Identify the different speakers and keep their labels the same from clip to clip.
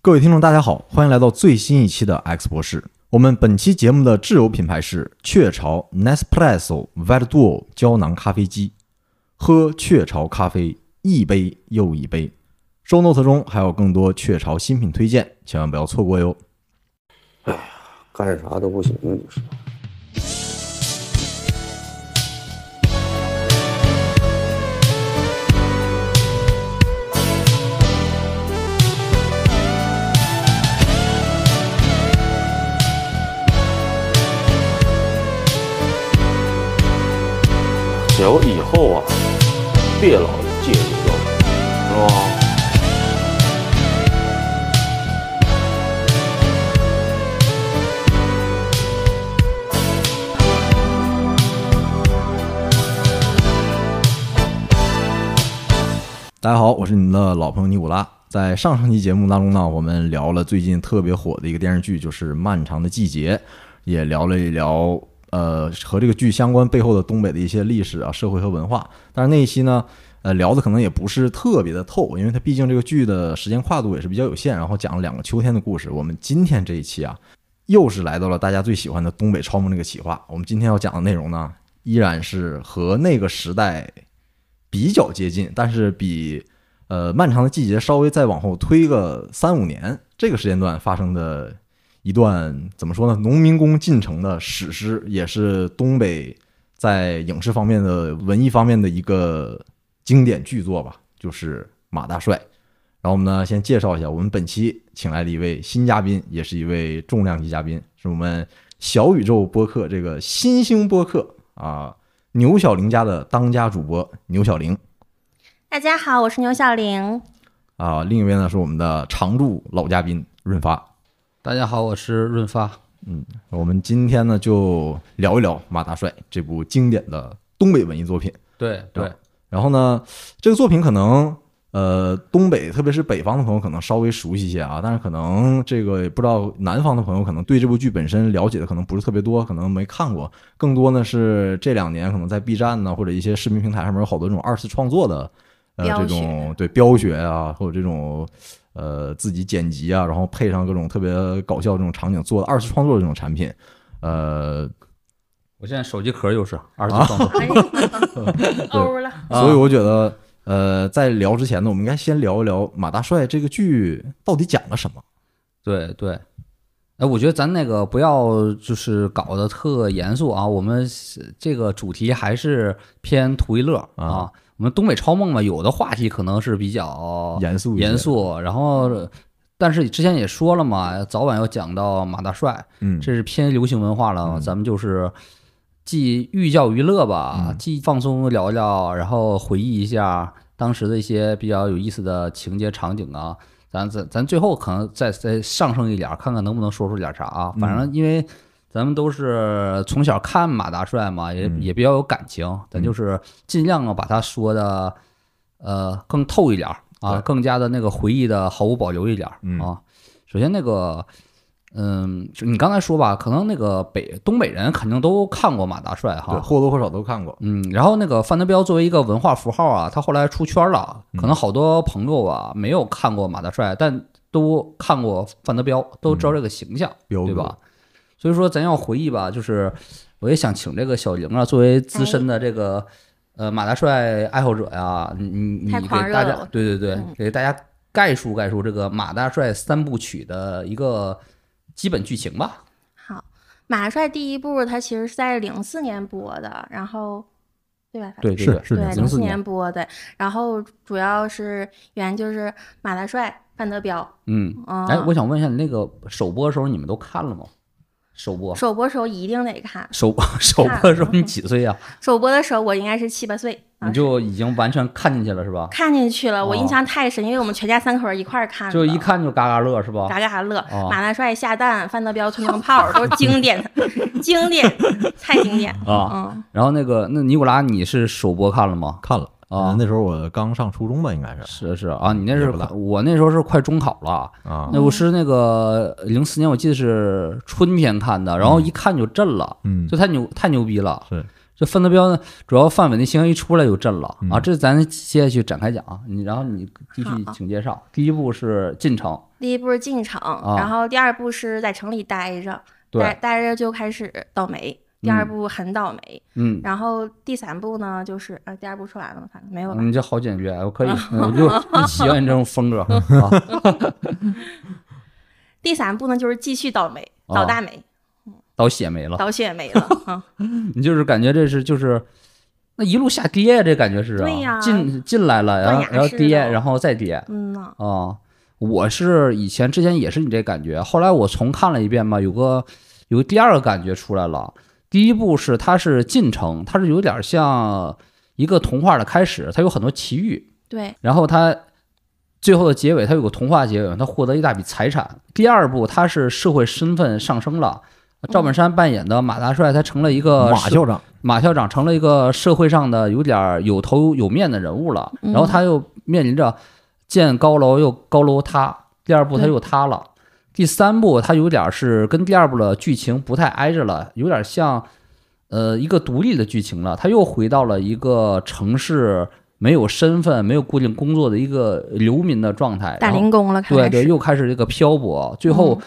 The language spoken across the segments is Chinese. Speaker 1: 各位听众，大家好，欢迎来到最新一期的 X 博士。我们本期节目的挚友品牌是雀巢 Nespresso Verduo 胶囊咖啡机，喝雀巢咖啡一杯又一杯。show note 中还有更多雀巢新品推荐，千万不要错过哟。
Speaker 2: 干啥都不行，就是。
Speaker 3: 只要以后啊，别老借酒浇愁，是吧？
Speaker 1: 大家好，我是你们的老朋友尼古拉。在上上期节目当中呢，我们聊了最近特别火的一个电视剧，就是《漫长的季节》，也聊了一聊呃和这个剧相关背后的东北的一些历史啊、社会和文化。但是那一期呢，呃，聊的可能也不是特别的透，因为它毕竟这个剧的时间跨度也是比较有限。然后讲了两个秋天的故事。我们今天这一期啊，又是来到了大家最喜欢的东北超梦这个企划。我们今天要讲的内容呢，依然是和那个时代比较接近，但是比呃漫长的季节稍微再往后推个三五年这个时间段发生的一段怎么说呢？农民工进城的史诗，也是东北在影视方面的文艺方面的一个经典巨作吧，就是《马大帅》。然后我们呢，先介绍一下，我们本期请来了一位新嘉宾，也是一位重量级嘉宾，是我们小宇宙播客这个新兴播客啊牛小玲家的当家主播牛小玲。
Speaker 4: 大家好，我是牛小玲。
Speaker 1: 啊，另一位呢是我们的常驻老嘉宾润发。
Speaker 5: 大家好，我是润发。
Speaker 1: 我们今天呢就聊一聊《马大帅》这部经典的东北文艺作品。
Speaker 5: 对对，
Speaker 1: 然后呢，这个作品可能呃东北特别是北方的朋友可能稍微熟悉一些啊，但是可能这个也不知道南方的朋友可能对这部剧本身了解的可能不是特别多，可能没看过，更多呢是这两年可能在 B 站呢或者一些视频平台上面有好多这种二次创作的呃
Speaker 4: 标
Speaker 1: 这
Speaker 4: 学
Speaker 1: 种对标学啊或者这种。呃，自己剪辑啊，然后配上各种特别搞笑这种场景，做的二次创作的这种产品，呃，
Speaker 5: 我现在手机壳又是二十四 磅。 哦
Speaker 4: 欧了，
Speaker 5: 啊
Speaker 1: 所以我觉得，呃，在聊之前呢，我们应该先聊一聊《马大帅》这个剧到底讲了什么。
Speaker 5: 对对，哎，我觉得咱那个不要就是搞得特严肃啊，我们是这个主题还是偏图一乐
Speaker 1: 啊
Speaker 5: 啊。我们东北超梦嘛，有的话题可能是比较
Speaker 1: 严肃一些
Speaker 5: 哦严肃，然后但是之前也说了嘛，早晚要讲到马大帅，
Speaker 1: 嗯
Speaker 5: 这是偏流行文化了，咱们就是既寓教于乐吧，
Speaker 1: 嗯
Speaker 5: 既放松聊聊，然后回忆一下当时的一些比较有意思的情节场景啊。咱咱咱最后可能再再上升一点儿，看看能不能说出点啥啊。
Speaker 1: 嗯
Speaker 5: 反正因为咱们都是从小看马大帅嘛，也、
Speaker 1: 嗯
Speaker 5: 也比较有感情，咱就是尽量啊把他说的呃更透一点儿啊，
Speaker 1: 对
Speaker 5: 更加的那个回忆的毫无保留一点儿
Speaker 1: 嗯
Speaker 5: 啊。首先那个，嗯，就你刚才说吧，可能那个北东北人肯定都看过马大帅
Speaker 1: 对，
Speaker 5: 哈，
Speaker 1: 或多或少都看过。
Speaker 5: 嗯，然后那个范德彪作为一个文化符号啊，他后来出圈了，可能好多朋友啊没有看过马大帅，但都看过范德彪，都知道这个形象，
Speaker 1: 彪哥
Speaker 5: 对吧？所以说咱要回忆吧，就是我也想请这个小玲啊，作为资深的这个、呃马大帅爱好者呀、你你
Speaker 4: 太
Speaker 5: 你给
Speaker 4: 狂热
Speaker 5: 大家
Speaker 4: 了
Speaker 5: 对对对，
Speaker 4: 嗯
Speaker 5: 给大家概述概述这个马大帅三部曲的一个基本剧情吧。
Speaker 4: 好，马帅第一部它其实是在零四年播的，然后对吧？
Speaker 5: 对对对
Speaker 1: 是
Speaker 4: 对，
Speaker 1: 零
Speaker 4: 零
Speaker 1: 四
Speaker 4: 四
Speaker 1: 年
Speaker 4: 年播的，然后主要是原就是马大帅、范德彪，
Speaker 5: 嗯，
Speaker 4: 嗯，
Speaker 5: 哎，我想问一下，你那个首播的时候你们都看了吗？首播
Speaker 4: 首播时候一定得看，
Speaker 5: 首 首播的时候你几岁呀、
Speaker 4: 首播的时候我应该是七八岁，当
Speaker 5: 你
Speaker 4: 时
Speaker 5: 就已经完全看进去了是吧？
Speaker 4: 看进去了，我
Speaker 5: 哦
Speaker 4: 印象太深，因为我们全家三口人一块儿看的，
Speaker 5: 就一看就嘎嘎乐是吧？
Speaker 4: 嘎嘎乐
Speaker 5: 哦、
Speaker 4: 马大帅下蛋、范德彪吞枪炮都是经典的， 经典，太经典
Speaker 5: 啊。
Speaker 4: 嗯，
Speaker 5: 然后那个那尼古拉，你是首播看了吗？
Speaker 1: 看了
Speaker 5: 啊
Speaker 1: 嗯那时候我刚上初中吧，应该是
Speaker 5: 是是啊，你那
Speaker 1: 嗯
Speaker 5: 是
Speaker 1: 也不大
Speaker 5: 我那时候是快中考了，
Speaker 1: 啊，
Speaker 5: 那我是那个零四年，我记得是春天看的，然后一看就震了，
Speaker 1: 嗯
Speaker 5: 就太牛太牛逼了。
Speaker 1: 是，
Speaker 5: 这范德彪呢，主要范伟那形象一出来就震了啊！
Speaker 1: 嗯
Speaker 5: 这咱接下去展开讲啊，你然后你继续
Speaker 4: 好
Speaker 5: 请介绍。第一部是进城，
Speaker 4: 第一步是进城，然后第二步是在城里待着，待
Speaker 5: 啊对，
Speaker 4: 待着就开始倒霉。第二步很倒霉，
Speaker 5: 嗯，
Speaker 4: 然后第三步呢就是啊，第二步说完了，反正没有了。
Speaker 5: 你这好简洁，我可以，嗯我就很喜欢你这种风格啊。
Speaker 4: 第三步呢就是继续倒霉，
Speaker 5: 哦
Speaker 4: 倒大霉，
Speaker 5: 倒血霉了，
Speaker 4: 倒血霉了。 啊
Speaker 5: 你就是感觉这是就是那一路下跌呀，这感觉是啊，
Speaker 4: 对呀
Speaker 5: 进进来了，然
Speaker 4: 断
Speaker 5: 后
Speaker 4: 崖
Speaker 5: 然后
Speaker 4: 式
Speaker 5: 跌，
Speaker 4: 的
Speaker 5: 然后再跌，
Speaker 4: 嗯呐，
Speaker 5: 啊，我是以前之前也是你这感觉，后来我重看了一遍嘛，有个有个第二个感觉出来了。第一部是它是进程，它是有点像一个童话的开始，它有很多奇遇，
Speaker 4: 对，
Speaker 5: 然后它最后的结尾它有个童话结尾，它获得一大笔财产。第二部它是社会身份上升了。赵
Speaker 4: 哦
Speaker 5: 本山扮演的马大帅，他成了一个
Speaker 1: 马
Speaker 5: 社
Speaker 1: 校长，
Speaker 5: 马校长成了一个社会上的有点儿有头有面的人物了，
Speaker 4: 嗯
Speaker 5: 然后他又面临着建高楼又高楼塌，第二部他
Speaker 4: 对
Speaker 5: 又塌了，第三部他有点儿是跟第二部的剧情不太挨着了，有点像呃一个独立的剧情了，他又回到了一个城市没有身份、没有固定工作的一个流民的状态，
Speaker 4: 打
Speaker 5: 然后
Speaker 4: 零工了，看
Speaker 5: 对
Speaker 4: 来
Speaker 5: 对，
Speaker 4: 是。嗯
Speaker 5: 又开始这个漂泊，最后，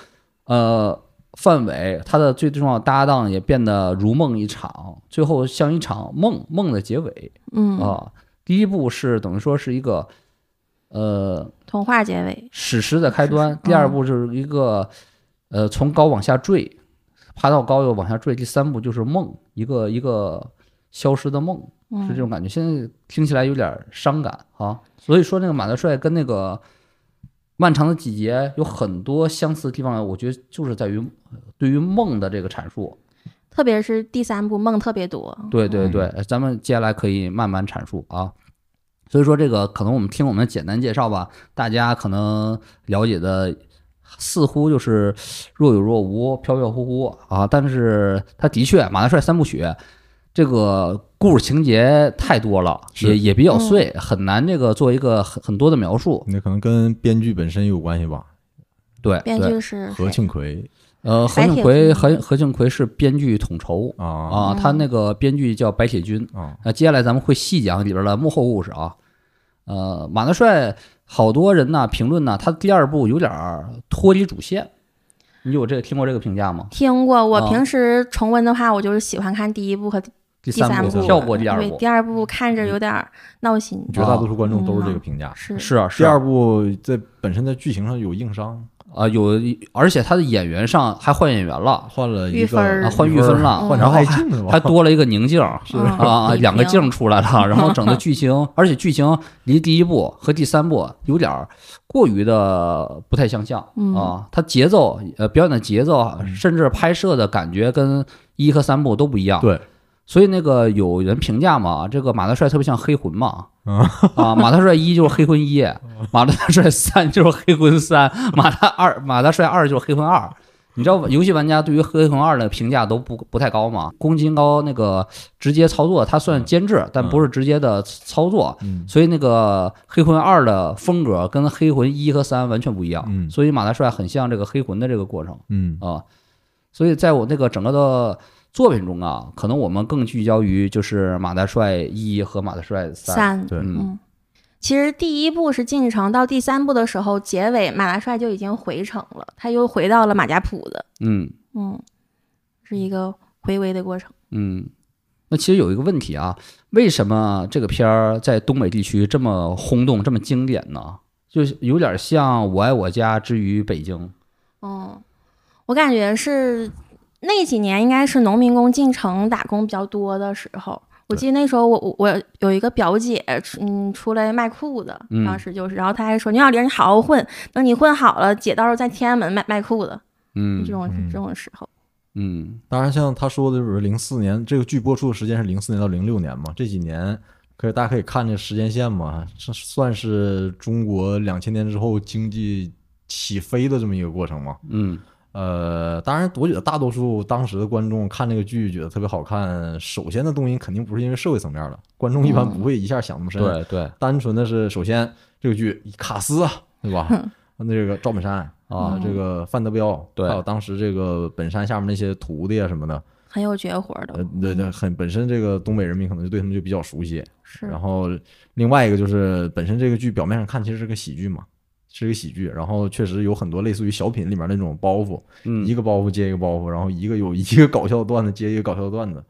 Speaker 5: 呃，范伟他的最重要搭档也变得如梦一场，最后像一场梦梦的结尾啊、
Speaker 4: 嗯，
Speaker 5: 第一部是等于说是一个呃
Speaker 4: 童话结尾，
Speaker 5: 史诗的开
Speaker 4: 史
Speaker 5: 端
Speaker 4: 诗，嗯
Speaker 5: 第二部就是一个呃从高往下坠，爬到高又往下坠，第三部就是梦，一个一个消失的梦。
Speaker 4: 嗯，
Speaker 5: 是这种感觉。现在听起来有点伤感啊，所以说那个马大帅跟那个漫长的季节有很多相似的地方，我觉得就是在于呃对于梦的这个阐述。
Speaker 4: 特别是第三部梦特别多。
Speaker 5: 对对对，呃咱们接下来可以慢慢阐述啊。所以说这个可能我们听我们简单介绍吧，大家可能了解的似乎就是若有若无、飘飘忽忽啊，但是他的确《马大帅三部曲》这个故事情节太多了，
Speaker 1: 是
Speaker 5: 也也比
Speaker 4: 嗯
Speaker 5: 较碎，很难这个做一个很很多的描述。
Speaker 1: 那可能跟编剧本身有关系吧。
Speaker 5: 对，
Speaker 4: 编
Speaker 5: 对
Speaker 4: 剧是
Speaker 1: 何
Speaker 4: 谁
Speaker 1: 庆魁
Speaker 5: 呃，何
Speaker 4: 白
Speaker 5: 庆
Speaker 4: 铁
Speaker 5: 魁
Speaker 4: 军
Speaker 5: 何何庆魁是编剧统筹
Speaker 1: 啊
Speaker 5: 啊，他那个编剧叫白铁军。
Speaker 1: 啊，
Speaker 5: 那接下来咱们会细讲里边的幕后故事啊。呃，马大帅好多人呢评论呢，他第二部有点儿脱离主线。你有这个听过这个评价吗？
Speaker 4: 听过，我
Speaker 5: 啊
Speaker 4: 平时重温的话，我就是喜欢看第一部和第
Speaker 5: 第
Speaker 4: 三
Speaker 5: 部
Speaker 1: 部
Speaker 5: 跳过第二
Speaker 4: 对，
Speaker 5: 部嗯
Speaker 4: 第，二部看着有点儿闹心。
Speaker 1: 绝大多数观众都是这个
Speaker 4: 嗯
Speaker 1: 评价。
Speaker 4: 是
Speaker 5: 是啊是
Speaker 1: 第
Speaker 5: 啊
Speaker 1: 二部在本身在剧情上有硬伤，
Speaker 5: 啊、有，而且他的演员上还换演员了，
Speaker 1: 换了一
Speaker 4: 玉芬
Speaker 1: 个
Speaker 4: 儿
Speaker 5: 啊换玉芬了，
Speaker 4: 嗯
Speaker 1: 换
Speaker 5: 然
Speaker 1: 成
Speaker 5: 后
Speaker 1: 艾
Speaker 5: 还
Speaker 1: 静了吧？
Speaker 5: 还多了一个宁静儿，
Speaker 4: 嗯
Speaker 5: 啊，
Speaker 4: 北
Speaker 5: 两个
Speaker 4: 京
Speaker 5: 镜出来 了，然后整的剧情，而且剧情离第一部和第三部有点儿过于的不太相像
Speaker 4: 嗯
Speaker 5: 啊，它节奏呃表演的节奏啊，甚至拍摄的感觉跟一和三部都不一样。
Speaker 1: 对，
Speaker 5: 所以那个有人评价嘛，这个马大帅特别像黑魂嘛，
Speaker 1: 嗯
Speaker 5: 啊，马大帅一就是黑魂一， 马大帅三就是黑魂三，马大二马大帅二就是黑魂二。你知道游戏玩家对于黑魂二的评价都不不太高嘛？宫崎英高那个直接操作，它算监制，但不是直接的操作，
Speaker 1: 嗯
Speaker 5: 所以那个黑魂二的风格跟黑魂一和三完全不一样。
Speaker 1: 嗯
Speaker 5: 所以马大帅很像这个黑魂的这个过程。
Speaker 1: 嗯
Speaker 5: 啊，所以在我那个整个的作品中啊，可能我们更聚焦于就是马大帅一和马大帅三。
Speaker 4: 三。
Speaker 1: 对
Speaker 5: 嗯，
Speaker 4: 嗯，其实第一部是进城，到第三部的时候，结尾马大帅就已经回城了，他又回到了马家铺子。
Speaker 5: 嗯
Speaker 4: 嗯，是
Speaker 1: 嗯
Speaker 4: 一个回归的过程。
Speaker 5: 嗯，那其实有一个问题啊，为什么这个片儿在东北地区这么轰动、这么经典呢？就是有点像《我爱我家之于北京》。
Speaker 4: 嗯，我感觉是那几年应该是农民工进城打工比较多的时候。我记得那时候我我我有一个表姐，嗯，出来卖裤子，
Speaker 5: 嗯
Speaker 4: 当时就是，然后她还说：“牛小玲，你好好混，等你混好了，姐到时候在天安门卖卖裤子。”
Speaker 5: 嗯
Speaker 4: 这种
Speaker 1: 嗯
Speaker 4: 这种时候，
Speaker 5: 嗯
Speaker 1: 当然，像他说的，就是零四年这个剧播出的时间是零四年到零六年嘛，这几年可以大家可以看这时间线嘛，这算是中国两千年之后经济起飞的这么一个过程嘛。
Speaker 5: 嗯
Speaker 1: 呃，当然，我觉得大多数当时的观众看这个剧觉得特别好看，首先的动因肯定不是因为社会层面的，观众一般不会一下想那么深，
Speaker 5: 对对
Speaker 1: 单纯的是首先这个剧卡斯啊，对吧？那这个赵本山
Speaker 5: 啊
Speaker 1: 这个范德彪，
Speaker 5: 对
Speaker 1: 还有当时这个本山下面那些徒弟啊什么的，
Speaker 4: 很有绝活的
Speaker 1: 呃，，对对，很本身这个东北人民可能就对他们就比较熟悉。
Speaker 4: 是
Speaker 1: 然后另外一个就是本身这个剧表面上看其实是个喜剧嘛，是个喜剧，然后确实有很多类似于小品里面那种包袱，
Speaker 5: 嗯
Speaker 1: 一个包袱接一个包袱，然后一个有一 个搞笑段子接一个搞笑段子，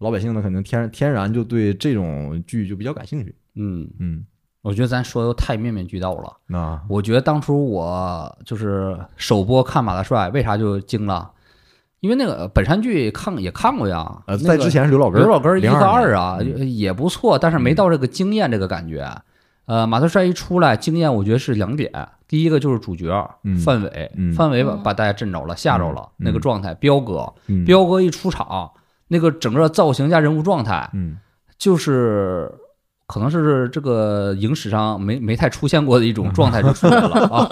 Speaker 1: 老百姓呢可能天天然就对这种剧就比较感兴趣。
Speaker 5: 嗯，
Speaker 1: 嗯，
Speaker 5: 我觉得咱说的太面面俱到了。
Speaker 1: 那
Speaker 5: 我觉得当初我就是首播看马大帅，为啥就惊了？因为那个本山剧看也看过呀，
Speaker 1: 呃，
Speaker 5: 那
Speaker 1: 在
Speaker 5: 个
Speaker 1: 之前是刘老根儿，
Speaker 5: 刘老根儿一
Speaker 1: 零
Speaker 5: 和二
Speaker 1: 年
Speaker 5: 啊，
Speaker 1: 嗯
Speaker 5: 也不错，但是没到这个惊艳这个感觉。呃，马大帅一出来，惊艳我觉得是两点，第一个就是主角
Speaker 1: 嗯
Speaker 5: 范伟
Speaker 1: 嗯，
Speaker 5: 范伟把
Speaker 4: 嗯
Speaker 5: 把大家震着了，吓着了
Speaker 1: 嗯
Speaker 5: 那个状态。彪哥，
Speaker 1: 嗯
Speaker 5: 彪哥一出场，那个整个造型加人物状态，
Speaker 1: 嗯
Speaker 5: 就是可能是这个影史上没没太出现过的一
Speaker 1: 嗯
Speaker 5: 种状态就出来 了啊。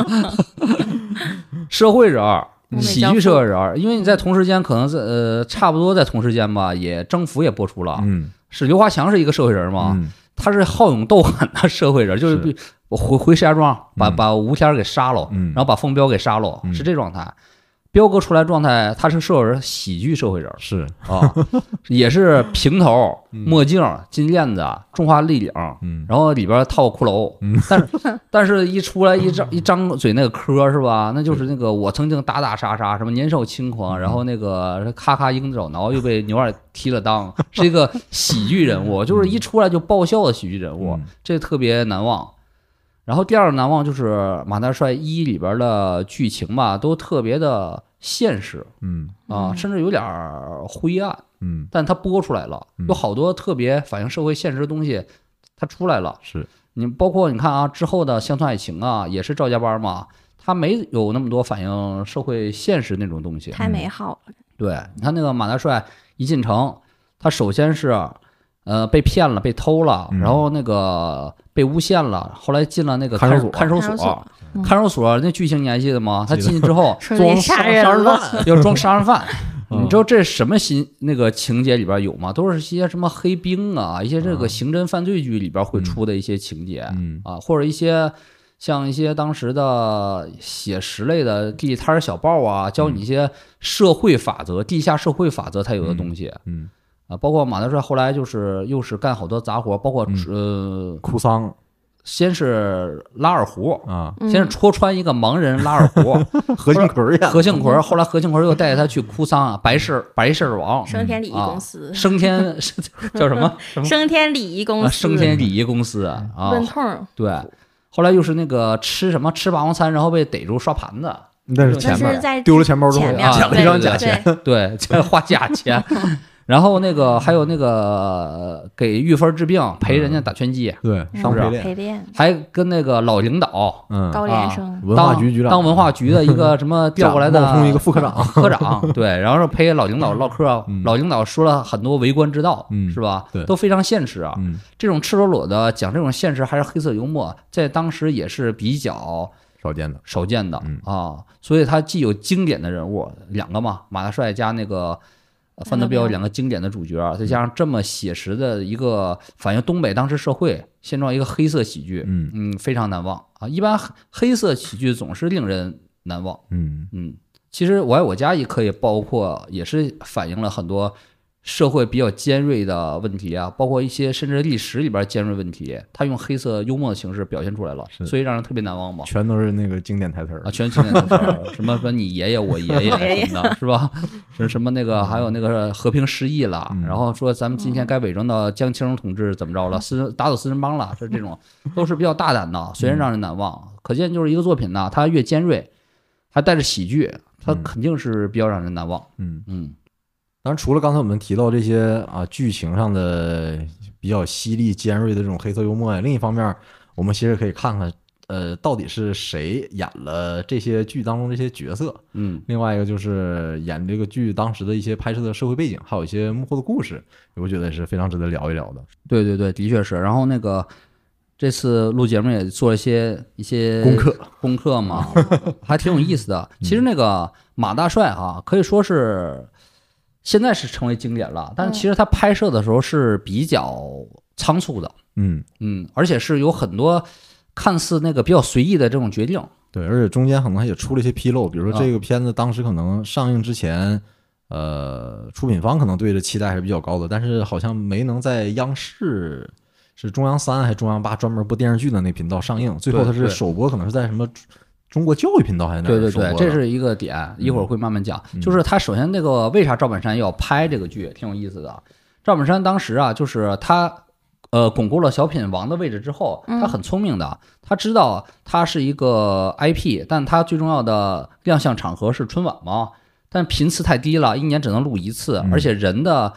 Speaker 5: 社会人儿
Speaker 4: 嗯，
Speaker 5: 喜剧社会人儿，因为你在同时间可能在呃差不多在同时间吧，也《征服》也播出了，
Speaker 1: 嗯
Speaker 5: 啊是刘华强是一个社会人嘛，
Speaker 1: 嗯
Speaker 5: 他是好勇斗狠的社会人，就是
Speaker 1: 是
Speaker 5: 比我回回石家庄把、
Speaker 1: 嗯
Speaker 5: 把吴天儿给杀了，
Speaker 1: 嗯
Speaker 5: 然后把凤彪给杀了，
Speaker 1: 嗯
Speaker 5: 是这状态。彪哥出来状态，他是社会人，喜剧社会人，
Speaker 1: 是
Speaker 5: 啊， 也是平头、
Speaker 1: 嗯
Speaker 5: 墨镜、金链子、中华立领，
Speaker 1: 嗯
Speaker 5: 然后里边套骷髅。
Speaker 1: 嗯
Speaker 5: 但是但是，一出来一张一张嘴那个嗑是吧？那就是那个我曾经打打杀杀，什么年少轻狂，然后
Speaker 1: 嗯
Speaker 5: 那个咔咔鹰爪挠又被牛二踢了裆，是一个喜剧人物，就是一出来就爆笑的喜剧人物，
Speaker 1: 嗯
Speaker 5: 这特别难忘。然后第二个难忘就是《马大帅一》里边的剧情吧，都特别的现实
Speaker 1: 嗯
Speaker 5: 啊，
Speaker 4: 嗯
Speaker 5: 甚至有点儿灰暗。
Speaker 1: 嗯
Speaker 5: 但它播出来了
Speaker 1: 嗯，
Speaker 5: 有好多特别反映社会现实的东西，它出来了。
Speaker 1: 是
Speaker 5: 你包括你看啊，之后的《乡村爱情》啊，也是赵家班嘛，它没有那么多反映社会现实那种东西。
Speaker 4: 太美好了，
Speaker 5: 对，你看那个马大帅一进城，他首先是呃被骗了，被偷了，
Speaker 1: 嗯
Speaker 5: 然后那个被诬陷了，后来进了那个
Speaker 1: 看
Speaker 5: 看
Speaker 1: 守所
Speaker 5: 看守
Speaker 4: 看
Speaker 5: 所
Speaker 4: 守，所嗯
Speaker 5: 看守所那剧情你还记得吗？他进去之后
Speaker 4: 说
Speaker 1: 装
Speaker 4: 那
Speaker 1: 杀
Speaker 4: 杀
Speaker 1: 杀人
Speaker 4: 人了，
Speaker 1: 犯，
Speaker 5: 要装杀人犯。
Speaker 1: 嗯
Speaker 5: 你知道这什么新那个情节里边有吗？都是一些什么黑兵啊，一些这个刑侦犯罪剧里边会出的一些情节、
Speaker 1: 嗯
Speaker 5: 啊，或者一些像一些当时的写实类的地摊儿小报啊，教你一些社会法则、地下社会法则才有的东西、
Speaker 1: 嗯嗯，
Speaker 5: 啊。包括马大帅后来就是又是干好多杂活，包括、
Speaker 1: 嗯
Speaker 5: 呃，
Speaker 1: 哭丧
Speaker 5: 先是拉二胡，
Speaker 1: 啊，
Speaker 4: 嗯
Speaker 5: 先是戳穿一个盲人拉二 胡。
Speaker 1: 何庆魁儿呀，
Speaker 5: 何庆魁，后来何庆魁又带着他去哭丧啊，白事白事王，
Speaker 4: 升天礼仪
Speaker 5: 啊
Speaker 4: 公司，
Speaker 5: 升天 是叫什么？什么
Speaker 4: 升天礼仪公
Speaker 5: 啊？
Speaker 4: 司，嗯
Speaker 5: 升天礼仪公司啊，
Speaker 4: 问痛儿，
Speaker 5: 对。后来又是那个吃什么吃霸王餐，然后被逮住刷盘子，
Speaker 1: 那是
Speaker 5: 前
Speaker 1: 前
Speaker 4: 那
Speaker 5: 面
Speaker 4: 是
Speaker 1: 面
Speaker 4: 在
Speaker 1: 丢了钱包之后
Speaker 4: 前面
Speaker 5: 啊
Speaker 1: 捡了一张假
Speaker 5: 对
Speaker 1: 钱，
Speaker 4: 对，
Speaker 5: 对，这花假 钱。然后那个还有那个给玉芬治病，陪人家打拳击，
Speaker 1: 对，
Speaker 4: 嗯
Speaker 1: 商
Speaker 5: 是
Speaker 1: 陪
Speaker 5: 啊
Speaker 1: 练，
Speaker 4: 陪练，
Speaker 5: 还跟那个老领导
Speaker 1: 嗯，
Speaker 4: 高
Speaker 5: 啊
Speaker 4: 连生，
Speaker 1: 文化
Speaker 5: 当
Speaker 1: 局局长
Speaker 5: 当文化局的一 个什么调过来的
Speaker 1: 假冒充一个副科长
Speaker 5: 科长，对，然后是陪老领导唠嗑，
Speaker 1: 嗯
Speaker 5: 老领导说了很多为官之道，
Speaker 1: 嗯
Speaker 5: 是吧？
Speaker 1: 对
Speaker 5: 都非常现实啊。
Speaker 1: 嗯
Speaker 5: 这种赤裸裸的讲这种现实还是黑色幽默，在当时也是比较
Speaker 1: 少见的，
Speaker 5: 少见的、
Speaker 1: 嗯
Speaker 5: 啊。所以他既有经典的人物两个嘛，马大帅加那个呃范德彪
Speaker 4: 彪
Speaker 5: 两个经典的主角，啊再加上这么写实的一个反映东北当时社会现状一个黑色喜剧，
Speaker 1: 嗯
Speaker 5: 嗯，非常难忘啊。一般黑黑色喜剧总是令人难忘。
Speaker 1: 嗯
Speaker 5: 嗯，其实《我爱我家》也可以包括，也是反映了很多社会比较尖锐的问题啊，包括一些甚至历史里边尖锐问题，他用黑色幽默的形式表现出来了，
Speaker 1: 是
Speaker 5: 所以让人特别难忘吧。
Speaker 1: 全都是那个经典台词儿
Speaker 5: 啊，，全经典的事儿，什么说你爷爷 我爷爷什么的，是吧？是什么那个还有那个和平失忆了，
Speaker 1: 嗯
Speaker 5: 然后说咱们今天该伪装到江青同志怎么着了，私打倒四人帮了，是这种都是比较大胆的，虽然让人难忘，
Speaker 1: 嗯
Speaker 5: 可见就是一个作品呢，它越尖锐，还带着喜剧，它
Speaker 1: 嗯
Speaker 5: 肯定是比较让人难忘。
Speaker 1: 嗯。
Speaker 5: 嗯，
Speaker 1: 当然，除了刚才我们提到这些啊剧情上的比较犀利、尖锐的这种黑色幽默，啊另一方面，我们其实可以看看，呃，到底是谁演了这些剧当中这些角色。
Speaker 5: 嗯，
Speaker 1: 另外一个就是演这个剧当时的一些拍摄的社会背景，还有一些幕后的故事，我觉得是非常值得聊一聊的。
Speaker 5: 对对对，的确是。然后那个这次录节目也做了一些一些
Speaker 1: 功课，嗯
Speaker 5: 功课嘛，还挺有意思的。其实那个马大帅哈、可以说是现在是成为经典了，但是其实他拍摄的时候是比较仓促的，
Speaker 1: 嗯，
Speaker 5: 嗯，而且是有很多看似那个比较随意的这种决定，
Speaker 1: 对，而且中间可能也出了一些纰漏，比如说
Speaker 5: 啊
Speaker 1: 这个片子当时可能上映之前，呃，出品方可能对这期待还是比较高的，但是好像没能在央视是中央三还是中央八专门播电视剧的那频道上映，最后它是
Speaker 5: 对
Speaker 1: 首播，可能是在什么中国教育频道还是哪儿
Speaker 5: 对对
Speaker 1: 首播
Speaker 5: 对
Speaker 1: 的，嗯
Speaker 5: 这是一个点，一会儿会慢慢讲。就是他首先那个为啥赵本山要拍这个剧，挺有意思的。赵本山当时啊，就是他呃巩固了小品王的位置之后，
Speaker 4: 嗯
Speaker 5: 他很聪明的，他知道他是一个 IP，但他最重要的亮相场合是春晚嘛，但频次太低了，一年只能录一次，
Speaker 1: 嗯
Speaker 5: 而且人的。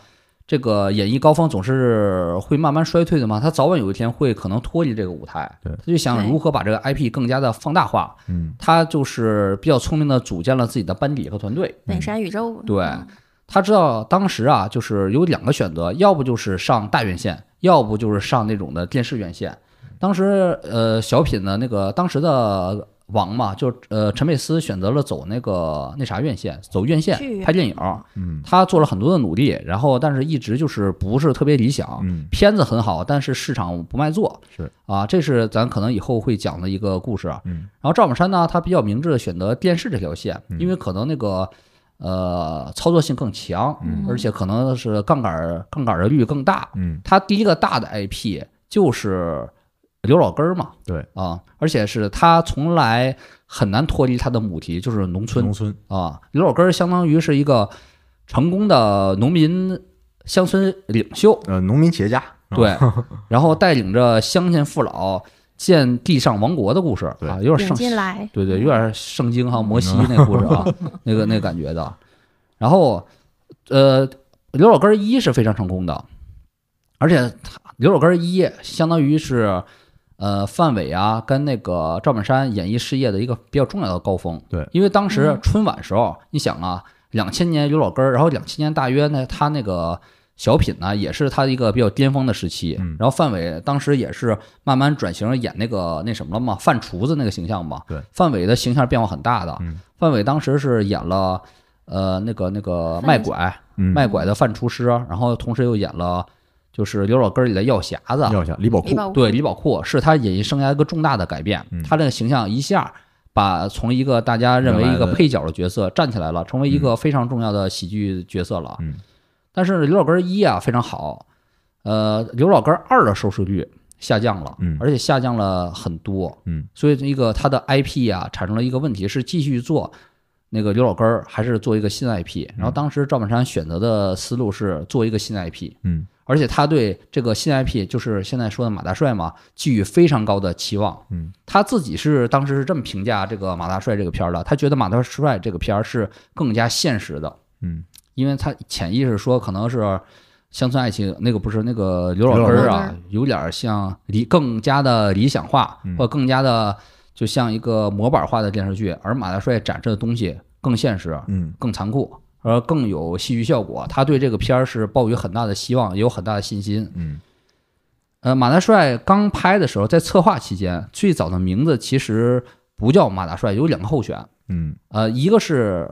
Speaker 5: 这个演艺高峰总是会慢慢衰退的嘛，他早晚有一天会可能脱离这个舞台，
Speaker 1: 对
Speaker 5: 他就想
Speaker 4: 对
Speaker 5: 如何把这个 IP 更加的放大化，
Speaker 1: 嗯
Speaker 5: 他就是比较聪明的组建了自己的班底和团队。
Speaker 4: 本山宇宙，
Speaker 5: 对
Speaker 4: 嗯
Speaker 5: 他知道当时啊，就是有两个选择，要不就是上大院线，要不就是上那种的电视院线。当时呃，小品的那个当时的王嘛，就呃陈佩斯选择了走那个那啥院线，走院线
Speaker 4: 剧院
Speaker 5: 拍电影。
Speaker 1: 嗯
Speaker 5: 他做了很多的努力，然后但是一直就是不是特别理想。
Speaker 1: 嗯
Speaker 5: 片子很好，但是市场不卖座。
Speaker 1: 是
Speaker 5: 啊，这是咱可能以后会讲的一个故事啊。
Speaker 1: 嗯
Speaker 5: 然后赵本山呢，他比较明智的选择电视这条线，
Speaker 1: 嗯
Speaker 5: 因为可能那个呃操作性更强，
Speaker 4: 嗯
Speaker 5: 而且可能是杠杆儿杠杆儿的率更大。
Speaker 1: 嗯
Speaker 5: 他第一个大的 IP 就是刘老根儿嘛，
Speaker 1: 对
Speaker 5: 啊，而且是他从来很难脱离他的母题，就是农村
Speaker 1: 农村
Speaker 5: 啊。刘老根儿相当于是一个成功的农民乡村领袖，
Speaker 1: 呃农民企业家
Speaker 5: 对，然后带领着乡亲父老建地上王国的故事
Speaker 1: 对
Speaker 5: 啊，有点
Speaker 4: 引
Speaker 5: 圣，
Speaker 4: 进来，
Speaker 5: 对对，有点圣经哈摩西那故事啊，
Speaker 1: 嗯
Speaker 5: 那个那个感觉的。然后，呃，刘老根儿一是非常成功的，而且他刘老根儿一相当于是。呃，范伟啊，跟那个赵本山演艺事业的一个比较重要的高峰。
Speaker 1: 对
Speaker 5: 因为当时
Speaker 4: 嗯
Speaker 5: 春晚时候，你想啊，两千年刘老根儿，然后两千年大约呢，他那个小品呢，也是他一个比较巅峰的时期。
Speaker 1: 嗯
Speaker 5: 然后范伟当时也是慢慢转型演那个那什么了嘛，饭厨子那个形象嘛。
Speaker 1: 对，
Speaker 5: 范伟的形象变化很大的。
Speaker 1: 嗯
Speaker 5: 范伟当时是演了呃那个那个
Speaker 4: 饭
Speaker 5: 卖拐
Speaker 1: 嗯
Speaker 5: 卖拐的饭厨师，然后同时又演了就是刘老根儿里的药匣子。
Speaker 1: 要一下李宝库
Speaker 4: 李宝库
Speaker 5: 对李宝库是他演艺生涯一个重大的改变，
Speaker 1: 嗯
Speaker 5: 他这个形象一下把从一个大家认为一
Speaker 1: 原来
Speaker 5: 个
Speaker 1: 的
Speaker 5: 配角的角色站起来了，成为一个非常重要的喜剧角色了。
Speaker 1: 嗯
Speaker 5: 但是刘老根儿一啊非常好，呃，刘老根儿二的收视率下降了，
Speaker 1: 嗯
Speaker 5: 而且下降了很多，
Speaker 1: 嗯，
Speaker 5: 所以一个他的 IP 啊产生了一个问题，是继续做那个刘老根儿，还是做一个新 IP？然
Speaker 1: 嗯
Speaker 5: 后当时赵本山选择的思路是做一个新 IP，
Speaker 1: 嗯
Speaker 5: 而且他对这个新 IP，就是现在说的马大帅嘛，寄予非常高的期望。
Speaker 1: 嗯，
Speaker 5: 他自己是当时是这么评价这个马大帅这个片儿的，他觉得马大帅这个片儿是更加现实的，
Speaker 1: 嗯
Speaker 5: 因为他潜意识说可能是乡村爱情那个不是那个刘老根
Speaker 4: 刘老
Speaker 5: 儿
Speaker 4: 根
Speaker 5: 啊
Speaker 4: 儿，
Speaker 5: 有点像理更加的理想化，
Speaker 1: 嗯
Speaker 5: 或者更加的就像一个模板化的电视剧，而马大帅展示的东西更现实，
Speaker 1: 嗯
Speaker 5: 更残酷，而更有戏剧效果。他对这个片儿是抱有很大的希望，也有很大的信心。
Speaker 1: 嗯
Speaker 5: 呃，马大帅刚拍的时候，在策划期间，最早的名字其实不叫马大帅，有两个候选，
Speaker 1: 嗯
Speaker 5: 呃，一个是。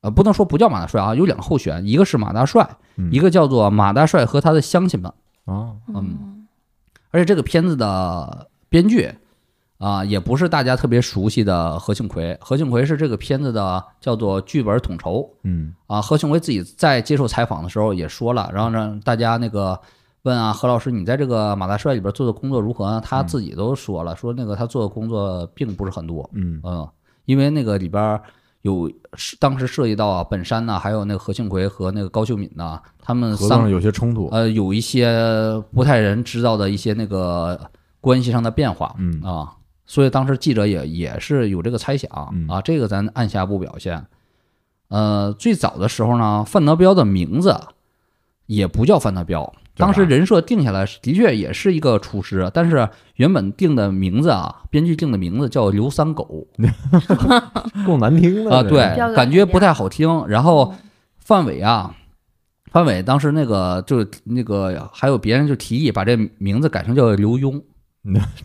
Speaker 5: 呃，不能说不叫马大帅啊，有两个候选，一个是马大帅，
Speaker 1: 嗯
Speaker 5: 一个叫做马大帅和他的乡亲们。
Speaker 1: 啊
Speaker 5: 嗯而且这个片子的编剧啊、也不是大家特别熟悉的何庆魁，何庆魁是这个片子的叫做剧本统筹，
Speaker 1: 嗯
Speaker 5: 啊，何庆魁自己在接受采访的时候也说了，然后让大家那个问啊，何老师，你在这个马大帅里边做的工作如何呢？啊他自己都说了，说那个他做的工作并不是很多，
Speaker 1: 嗯
Speaker 5: 嗯，因为那个里边有是当时涉及到啊，本山呐、还有那个何庆魁和那个高秀敏呐、他们
Speaker 1: 合作上
Speaker 5: 三
Speaker 1: 有些冲突
Speaker 5: 呃有一些不太人知道的一些那个关系上的变化，
Speaker 1: 嗯
Speaker 5: 啊，所以当时记者也也是有这个猜想
Speaker 1: 嗯
Speaker 5: 啊，这个咱按下不表现。呃，最早的时候呢，范德彪的名字也不叫范德彪，
Speaker 1: 对吧
Speaker 5: 当时人设定下来是的确也是一个厨师，但是原本定的名字啊，编剧定的名字叫刘三狗
Speaker 1: 够难听的
Speaker 5: 啊、
Speaker 1: 这，
Speaker 5: 对
Speaker 4: 彪哥，
Speaker 5: 感觉不太好听。然后范伟啊，范伟当时那个就是那个还有别人就提议把这名字改成叫刘墉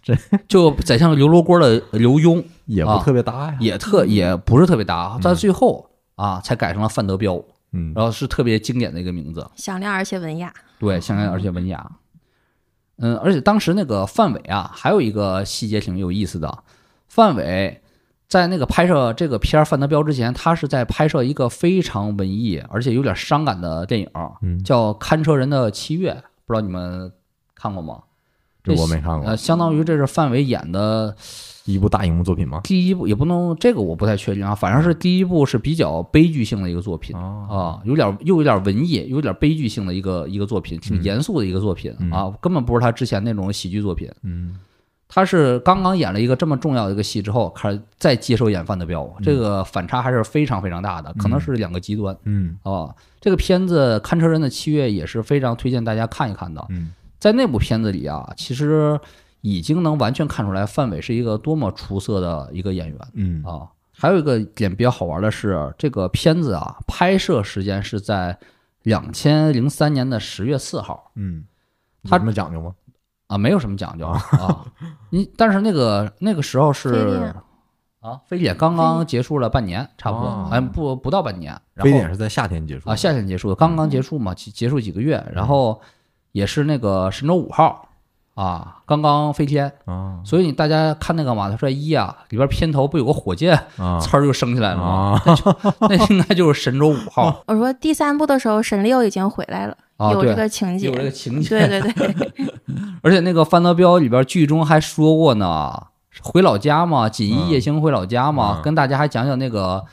Speaker 1: 这
Speaker 5: 就宰相刘罗锅的刘墉。
Speaker 1: 也不
Speaker 5: 啊
Speaker 1: 特别搭呀
Speaker 5: 也特也不是特别搭，在最后啊才改成了范德彪，
Speaker 1: 嗯
Speaker 5: 然后是特别经典的一个名字，
Speaker 4: 响亮而且文雅，
Speaker 5: 对，香港而且文雅。嗯，而且当时那个范伟啊，还有一个细节挺有意思的，范伟在那个拍摄这个片儿《范德彪》之前，他是在拍摄一个非常文艺而且有点伤感的电影，
Speaker 6: 嗯
Speaker 5: 叫《看车人的七月》，不知道你们看过吗？
Speaker 1: 这
Speaker 5: 这
Speaker 1: 我没看过
Speaker 5: 呃，，相当于这是范伟演的
Speaker 1: 一部大荧幕作品吗？
Speaker 5: 第一部，也不能这个我不太确定啊，反正是第一部是比较悲剧性的一个作品。
Speaker 1: 啊，
Speaker 5: 啊，有点儿又有点儿文艺，有点儿悲剧性的一个一个作品，挺严肃的一个作品、啊，根本不是他之前那种喜剧作品。
Speaker 6: 嗯，
Speaker 5: 他是刚刚演了一个这么重要的一个戏之后，开始再接受演范德彪，这个反差还是非常非常大的，可能是两个极端、
Speaker 6: 嗯
Speaker 5: 啊。这个片子《看车人的七月》也是非常推荐大家看一看的。
Speaker 6: 嗯
Speaker 5: 在那部片子里啊，其实已经能完全看出来范伟是一个多么出色的一个演员。
Speaker 6: 嗯
Speaker 5: 啊。还有一个点比较好玩的是，这个片子啊，拍摄时间是在两千零三年的十月四号
Speaker 6: 嗯
Speaker 5: 他
Speaker 1: 有什么讲究吗？
Speaker 5: 啊，没有什么讲 究啊。你但是那个那个时候
Speaker 4: 非
Speaker 5: 是
Speaker 4: 典
Speaker 5: 啊，非典刚刚结束了半年，差不
Speaker 1: 哦
Speaker 5: 多，哎，不不到半年，然
Speaker 1: 非
Speaker 5: 后
Speaker 1: 典是在夏天结束
Speaker 5: 啊，夏天结束的，刚刚结束嘛，结结束几个月，然后也是那个神舟五号啊，刚刚飞天，
Speaker 1: 啊
Speaker 5: 所以你大家看那个《马大帅一》啊，里边片头不有个火箭
Speaker 1: 啊
Speaker 5: 词儿就升起来了
Speaker 1: 啊！
Speaker 5: 吗？那应该就是神州五号
Speaker 4: 我说第三部的时候，沈六已经回来了，
Speaker 5: 啊，
Speaker 4: 有
Speaker 5: 对，
Speaker 4: 这个情节，
Speaker 5: 有这个情节。
Speaker 4: 对对 对，
Speaker 5: 而且那个范德彪里边剧中还说过呢，回老家嘛，锦衣夜行回老家嘛，
Speaker 1: 嗯
Speaker 5: 跟大家还讲讲那个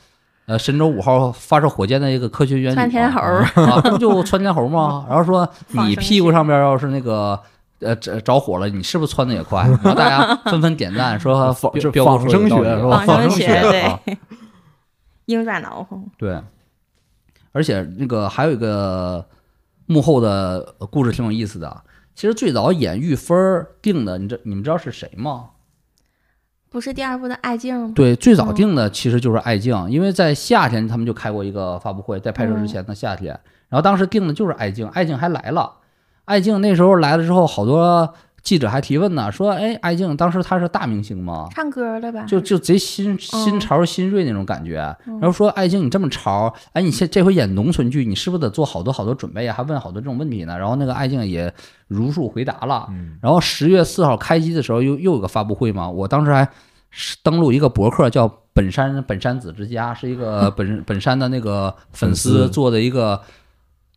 Speaker 5: 呃神舟五号发射火箭的一个科学原理嘛。
Speaker 4: 窜天猴儿
Speaker 5: 啊，不就窜天 猴吗？然后说
Speaker 4: 放
Speaker 5: 你
Speaker 4: 生
Speaker 5: 屁股上边要是那个。呃，着着火了，你是不是窜的也 快？然后大家纷纷点赞，说
Speaker 1: 仿
Speaker 5: 彪
Speaker 1: 这
Speaker 5: 彪哥
Speaker 1: 仿
Speaker 5: 说的有
Speaker 1: 生
Speaker 5: 道
Speaker 1: 学
Speaker 5: 理
Speaker 1: 是吧
Speaker 4: 仿生
Speaker 1: 仿生
Speaker 4: 学
Speaker 1: 学
Speaker 4: 对
Speaker 5: 啊
Speaker 4: 鹰爪挠哼，
Speaker 5: 对，而且那个还有一个幕后的故事挺有意思的。啊其实最早演玉芬儿定的，你知你们知道是谁吗？
Speaker 4: 不是第二部的爱静吗？
Speaker 5: 对，最早定的其实就是艾静，因为在夏天他们就开过一个发布会，在拍摄之前的夏天，然后当时定的就是艾静，艾静还来了。艾静那时候来了之后，好多记者还提问呢，说：“哎，艾静当时她是大明星吗？
Speaker 4: 唱歌的吧？
Speaker 5: 就就贼新新
Speaker 4: 嗯
Speaker 5: 潮新锐那种感觉。啊然后说，艾静你这么潮，哎，你现这回演农村剧，你是不是得做好多好多准备啊呀？还问好多这种问题呢。然后那个艾静也如数回答了。
Speaker 6: 嗯
Speaker 5: 然后十月四号开机的时候又又有个发布会嘛，我当时还是登录一个博客叫本山本山子之家，是一个本本山的那个粉
Speaker 1: 粉
Speaker 5: 丝
Speaker 1: 丝
Speaker 5: 做的一个。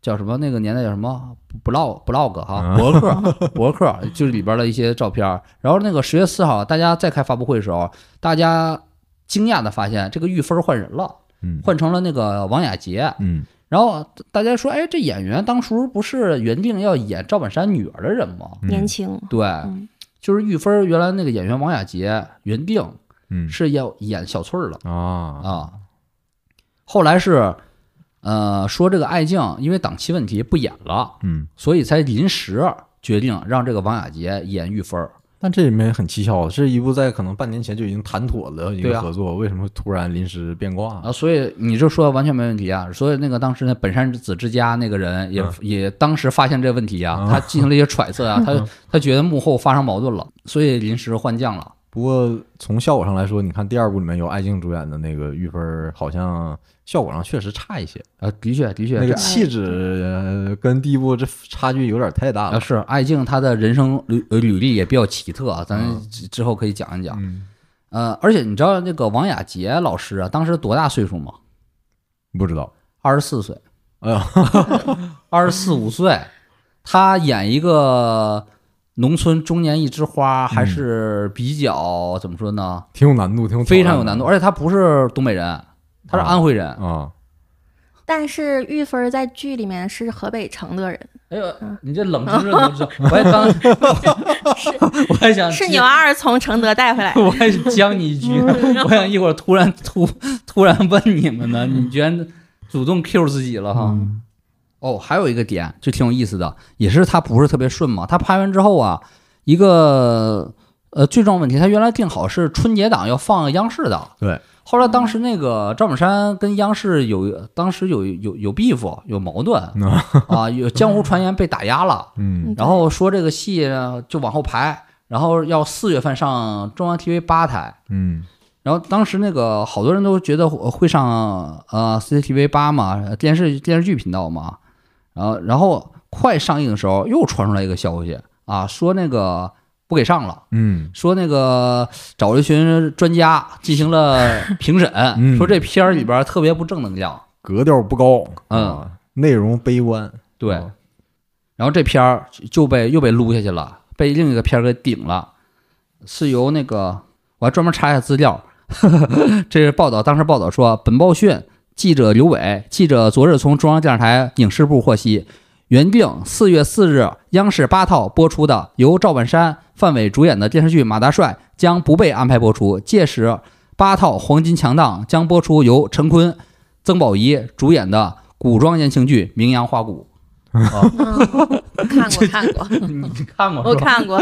Speaker 5: 叫什么？那个年代叫什么？blog blog 哈，博客博客，就是里边的一些照片儿。然后那个十月四号，大家再开发布会的时候，大家惊讶的发现，这个玉芬换人了，
Speaker 6: 嗯
Speaker 5: 换成了那个王雅杰。
Speaker 6: 嗯
Speaker 5: 然后大家说，哎，这演员当初不是原定要演赵本山女儿的人吗？
Speaker 4: 年轻，
Speaker 5: 对，
Speaker 4: 嗯
Speaker 5: 就是玉芬儿原来那个演员王雅杰原定
Speaker 6: 嗯
Speaker 5: 是要演小翠儿
Speaker 1: 啊
Speaker 5: 的啊，后来是呃说这个艾静因为档期问题不演了，
Speaker 6: 嗯，
Speaker 5: 所以才临时决定让这个王雅杰演玉芬儿。
Speaker 1: 但这里面很蹊跷，是一部在可能半年前就已经谈妥的一
Speaker 5: 对
Speaker 1: 个
Speaker 5: 啊
Speaker 1: 合作，为什么会突然临时变卦
Speaker 5: 啊，？所以你就说完全没问题啊。所以那个当时那本山子之家那个人
Speaker 1: 嗯
Speaker 5: 也、也当时发现这问题啊，他进行了一些揣 测啊，他他觉得幕后发生矛盾了，所以临时换将了。
Speaker 1: 不过从效果上来说，你看第二部里面由艾静主演的那个玉芬儿，好像效果上确实差一些，
Speaker 5: 呃，的确的确，
Speaker 1: 那个
Speaker 5: 这哎
Speaker 1: 气质呃跟第一部这差距有点太大
Speaker 5: 啊，
Speaker 1: 了。
Speaker 5: 是艾静她的人生履呃履历也比较奇特
Speaker 1: 嗯
Speaker 5: 啊，咱之之后可以讲一讲。
Speaker 6: 嗯
Speaker 5: 呃，而且你知道那个王雅杰老师啊，当时多大岁数吗？
Speaker 1: 不知道，
Speaker 5: 二十四岁，
Speaker 1: 哎呀，
Speaker 5: 二十四五岁，他演一个农村中年一枝花，还是比较怎么说呢？
Speaker 1: 挺有难度，挺有挑
Speaker 5: 非常有
Speaker 1: 战
Speaker 5: 难
Speaker 1: 嗯的
Speaker 5: 度，而且他不是东北人，他是
Speaker 1: 啊
Speaker 5: 安徽人。
Speaker 1: 啊！
Speaker 4: 但是玉芬在剧里面是河北承德人，
Speaker 5: 哎呦，你这冷知识都知道， 我还刚，我还想
Speaker 4: 是
Speaker 5: 接
Speaker 4: 牛二从承德带回 来的。
Speaker 5: 我还将你一局，我想一会儿突然突突然问你们呢，你居然主动 Q 自己了哈。
Speaker 1: 嗯
Speaker 5: 哦，还有一个点就挺有意思的，也是他不是特别顺嘛。他拍完之后啊，一个呃最重要问题，他原来定好是春节档要放央视的，
Speaker 1: 对。
Speaker 5: 后来当时那个赵本山跟央视有当时有有有 beef 有矛盾
Speaker 1: 嗯
Speaker 5: 啊，有江湖传言被打压了。
Speaker 6: 嗯
Speaker 4: 嗯
Speaker 5: 然后说这个戏就往后排，然后要四月份上中央 TV 八台。
Speaker 6: 嗯
Speaker 5: 然后当时那个好多人都觉得会上呃 CCTV 八嘛，电视电视剧频道嘛。然后然后快上映的时候又传出来一个消息啊，说那个不给上了。
Speaker 1: 嗯
Speaker 5: 说那个找了一群专家进行了 评审，
Speaker 1: 嗯
Speaker 5: 说这片儿里边儿特别不正能量，
Speaker 1: 格调不高，
Speaker 5: 嗯
Speaker 1: 啊，内容悲观，
Speaker 5: 对，
Speaker 1: 哦
Speaker 5: 然后这片儿就被又被撸下去了，被另一个片儿给顶了，是由那个我还专门查一下资料， 这是报道，当时报道说，本报讯记者刘伟，记者昨日从中央电视台影视部获悉，原定四月四日央视八套播出的由赵本山、范伟主演的电视剧《马大帅》将不被安排播出，届时八套《黄金强档》将播出由陈坤、曾宝仪主演的古装言情剧《名扬花鼓》。
Speaker 4: 嗯，看过看过，
Speaker 5: 你看过
Speaker 4: 我看过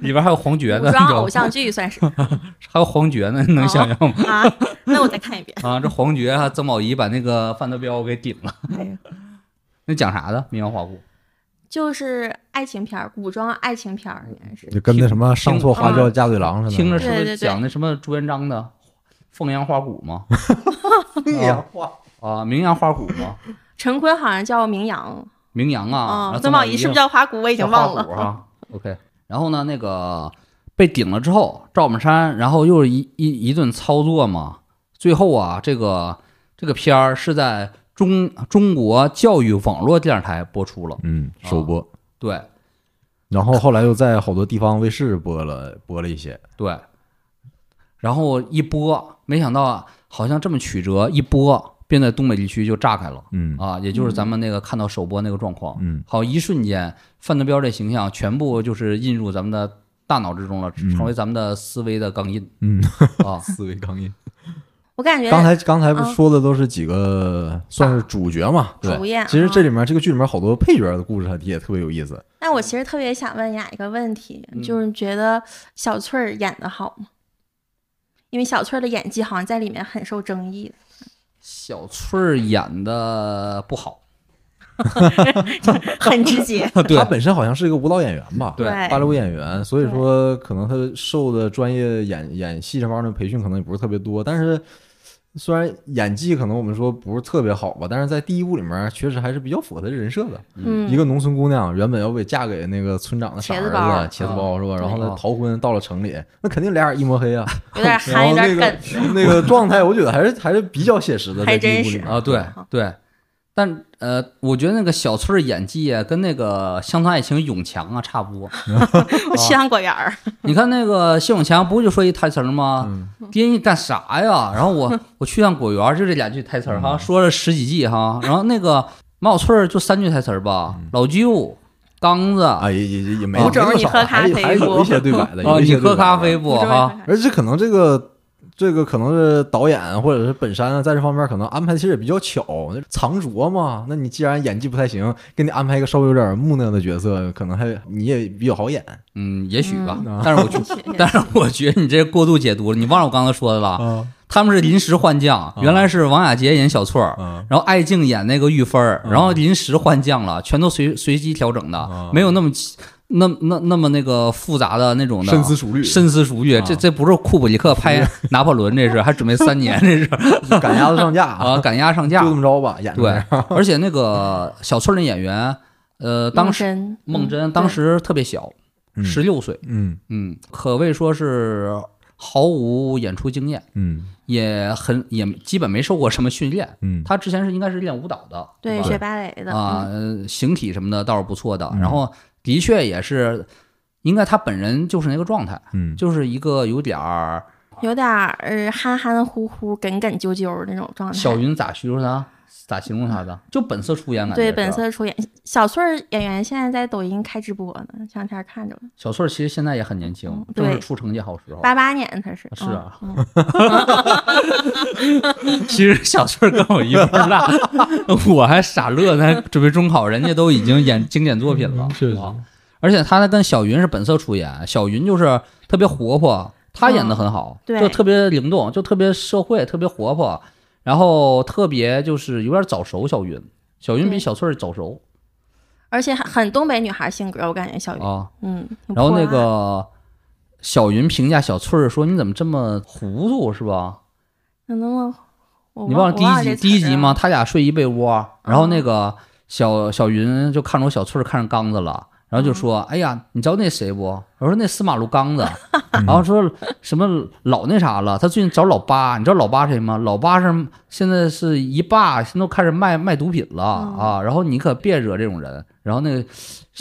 Speaker 5: 里边还有黄觉
Speaker 4: 古
Speaker 5: 呢，
Speaker 4: 装偶像剧 算是
Speaker 5: 还有黄觉呢，你能想象吗？
Speaker 4: 啊。那我再看一遍。
Speaker 5: 啊，这黄觉啊，曾宝仪把那个范德彪给顶了。
Speaker 4: 哎呀，
Speaker 5: 那讲啥的？民谣花鼓
Speaker 4: 就是爱情片儿，古装爱情片儿应该是。
Speaker 1: 就跟那什么上错花轿
Speaker 4: 听
Speaker 1: 嫁对郎似的，
Speaker 5: 听着是不
Speaker 4: 对
Speaker 5: 是
Speaker 4: 对对
Speaker 5: 讲那什么朱元璋的凤阳花鼓 吗？
Speaker 1: 哎呀哇
Speaker 5: 啊，名扬花鼓吗？
Speaker 4: 哦陈坤好像叫名扬，
Speaker 5: 名扬啊，然后
Speaker 4: 嗯，曾宝仪是不是叫花鼓？我已经忘
Speaker 5: 花鼓
Speaker 4: 了。
Speaker 5: 啊。OK，然后呢，那个被顶了之后，赵本山，然后又是一一一顿操作嘛，最后啊，这个这个片儿是在中中国教育网络电视台播出了，
Speaker 1: 嗯，
Speaker 5: 啊
Speaker 1: 首播，
Speaker 5: 对
Speaker 1: 然后后来又在好多地方卫视播了播了一些，
Speaker 5: 对，然后一播，没想到啊，好像这么曲折，一播便在东北地区就炸开了。
Speaker 1: 嗯
Speaker 5: 啊，也就是咱们那个看到首播那个状况，
Speaker 1: 嗯，
Speaker 5: 好，一瞬间范德彪这形象全部就是印入咱们的大脑之中了，
Speaker 1: 嗯
Speaker 5: 成为咱们的思维的钢印
Speaker 1: 嗯，。
Speaker 5: 啊
Speaker 1: 思维刚硬。
Speaker 4: 我感觉
Speaker 1: 刚才刚才不是
Speaker 4: 嗯啊
Speaker 1: 说的都是几个算是主角嘛？
Speaker 4: 主
Speaker 1: 对
Speaker 4: 演，嗯
Speaker 1: 其实这
Speaker 4: 里，
Speaker 1: 里面这个剧里面好多配角的故事也特别有意思。
Speaker 4: 那我其实特别想问雅一个问题，
Speaker 5: 嗯
Speaker 4: 就是觉得小翠儿演的好吗？因为小翠儿的演技好像在里面很受争议，
Speaker 5: 小翠儿演的不好，
Speaker 4: 很直接。
Speaker 5: 啊
Speaker 1: 他本身好像是一个舞蹈演员吧？
Speaker 5: 对
Speaker 1: 芭蕾舞演员，所以说可能他受的专业演演戏这方面的培训可能也不是特别多，但是。虽然演技可能我们说不是特别好吧，但是在第一部里面确实还是比较符合他的人设的。
Speaker 4: 嗯，
Speaker 1: 一个农村姑娘原本要被嫁给那个村长的傻
Speaker 4: 茄
Speaker 1: 儿
Speaker 4: 子
Speaker 1: 子
Speaker 4: 包儿嗯
Speaker 1: 茄子包是吧？然后呢
Speaker 5: 啊
Speaker 1: 逃婚到了城里，那肯定俩眼一抹黑 啊。
Speaker 4: 有 点
Speaker 1: 然
Speaker 4: 憨，
Speaker 1: 后
Speaker 4: 有
Speaker 1: 那
Speaker 4: 点
Speaker 1: 个
Speaker 4: 梗。
Speaker 1: 那个状态，我觉得还是还是比较写实的，
Speaker 4: 还
Speaker 1: 在第一
Speaker 4: 真
Speaker 1: 部里
Speaker 4: 是
Speaker 1: 面
Speaker 5: 啊，对
Speaker 4: 好
Speaker 5: 对，但呃，我觉得那个小翠儿演技啊，跟那个《乡村爱情》永强啊差不多。啊
Speaker 4: 我西安果园儿，
Speaker 5: 你看那个谢永强不就说一台词儿吗？
Speaker 4: 嗯
Speaker 5: 爹你干啥呀？然后我我去趟果园儿，就这俩句台词儿哈，说了十几句哈。然后那个马小翠儿就三句台词儿吧，老舅、刚子
Speaker 1: 啊，也也也也没
Speaker 5: 吴
Speaker 1: 没
Speaker 4: 总
Speaker 1: 那么
Speaker 4: 你
Speaker 1: 少
Speaker 4: 喝
Speaker 1: 还
Speaker 4: 咖啡
Speaker 1: 还有
Speaker 4: 不
Speaker 1: 一些对 白的，
Speaker 5: 啊，
Speaker 1: 有一
Speaker 5: 你
Speaker 1: 些对白
Speaker 5: 喝
Speaker 1: 的
Speaker 5: 咖啡不啊
Speaker 4: 我说
Speaker 5: 哈？
Speaker 1: 而且可能这个这个可能是导演或者是本山啊，在这方面可能安排其实也比较巧，那藏拙嘛。那你既然演技不太行，给你安排一个稍微有点木讷的角色，可能还你也比较好演
Speaker 5: 嗯，也许吧
Speaker 1: 嗯。
Speaker 5: 但是 我觉
Speaker 4: 是
Speaker 5: 但是我觉得你这过度解读了，你忘了我刚才说的了。
Speaker 1: 啊
Speaker 5: 他们是临时换
Speaker 1: 哦
Speaker 5: 将，原来是王雅杰演小翠儿，
Speaker 1: 啊
Speaker 5: 然后艾静演那个玉芬儿，
Speaker 1: 哦
Speaker 5: 然后临时换将了，全都随随机调整的
Speaker 1: 啊，
Speaker 5: 没有那么那那那么那个复杂的那种的
Speaker 1: 深思熟虑，啊
Speaker 5: 深思熟虑。这这不是库布里克拍拿破仑，这是还准备三年，这是
Speaker 1: 赶鸭子上架
Speaker 5: 啊，赶鸭上
Speaker 1: 就
Speaker 5: 架
Speaker 1: 这。么着吧，演成这
Speaker 5: 对
Speaker 1: 样，
Speaker 5: 而且那个小翠儿那演员，呃，当时
Speaker 4: 时
Speaker 5: 孟真当时特别小，
Speaker 1: 嗯
Speaker 5: 十六岁，
Speaker 1: 嗯
Speaker 5: 嗯，可谓说是毫无演出经验，
Speaker 1: 嗯
Speaker 5: 也很也基本没受过什么训练。
Speaker 1: 嗯
Speaker 5: 他之前是应该是练舞蹈的，
Speaker 4: 对
Speaker 5: 吧
Speaker 4: 学芭蕾的嗯
Speaker 5: 啊，，呃形体什么的倒是不错的。
Speaker 1: 嗯
Speaker 5: 然后的确也是，应该他本人就是那个状态，
Speaker 1: 嗯
Speaker 5: 就是一个有点儿
Speaker 4: 嗯有点儿憨憨乎乎、耿耿啾啾那种状态。
Speaker 5: 小云咋形容他，咋形容他的？就本色出演感觉
Speaker 4: 对
Speaker 5: 是吧。
Speaker 4: 本色出演，小翠儿演员现在在抖音开直播呢，前两天看着了，
Speaker 5: 小翠儿其实现在也很年轻
Speaker 4: 嗯，
Speaker 5: 正是
Speaker 4: 对
Speaker 5: 出成绩好时候。
Speaker 4: 八八年她是
Speaker 5: 是啊
Speaker 4: 嗯嗯
Speaker 5: 其实小翠儿跟我一辈儿大，我还傻乐呢，准备中考，人家都已经演经典作品了，
Speaker 1: 嗯是是
Speaker 5: 啊。而且她跟小云是本色出演，小云就是特别活泼，她演的很好，
Speaker 4: 嗯
Speaker 5: 就
Speaker 4: 对
Speaker 5: 特别灵动，就特别社会，特别活泼，然后特别就是有点早熟。小云，小云比
Speaker 4: 对
Speaker 5: 小翠儿早熟
Speaker 4: 而且很很东北女孩性格，我感觉小云，
Speaker 5: 啊。
Speaker 4: 嗯，挺
Speaker 5: 然后
Speaker 4: 泼
Speaker 5: 那
Speaker 4: 辣的
Speaker 5: 个小云评价小翠儿说：“你怎么这么糊涂是吧？”
Speaker 4: 有那么，我
Speaker 5: 你忘了第一集
Speaker 4: 这词
Speaker 5: 第一
Speaker 4: 儿
Speaker 5: 集
Speaker 4: 了嗯
Speaker 5: 吗？？他俩睡一被窝，然后那个小小云就看着我小翠儿看上刚子了，然后
Speaker 4: 嗯
Speaker 5: 就说：“哎呀，你知道那谁不？”我说：“那司马路刚 子。”然后说什么老那啥了？他最近找老八，你知道老八谁吗？老八是现在是一霸，现在都开始卖卖毒品了啊！然后你可别惹这种人。然后那个
Speaker 4: 嗯你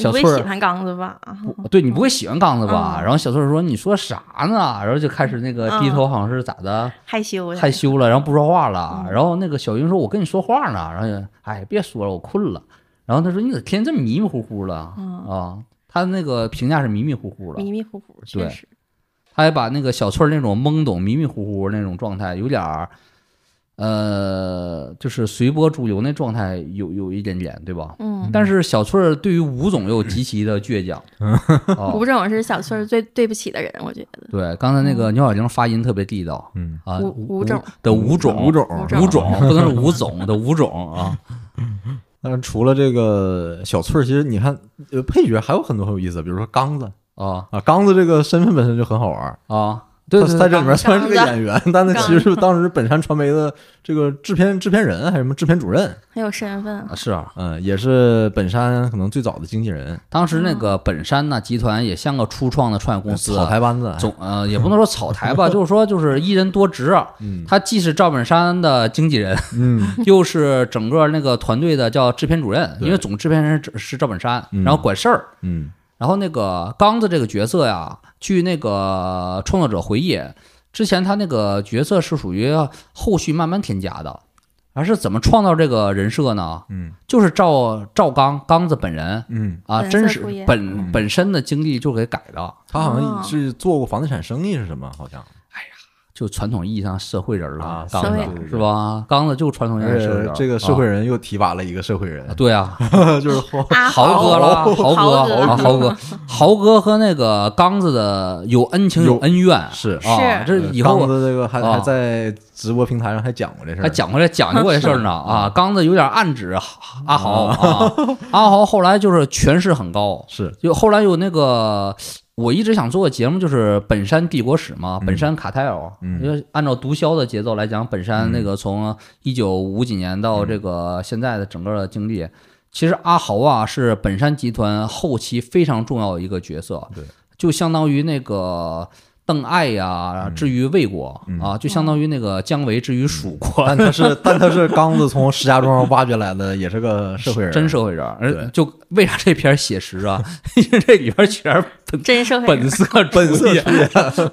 Speaker 5: 小
Speaker 4: 不会
Speaker 5: 翠儿
Speaker 4: 喜欢刚子吧？啊
Speaker 5: 不对，你不会喜欢刚子吧？
Speaker 4: 嗯
Speaker 5: 然后小翠儿说：“你说啥呢？”然后就开始那个低头，好像是咋的、
Speaker 4: 害羞呀，
Speaker 5: 害羞了，然后不说话了。
Speaker 4: 嗯
Speaker 5: 然后那个小云说：“我跟你说话呢。”然后就哎，别说了，我困了。然后他说：“你咋天天这么迷迷糊糊的啊
Speaker 4: 嗯？”
Speaker 5: 他那个评价是迷迷糊糊的，
Speaker 4: 迷迷糊糊，
Speaker 5: 对
Speaker 4: 确实。
Speaker 5: 他还把那个小翠儿那种懵懂、迷迷糊糊那种状态，有点儿，呃，就是随波逐流那状态有，有一点点，对吧？
Speaker 4: 嗯，
Speaker 5: 但是小翠儿对于吴总又极其的倔强，哦
Speaker 4: 吴总是小翠儿最对不起的人，我觉得。
Speaker 5: 对，刚才那个牛小玲发音特别地道
Speaker 1: 嗯，
Speaker 5: 啊，
Speaker 4: 嗯吴吴总
Speaker 5: 的吴种，
Speaker 1: 吴种
Speaker 4: 吴
Speaker 5: 吴
Speaker 4: 种
Speaker 5: 种不能是吴总的吴种 啊，
Speaker 1: 但是除了这个小翠儿，其实你看，呃，配角还有很多很有意思的，比如说刚子
Speaker 5: 啊
Speaker 1: 啊，刚子这个身份本身就很好玩儿。
Speaker 5: 啊，对
Speaker 1: 他
Speaker 5: 对
Speaker 1: 在
Speaker 5: 对
Speaker 1: 这里面虽然是个
Speaker 4: 刚子
Speaker 1: 演员，但他其实是
Speaker 4: 刚
Speaker 1: 当时本山传媒的这个制片制片人还是什么制片主任，
Speaker 4: 很有身份
Speaker 5: 啊，是啊，
Speaker 1: 嗯，也是本山可能最早的经纪人，
Speaker 5: 当时那个本山呢集团也像个初创的创业公司啊，
Speaker 1: 草台班子，
Speaker 5: 总呃也不能说草台 吧，就是说就是一人多职，啊
Speaker 1: 嗯
Speaker 5: 他既是赵本山的经纪人，
Speaker 1: 嗯
Speaker 5: 又是整个那个团队的叫制片主任，
Speaker 1: 对
Speaker 5: 因为总制片人是是赵本山，
Speaker 1: 嗯
Speaker 5: 然后管事儿。
Speaker 1: 嗯
Speaker 5: 然后那个刚子这个角色呀，据那个创作者回忆，之前他那个角色是属于后续慢慢添加的，而是怎么创造这个人设呢？
Speaker 1: 嗯
Speaker 5: 就是赵赵刚刚子本人
Speaker 1: 嗯，
Speaker 5: 啊，
Speaker 4: 本色
Speaker 5: 真
Speaker 4: 出
Speaker 5: 实
Speaker 4: 演
Speaker 5: 本本身的经历就给改的，
Speaker 1: 他好像
Speaker 4: 哦
Speaker 1: 是做过房地产生意是什么？好像
Speaker 5: 就传统意义上社会人了，
Speaker 1: 啊
Speaker 5: 刚
Speaker 4: 社
Speaker 5: 子
Speaker 4: 会人
Speaker 5: 是吧？刚子就传统意义上社会人，
Speaker 1: 呃这个社会
Speaker 5: 啊
Speaker 1: 人又提拔了一个社会人，
Speaker 5: 对啊，
Speaker 1: 就是后
Speaker 4: 啊，
Speaker 5: 豪哥 啦，
Speaker 4: 豪
Speaker 5: 豪哥啊，
Speaker 4: 豪
Speaker 5: 豪哥，豪哥和那个刚子的有恩情有恩怨，
Speaker 1: 是
Speaker 4: 是
Speaker 5: 啊，这以后
Speaker 1: 刚
Speaker 5: 我
Speaker 1: 子这个还
Speaker 5: 啊
Speaker 1: 还在直播平台上还讲过这事儿，
Speaker 5: 还讲回来讲究过这事儿呢啊，刚子有点暗指阿豪啊，阿豪后来就是权势很高，
Speaker 1: 是
Speaker 5: 就后来有那个。我一直想做个节目，就是《本山帝国史》嘛，《本山卡泰尔》
Speaker 1: 嗯
Speaker 5: 因为按照毒枭的节奏来讲，本山那个从一九五几年到
Speaker 1: 嗯
Speaker 5: 这个现在的整个的经历，其实阿豪啊是本山集团后期非常重要的一个角色，
Speaker 1: 对，
Speaker 5: 就相当于那个邓艾呀、至于魏国、
Speaker 1: 嗯
Speaker 5: 啊，就相当于那个姜维至于蜀 国，
Speaker 1: 但他是但他是刚子从石家庄挖掘来的，也是个社会人，
Speaker 5: 真社会人儿。而
Speaker 1: 对
Speaker 5: 就为啥这片儿写实啊？ 因为这里边全是
Speaker 4: 真社会
Speaker 5: 本
Speaker 4: 人，
Speaker 5: 色出演，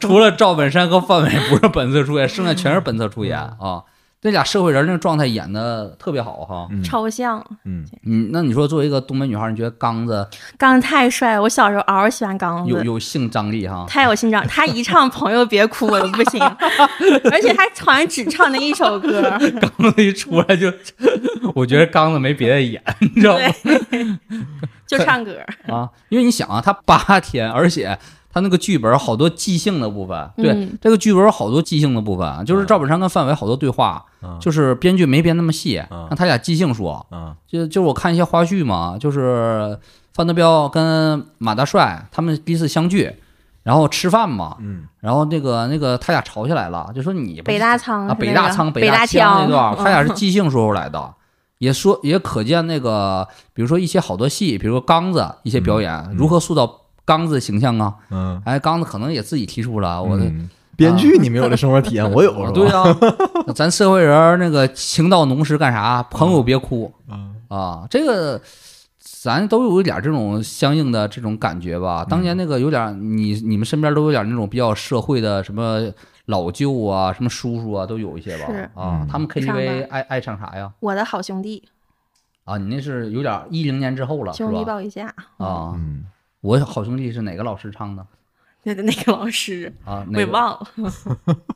Speaker 5: 除了赵本山和范伟不是本色出演，剩下全是本色出演啊。那俩社会人那个状态演的特别好哈。
Speaker 1: 嗯
Speaker 4: 超像，
Speaker 1: 嗯，
Speaker 5: 嗯，那你说作为一个东北女孩，你觉得刚子
Speaker 4: 刚太帅了，我小时候嗷嗷喜欢刚
Speaker 5: 有
Speaker 4: 子。
Speaker 5: 有性张力哈？
Speaker 4: 太有心肠，他一唱《朋友别哭》，我都不 行，而且他好像只唱那一首歌，
Speaker 5: 刚 子一出来就，我觉得刚子没别的演，你知道吗？
Speaker 4: 对，就唱歌，
Speaker 5: 啊，因为你想啊，他八天，而且他那个剧本好多即兴的部分，啊对，
Speaker 4: 嗯
Speaker 5: 这个剧本好多即兴的部分，啊就是赵本山跟范伟好多对话，
Speaker 1: 嗯
Speaker 5: 就是编剧没编那么细，
Speaker 1: 嗯
Speaker 5: 让他俩即兴说，
Speaker 1: 啊
Speaker 5: 就就是我看一些花絮嘛，就是范德彪跟马大帅他们第一次相聚，然后吃饭嘛，
Speaker 1: 嗯
Speaker 5: 然后那个那个他俩吵起来了，就说你不
Speaker 4: 北大仓
Speaker 5: 啊，
Speaker 4: 是那
Speaker 5: 北
Speaker 4: 个
Speaker 5: 大仓、
Speaker 4: 北嗯
Speaker 5: 大枪那
Speaker 4: 枪
Speaker 5: 段儿，他俩是即兴说出来的，也说也可见那个，比如说一些好多戏，比如说刚子一些表演
Speaker 1: 嗯
Speaker 5: 如何塑造刚子形象啊？
Speaker 1: 嗯，
Speaker 5: 哎，刚子可能也自己提出了，我的
Speaker 1: 嗯编剧你没有这生活体验，我有
Speaker 5: 我
Speaker 1: 是吧？
Speaker 5: 对啊，咱社会人儿那个情到浓时干啥？朋友别哭
Speaker 1: 嗯
Speaker 5: 啊，这个。咱都有一点这种相应的这种感觉吧。当
Speaker 1: 嗯
Speaker 5: 年那个有点儿，你你们身边都有点儿那种比较社会的什么老舅啊、什么叔叔啊，都有一些吧
Speaker 4: 是。
Speaker 5: 啊
Speaker 1: 嗯，
Speaker 5: 他们
Speaker 4: 上
Speaker 5: KTV
Speaker 4: 班
Speaker 5: 爱爱唱啥呀？
Speaker 4: 我的好兄弟，
Speaker 5: 啊，你那是有点一零年之后了，是
Speaker 4: 兄弟
Speaker 5: 吧？
Speaker 4: 抱一下，
Speaker 5: 啊，
Speaker 1: 嗯，
Speaker 5: 我好兄弟是哪个老师唱的
Speaker 4: 那那个老师
Speaker 5: 啊？
Speaker 4: 我
Speaker 5: 哪
Speaker 4: 也
Speaker 5: 个？
Speaker 4: 忘了，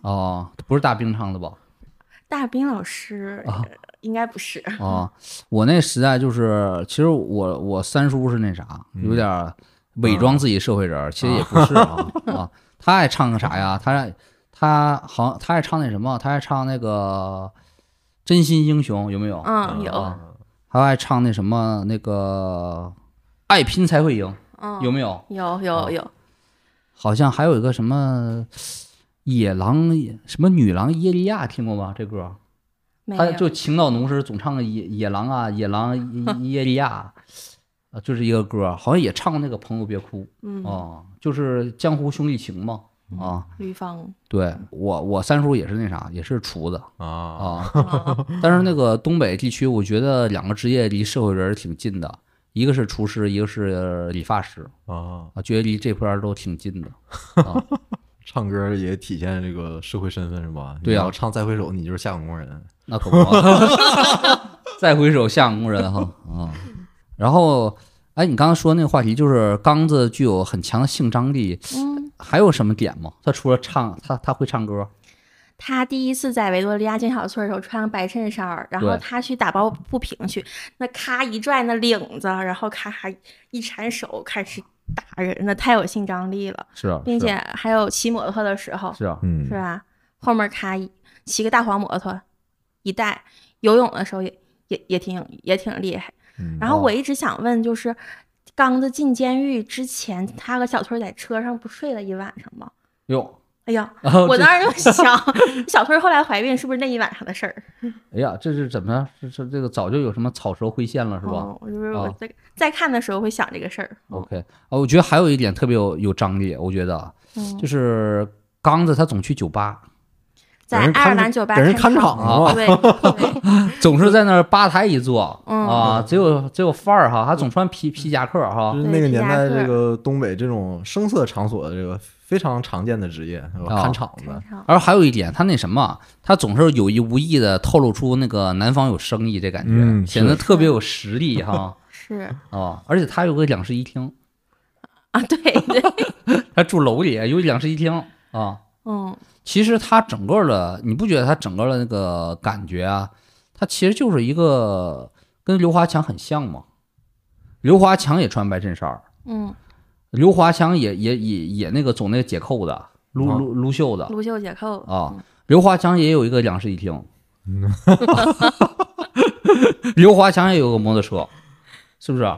Speaker 5: 哦，不是大兵唱的吧？
Speaker 4: 大兵老师
Speaker 5: 啊
Speaker 4: 应该不是，
Speaker 5: 啊，我那时代就是，其实我我三叔是那啥，有点伪装自己社会人儿，其实也不是啊啊。他爱唱个啥呀？他他好像他爱唱那什么？他爱唱那个《真心英雄》，有没有？
Speaker 4: 嗯，有，
Speaker 5: 啊，还爱唱那什么那个“爱拼才会赢”，
Speaker 4: 嗯，
Speaker 5: 有没有？
Speaker 4: 有
Speaker 5: 啊
Speaker 4: 有有，
Speaker 5: 好像还有一个什么野狼什么女郎耶利亚，听过吗？这歌，
Speaker 4: 没
Speaker 5: 他
Speaker 4: 有
Speaker 5: 就情到浓时总唱个野野狼啊，野狼耶耶利亚， 呃，就是一个歌儿，好像也唱过那个《朋友别哭》
Speaker 4: 嗯，
Speaker 5: 啊，就是江湖兄弟情嘛啊。
Speaker 4: 吕 方，
Speaker 5: 对我，我三叔也是那啥，也是厨子
Speaker 1: 嗯
Speaker 6: 啊，
Speaker 5: 啊。
Speaker 4: 啊
Speaker 5: 但是那个东北地区，我觉得两个职业离社会人儿挺近的，一个是厨师，一个是理发师
Speaker 6: 啊，
Speaker 5: 啊，觉得离这块儿都挺近的啊。
Speaker 1: 唱歌也体现这个社会身份是吧？
Speaker 5: 对啊
Speaker 1: 你要唱再回首，你就是下岗工人。
Speaker 5: 那可不 嘛，再回首下工人哈啊、然后，哎，你刚刚说那个话题，就是刚子具有很强的性张力，
Speaker 4: 嗯，
Speaker 5: 还有什么点吗？他除了唱，他他会唱歌，
Speaker 4: 他第一次在维多利亚进小村的时候穿白衬衫儿，然后
Speaker 5: 对
Speaker 4: 他去打抱不平去，那咔一拽那领子，然后咔咔一缠手开始打人，那太有性张力了，
Speaker 5: 是啊，
Speaker 4: 并且还有骑摩托的时候，
Speaker 5: 是啊，
Speaker 1: 嗯
Speaker 4: 是吧？后面咔一骑个大黄摩托一带，游泳的时候也也也挺也挺厉害。
Speaker 1: 嗯
Speaker 4: 然
Speaker 5: 哦
Speaker 4: 后我一直想问，就是刚子进监狱之前，他和小翠儿在车上不睡了一晚上吗？
Speaker 5: 哟，
Speaker 4: 哎呀，
Speaker 5: 然后
Speaker 4: 我
Speaker 5: 这
Speaker 4: 当时就想，小翠儿后来怀孕是不是那一晚上的事儿？
Speaker 5: 哎呀， 这是怎么样？这这这个早就有什么草蛇灰线了是吧？
Speaker 4: 哦我就是我
Speaker 5: 啊
Speaker 4: 在在看的时候会想这个事儿。
Speaker 5: OK，啊，我觉得还有一点特别有有张力，我觉得啊
Speaker 4: 嗯，
Speaker 5: 就是刚子他总去酒吧，
Speaker 4: 在
Speaker 1: 给人
Speaker 4: 爱尔
Speaker 1: 看
Speaker 4: 兰酒吧
Speaker 1: 给人看
Speaker 4: 看
Speaker 1: 场
Speaker 4: 场
Speaker 5: 啊
Speaker 1: 啊，
Speaker 4: 对对，
Speaker 5: 总是在那儿吧台一坐、
Speaker 4: 嗯
Speaker 5: 啊，只有只有范儿哈，还总穿皮皮夹克哈
Speaker 1: 就，是
Speaker 4: 对
Speaker 1: 那个
Speaker 4: 皮
Speaker 1: 年
Speaker 4: 夹
Speaker 1: 代，
Speaker 4: 克
Speaker 1: 这个东北这种声色场所的这个非常常见的职业，是吧
Speaker 5: 啊
Speaker 1: 看场
Speaker 4: 看
Speaker 1: 子。
Speaker 4: 场
Speaker 5: 而还有一点，他那什么，他总是有意无意的透露出那个南方有生意这感觉，
Speaker 1: 嗯
Speaker 5: 显得特别有实力哈
Speaker 4: 是
Speaker 5: 啊！而且他有个两室一厅，
Speaker 4: 啊，对对，
Speaker 5: 他住楼里有两室一厅啊。
Speaker 4: 嗯，
Speaker 5: 其实他整个的，你不觉得他整个的那个感觉啊，他其实就是一个跟刘华强很像吗？刘华强也穿白衬衫儿，
Speaker 4: 嗯，
Speaker 5: 刘华强也也也也那个总那个解扣的撸
Speaker 1: 啊
Speaker 5: 撸撸袖的
Speaker 4: 卢秀解扣
Speaker 5: 啊，刘华强也有一个两室一厅，刘华强也有个摩托车，是不是？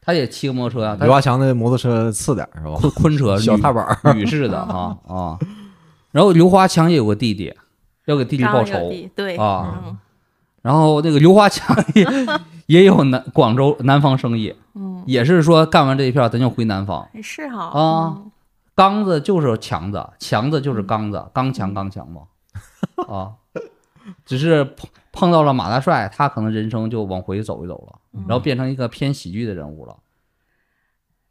Speaker 5: 他也骑个摩托车啊，他
Speaker 1: 刘华强的摩托车次点儿 是吧？
Speaker 5: 昆昆车
Speaker 1: 小踏
Speaker 5: 板
Speaker 1: 板儿，
Speaker 5: 女士的啊啊。然后刘华强也有个弟弟，要给弟弟
Speaker 4: 张
Speaker 5: 报
Speaker 4: 有
Speaker 5: 仇
Speaker 4: 地对，
Speaker 5: 啊。
Speaker 4: 嗯
Speaker 5: 然后那个刘华强也 也有南广州南方生意，
Speaker 4: 嗯，
Speaker 5: 也是说干完这一票咱就回南方。
Speaker 4: 也是哈
Speaker 5: 啊
Speaker 4: 嗯
Speaker 5: 刚子就是强子，强子就是刚子，刚强刚强嘛，啊，只是碰碰到了马大帅，他可能人生就往回走一走了，然后变成一个偏喜剧的人物了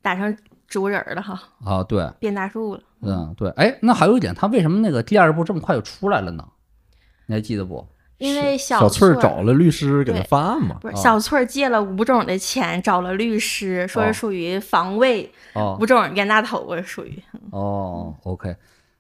Speaker 4: 打成植物人儿了哈，
Speaker 5: 啊，对，
Speaker 4: 变大树了。
Speaker 5: 嗯，对，哎，那还有一点，他为什么那个第二部这么快就出来了呢？你还记得不？
Speaker 4: 因为
Speaker 1: 小翠
Speaker 4: 翠
Speaker 1: 儿找了律师给他
Speaker 4: 对
Speaker 1: 翻案嘛。
Speaker 4: 不是
Speaker 5: 啊
Speaker 4: 小翠儿借了吴总的钱，找了律师，说
Speaker 5: 哦
Speaker 4: 是属于防卫，
Speaker 5: 哦
Speaker 4: 吴总冤大头啊，属于
Speaker 5: 哦，OK，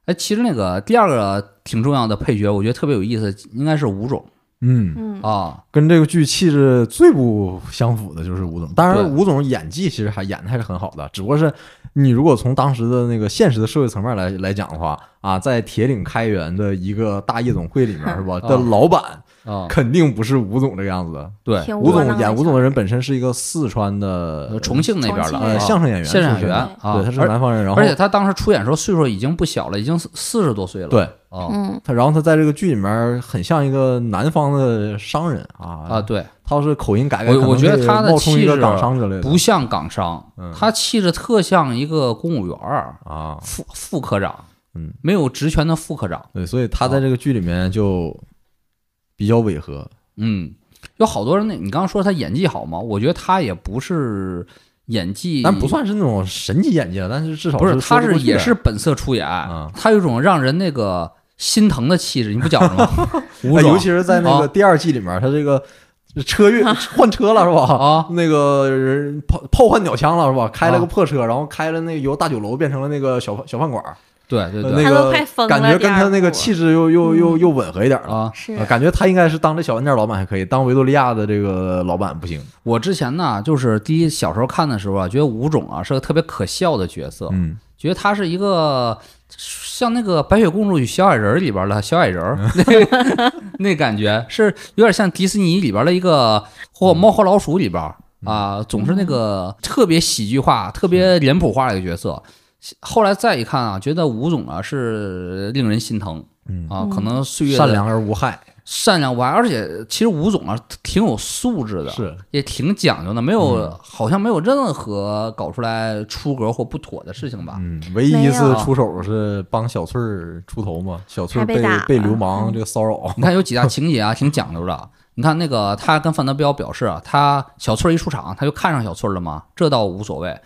Speaker 5: 哎，其实那个第二个挺重要的配角，我觉得特别有意思，应该是吴总
Speaker 1: 嗯，
Speaker 4: 嗯
Speaker 5: 啊，
Speaker 1: 跟这个剧气质最不相符的就是吴总。当
Speaker 5: 对
Speaker 1: 然，吴总演技其实还演的还是很好的，只不过是你如果从当时的那个现实的社会层面来来讲的话，啊，在铁岭开元的一个大夜总会里面 是吧？的老板
Speaker 5: 啊，
Speaker 1: 肯定不是吴总这个样子的。
Speaker 5: 对，
Speaker 4: 挺
Speaker 1: 吴
Speaker 4: 窝
Speaker 1: 总
Speaker 4: 囊
Speaker 1: 演
Speaker 4: 的
Speaker 1: 吴总的人本身是一个四川的
Speaker 5: 呃重庆那边
Speaker 4: 重庆
Speaker 5: 的啊
Speaker 1: 呃相声演员，
Speaker 5: 相声演
Speaker 1: 出身
Speaker 5: 员
Speaker 1: 的
Speaker 5: 啊，
Speaker 1: 对，他是
Speaker 5: 而
Speaker 1: 南方人，然后
Speaker 5: 而且他当时出演的时候岁数已经不小了，已经四四十多岁了。
Speaker 1: 对
Speaker 5: 啊
Speaker 4: 嗯
Speaker 1: 他，然后他在这个剧里面很像一个南方的商人啊
Speaker 5: 啊，，对，
Speaker 1: 他要是口音改改，
Speaker 5: 我
Speaker 1: 可能
Speaker 5: 我觉得
Speaker 1: 是
Speaker 5: 他的
Speaker 1: 冒充一
Speaker 5: 气
Speaker 1: 个
Speaker 5: 质
Speaker 1: 港商之类的，
Speaker 5: 不像港商
Speaker 1: 嗯，
Speaker 5: 他气质特像一个公务员儿
Speaker 1: 啊，
Speaker 5: 副副科长，
Speaker 1: 嗯，
Speaker 5: 没有职权的副科长，
Speaker 1: 对，所以他在这个剧里面就比较违和，
Speaker 5: 嗯，有好多人那，你刚刚说他演技好吗？我觉得他也不是演技，
Speaker 1: 但不。算是那种神级演技了，啊但是至少
Speaker 5: 不是，
Speaker 1: 说
Speaker 5: 他
Speaker 1: 得
Speaker 5: 是
Speaker 1: 过去
Speaker 5: 也
Speaker 1: 的
Speaker 5: 是本色出演
Speaker 1: 啊，
Speaker 5: 他有一种让人那个心疼的气质，你不觉着 吗？吴
Speaker 1: 哎
Speaker 5: 总
Speaker 1: 尤其是在那个
Speaker 5: 啊
Speaker 1: 第二季里面，他这个车运 换车了是吧？
Speaker 5: 啊
Speaker 1: 那个人炮炮换鸟枪了是吧？开了个破车，然后开了那个由大酒楼变成了那个小小饭馆儿，呃
Speaker 5: 对对
Speaker 1: 那
Speaker 5: 对
Speaker 4: 他都
Speaker 1: 个
Speaker 4: 快疯了
Speaker 1: 感觉跟他那
Speaker 4: 第
Speaker 1: 个
Speaker 4: 二部
Speaker 1: 气质又又又又吻合一点了。
Speaker 5: 啊，
Speaker 4: 是
Speaker 1: 呃感觉他应该是当这小饭店老板还可以，当维多利亚的这个老板不行。
Speaker 5: 我之前呢，就是第一小时候看的时候啊，觉得吴总啊是个特别可笑的角色，
Speaker 1: 嗯，
Speaker 5: 觉得他是一个像那个《白雪公主与小矮人》里边的小矮人儿，
Speaker 1: 嗯
Speaker 5: 那那感觉是有点像迪士尼里边的一个或
Speaker 1: 嗯
Speaker 5: 《猫和老鼠》里边儿啊，总是那个特别喜剧化、特别脸谱化的一个角色。后来再一看啊，觉得吴总啊是令人心疼
Speaker 1: 嗯
Speaker 5: 啊，可能岁月的
Speaker 1: 善良而无害。
Speaker 5: 善良无碍，而且其实吴总啊挺有素质的，
Speaker 1: 是
Speaker 5: 也挺讲究的，没有、好像没有任何搞出来出格或不妥的事情吧？
Speaker 1: 嗯，唯一
Speaker 4: 啊没
Speaker 1: 一次
Speaker 4: 有
Speaker 1: 出手是帮小翠儿出头嘛，小翠儿
Speaker 4: 还被
Speaker 1: 被
Speaker 4: 打嗯
Speaker 1: 被
Speaker 4: 了
Speaker 1: 流氓这个骚扰，
Speaker 5: 你看有几大情节啊，挺讲究的。你看那个他跟范德彪表示啊，他小翠儿一出场，他就看上小翠儿了嘛，这倒无所谓。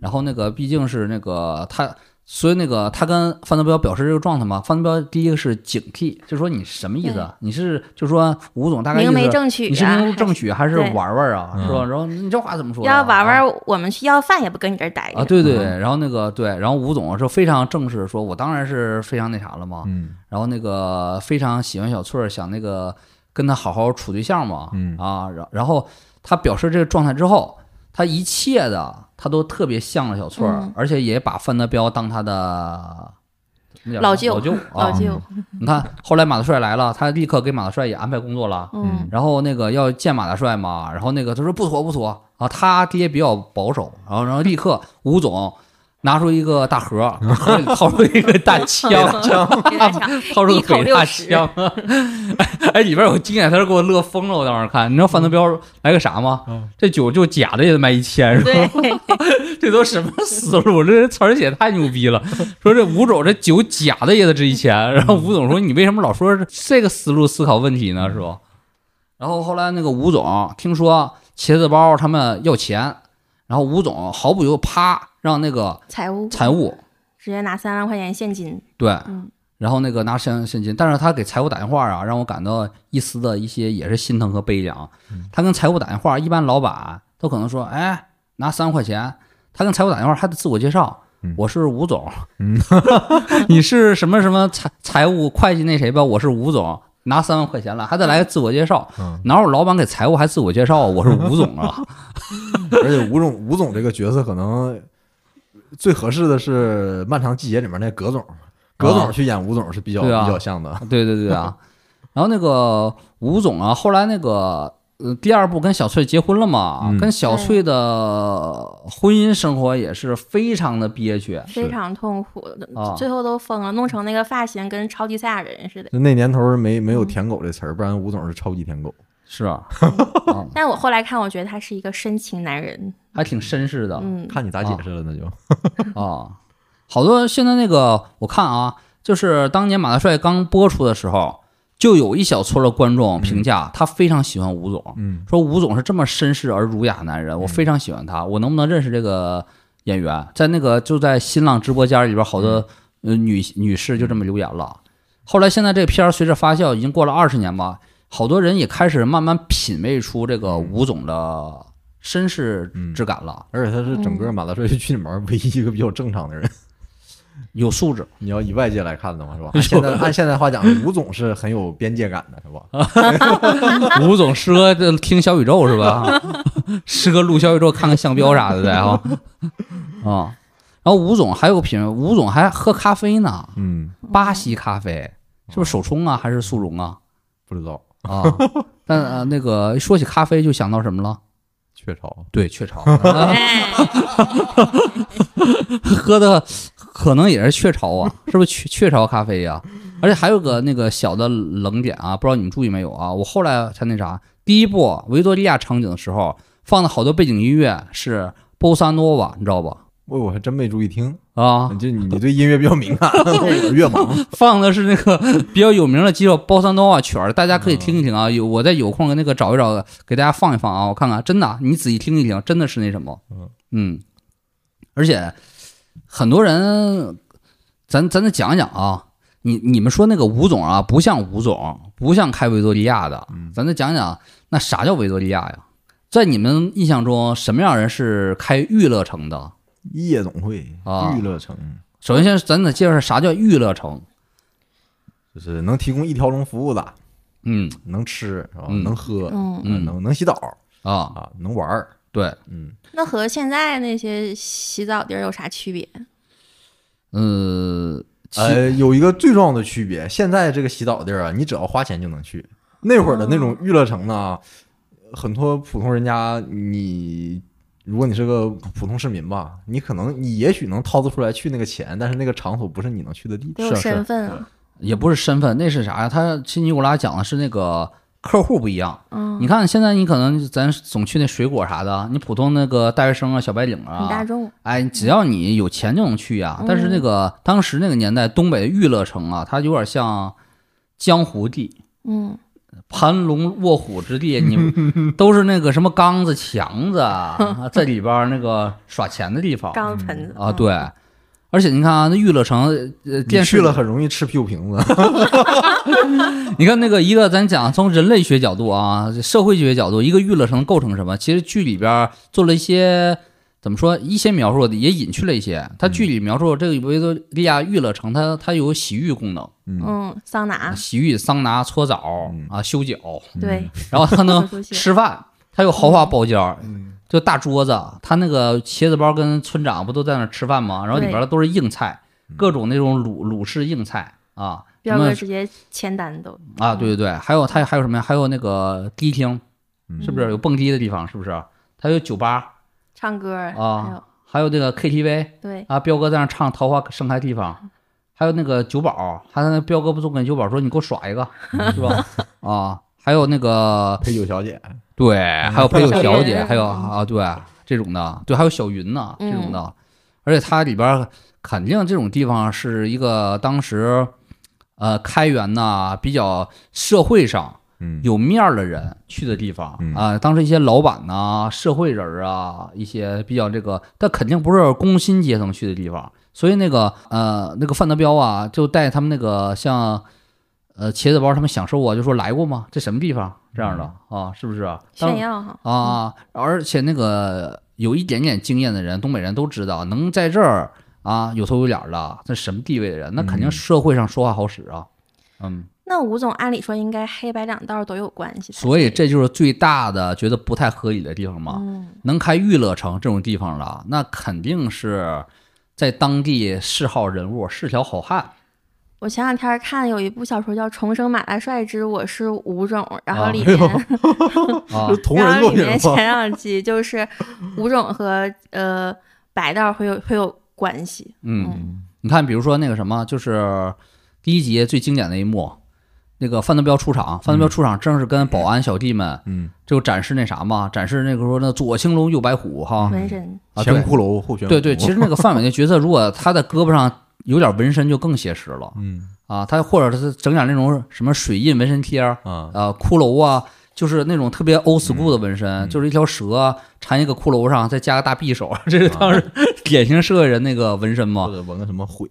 Speaker 5: 然后那个毕竟是那个他，所以那个他跟范德彪表示这个状态嘛，范德彪第一个是警惕，就说你什么意思啊？你是就说吴总大概意思
Speaker 4: 明媒正娶啊
Speaker 5: 你是明媒 正娶还是
Speaker 4: 对
Speaker 5: 玩玩啊？
Speaker 1: 嗯
Speaker 5: 是吧？然后你这话怎么说呀？
Speaker 4: 要玩
Speaker 5: 啊
Speaker 4: 玩，我们去要饭也不跟你这儿待着
Speaker 5: 啊，对对，对然后那个对，然后吴总是非常正式，说我当然是非常那啥了嘛，
Speaker 1: 嗯
Speaker 5: 然后那个非常喜欢小翠儿，想那个跟她好好处对象嘛，
Speaker 1: 嗯
Speaker 5: 啊，然然后他表示这个状态之后，他一切的他都特别向着小翠儿，
Speaker 4: 嗯
Speaker 5: 而且也把范德彪当他的。那叫
Speaker 4: 老
Speaker 5: 什么
Speaker 4: 舅
Speaker 5: 老舅啊，
Speaker 4: 老舅，
Speaker 5: 你看后来马大帅来了，他立刻给马大帅也安排工作 了，
Speaker 4: 嗯，
Speaker 5: 然后那个要见马大帅嘛，然后那个他说不妥不妥啊，他爹比较保守，然后然后立刻吴总拿出一个大盒，盒里掏出一个大枪，
Speaker 4: 给他抢，
Speaker 5: 掏出
Speaker 4: 一
Speaker 5: 个
Speaker 4: 口
Speaker 5: 鬼
Speaker 4: 六
Speaker 5: 大
Speaker 4: 十，
Speaker 5: 枪，哎，里边有经典，他是给我乐疯了，我当时看，你知道范德彪来个啥吗？这酒就假的也得卖一千，是吧？
Speaker 4: 对，
Speaker 5: 这都什么思路？这词儿写太牛逼了！说这吴总这酒假的也得值一千，然后吴总说你为什么老说这个思路思考问题呢？是吧？然后后来那个吴总听说茄子包他们要钱，然后吴总毫不犹豫啪让那个
Speaker 4: 财务
Speaker 5: 财务
Speaker 4: 直接拿三万块钱现金，
Speaker 5: 对，
Speaker 4: 嗯
Speaker 5: 然后那个拿现现金，但是他给财务打电话啊，让我感到一丝的一些也是心疼和悲凉。
Speaker 1: 嗯
Speaker 5: 他跟财务打电话，一般老板都可能说，哎，拿三万块钱。他跟财务打电话还得自我介绍
Speaker 1: 嗯，
Speaker 5: 我是吴总，
Speaker 1: 嗯
Speaker 5: 你是什么什么财财务会计那谁吧？我是吴总，拿三万块钱了，还得来个自我介绍
Speaker 1: 嗯，
Speaker 5: 哪有老板给财务还自我介绍啊？我是吴总啊，
Speaker 1: 而且吴总吴总这个角色可能最合适的是《漫长季节》里面那葛总，葛
Speaker 4: 啊
Speaker 1: 总去演吴总是比较、
Speaker 5: 对啊
Speaker 1: 比较像的，
Speaker 5: 对对对啊。然后那个吴总啊，后来那个呃第二部跟小翠结婚了嘛，
Speaker 1: 嗯
Speaker 5: 跟小翠的婚姻生活也是非常的憋屈。
Speaker 4: 非常痛苦，
Speaker 5: 啊
Speaker 4: 最后都疯了，弄成那个发型跟超级赛亚人 似的。
Speaker 1: 就那年头儿没没有舔狗这词儿，不然吴总是超级舔狗。
Speaker 5: 是啊，
Speaker 4: 但我后来看，我觉得他是一个深情男人，
Speaker 5: 还挺绅士的
Speaker 4: 嗯，
Speaker 1: 看你咋解释了，那就
Speaker 5: 啊。好多现在那个我看啊，就是当年马大帅刚播出的时候，就有一小撮的观众评价他非常喜欢吴总，
Speaker 1: 嗯
Speaker 5: 说吴总是这么绅士而儒雅的男人，我非常喜欢他，我能不能认识这个演员？在那个就在新浪直播间里边，好多呃女女士就这么留言了。后来现在这片儿随着发酵，已经过了二十年吧，好多人也开始慢慢品味出这个吴总的绅士质感了，
Speaker 1: 而且他是整个
Speaker 4: 嗯
Speaker 1: 马大帅剧里面唯一一个比较正常的人。
Speaker 5: 有素质。
Speaker 1: 你要以外界来看的话， 是吧？按现在按现在话讲，吴总是很有边界感的，是
Speaker 4: 啊
Speaker 1: 吧？
Speaker 5: 吴总师哥这听小宇宙是吧？ 师哥录小宇宙看看相标啥的在哈 啊。然后吴总还有个品味，吴总还喝咖啡呢，
Speaker 1: 嗯，
Speaker 5: 巴西咖啡，是不是手冲啊，还是速溶啊？
Speaker 1: 不知道
Speaker 5: 啊，但呃，那个一说起咖啡就想到什么了？
Speaker 1: 雀巢
Speaker 5: 对，雀巢，啊
Speaker 4: 哎，
Speaker 5: 喝的可能也是雀巢啊，是不是雀雀巢咖啡呀、而且还有个那个小的冷点啊，不知道你们注意没有啊？我后来才那啥，第一部维多利亚场景的时候放的好多背景音乐是波萨诺瓦，你知道吧？
Speaker 1: 我我还真没注意听，
Speaker 5: 啊，
Speaker 1: 就你你对音乐比较 敏感，我越盲。
Speaker 5: 放的是那个比较有名的几首波萨诺瓦曲儿，大家可以听一听啊。有我再有空那个找一找，给大家放一放啊，我看看，真的，你仔细听一听，真的是那什么，嗯，而且很多人，咱咱再讲一讲啊，你你们说那个吴总啊，不像吴总，不像开维多利亚的，咱再讲讲那啥叫维多利亚呀？在你们印象中，什么样人是开娱乐城的？
Speaker 1: 夜总会
Speaker 5: 啊、
Speaker 1: 娱乐城，
Speaker 5: 首先，咱得介绍啥叫娱乐城。
Speaker 1: 就是能提供一条龙服务的，
Speaker 5: 嗯
Speaker 1: 能吃是吧？
Speaker 5: 嗯
Speaker 1: 能喝，啊
Speaker 4: 嗯
Speaker 5: 嗯
Speaker 1: 能能洗澡
Speaker 5: 啊，
Speaker 1: 啊，能玩儿，
Speaker 5: 对，
Speaker 1: 嗯，
Speaker 4: 那和现在那些洗澡地儿有啥区别？
Speaker 5: 呃，其
Speaker 1: 呃，有一个最重要的区别，现在这个洗澡地儿啊，你只要花钱就能去。那会儿的那
Speaker 5: 啊
Speaker 1: 种娱乐城呢，很多普通人家，你如果你是个普通市民吧，你可能你也许能掏得出来去那个钱，但是那个场所不是你能去的地。
Speaker 4: 得有
Speaker 5: 是是
Speaker 4: 身份啊，
Speaker 5: 也不是身份，那是啥呀？他新尼古拉讲的是那个客户不一样。
Speaker 4: 嗯，
Speaker 5: 你看现在你可能咱总去那水果啥的，你普通那个大学生啊、小白领
Speaker 4: 很大嗯
Speaker 5: 啊，
Speaker 4: 众，
Speaker 5: 哎，只要你有钱就能去呀、但是那个当时那个年代，东北玉乐城啊，它有点像江湖地。
Speaker 4: 嗯，
Speaker 5: 盘龙卧虎之 地，你都是那个什么缸子、强子啊，在里边儿那个耍钱的地方
Speaker 4: 钢盆子
Speaker 5: 啊，，对。而且你看啊，那玉乐城呃
Speaker 1: 你
Speaker 5: 电视
Speaker 1: 去了很容易吃屁股瓶子。
Speaker 5: 你看那个一个，咱讲从人类学角度啊，社会学角度，一个娱乐城构成什么？其实剧里边儿做了一些怎么说，一些描述的也隐去了一些。它剧里描述这个维多利亚娱乐城，它它有洗浴功能，
Speaker 1: 嗯，
Speaker 4: 嗯，桑 拿，
Speaker 5: 洗浴、桑拿、搓澡
Speaker 1: 嗯
Speaker 5: 啊、修脚，
Speaker 4: 对，
Speaker 5: 然后它 能
Speaker 4: 做出去
Speaker 5: 吃饭，它有豪华包间儿
Speaker 1: 嗯，
Speaker 5: 就大桌子，它那个茄子包跟村长不都在那儿吃饭吗？然后里边儿都是硬菜，
Speaker 1: 嗯
Speaker 5: 各种那种鲁鲁式硬菜啊。
Speaker 4: 彪
Speaker 5: 什么
Speaker 4: 哥直接签单都，
Speaker 5: 啊，对对对，还有它还有什么呀？还有那个迪厅，
Speaker 1: 嗯
Speaker 5: 是
Speaker 4: 嗯
Speaker 5: 不是有蹦迪的地方？是不是？它有酒吧
Speaker 4: 唱歌儿还有
Speaker 5: 啊，还有这个 KTV
Speaker 4: 对，
Speaker 5: 啊，彪哥在那唱《桃花盛开》地方，还有那个酒保，还有那彪哥不总跟酒保说你给我耍 一个，是吧？啊，还有那个
Speaker 1: 陪酒小姐，
Speaker 5: 对，还有配有
Speaker 4: 小
Speaker 5: 小
Speaker 4: 云
Speaker 5: 姐，还有
Speaker 4: 嗯
Speaker 5: 啊，对这种的，对，还有小云呐，这
Speaker 4: 嗯
Speaker 5: 种的，而且它里边儿肯定这种地方是一个当时呃开源呐，比较社会上
Speaker 1: 嗯，
Speaker 5: 有面儿的人去的地方
Speaker 1: 嗯
Speaker 5: 啊、当时一些老板呐、社会人儿啊，一些比较这个，但肯定不是工薪阶层去的地方。所以那个呃，那个范德彪啊，就带他们那个像呃茄子包他们享受啊，就说来过吗？这什么地方？这样的、
Speaker 1: 嗯
Speaker 5: 啊，是不是？当
Speaker 4: 炫耀哈，
Speaker 5: 啊，而且那个有一点点经验的人，东北人都知道，能在这儿啊有头有脸儿的，那什么地位的人，那肯定
Speaker 1: 嗯
Speaker 5: 社会上说话好使啊。嗯，
Speaker 4: 那吴总按理说应该黑白两道都有关系才对，
Speaker 5: 所以这啊就是最大的觉得不太合理的地方嘛。
Speaker 4: 嗯
Speaker 5: 能开娱乐城这种地方了，那肯定是在当地是号人物，是条好汉。
Speaker 4: 我前两天看有一部小说叫《重生马大帅之我是吴总》，然后
Speaker 5: 啊
Speaker 4: 里
Speaker 1: 哎呦
Speaker 4: 面、
Speaker 5: 啊
Speaker 1: 这同
Speaker 4: 然
Speaker 1: 人
Speaker 4: 后
Speaker 1: 作
Speaker 4: 里
Speaker 1: 品
Speaker 4: 面前
Speaker 1: 吗？
Speaker 4: 两集就是吴总和呃白道会有会有关系，
Speaker 5: 嗯，你看，比如说那个什么，就是第一集最经典的一幕，那个范德彪出场，范德彪出场正是跟保安小弟们，
Speaker 1: 嗯，
Speaker 5: 就展示那啥嘛，展示那个说那左青龙右白虎哈，
Speaker 4: 纹身
Speaker 5: 啊
Speaker 1: 前
Speaker 5: 对
Speaker 1: 骷髅后悬
Speaker 5: 对对，其实那个范伟那角色，如果他在胳膊上有点纹身，就更写实了
Speaker 1: 嗯
Speaker 5: 啊，他或者是整点那种什么水印纹身贴儿
Speaker 1: 啊，
Speaker 5: 啊、骷髅啊。就是那种特别 old school 的纹身，
Speaker 1: 嗯
Speaker 5: 就是一条蛇缠一个骷髅上，再加个大匕首， 这
Speaker 1: 啊
Speaker 5: 是当时典型社会人那个纹身嘛
Speaker 1: 或。者纹个什么悔，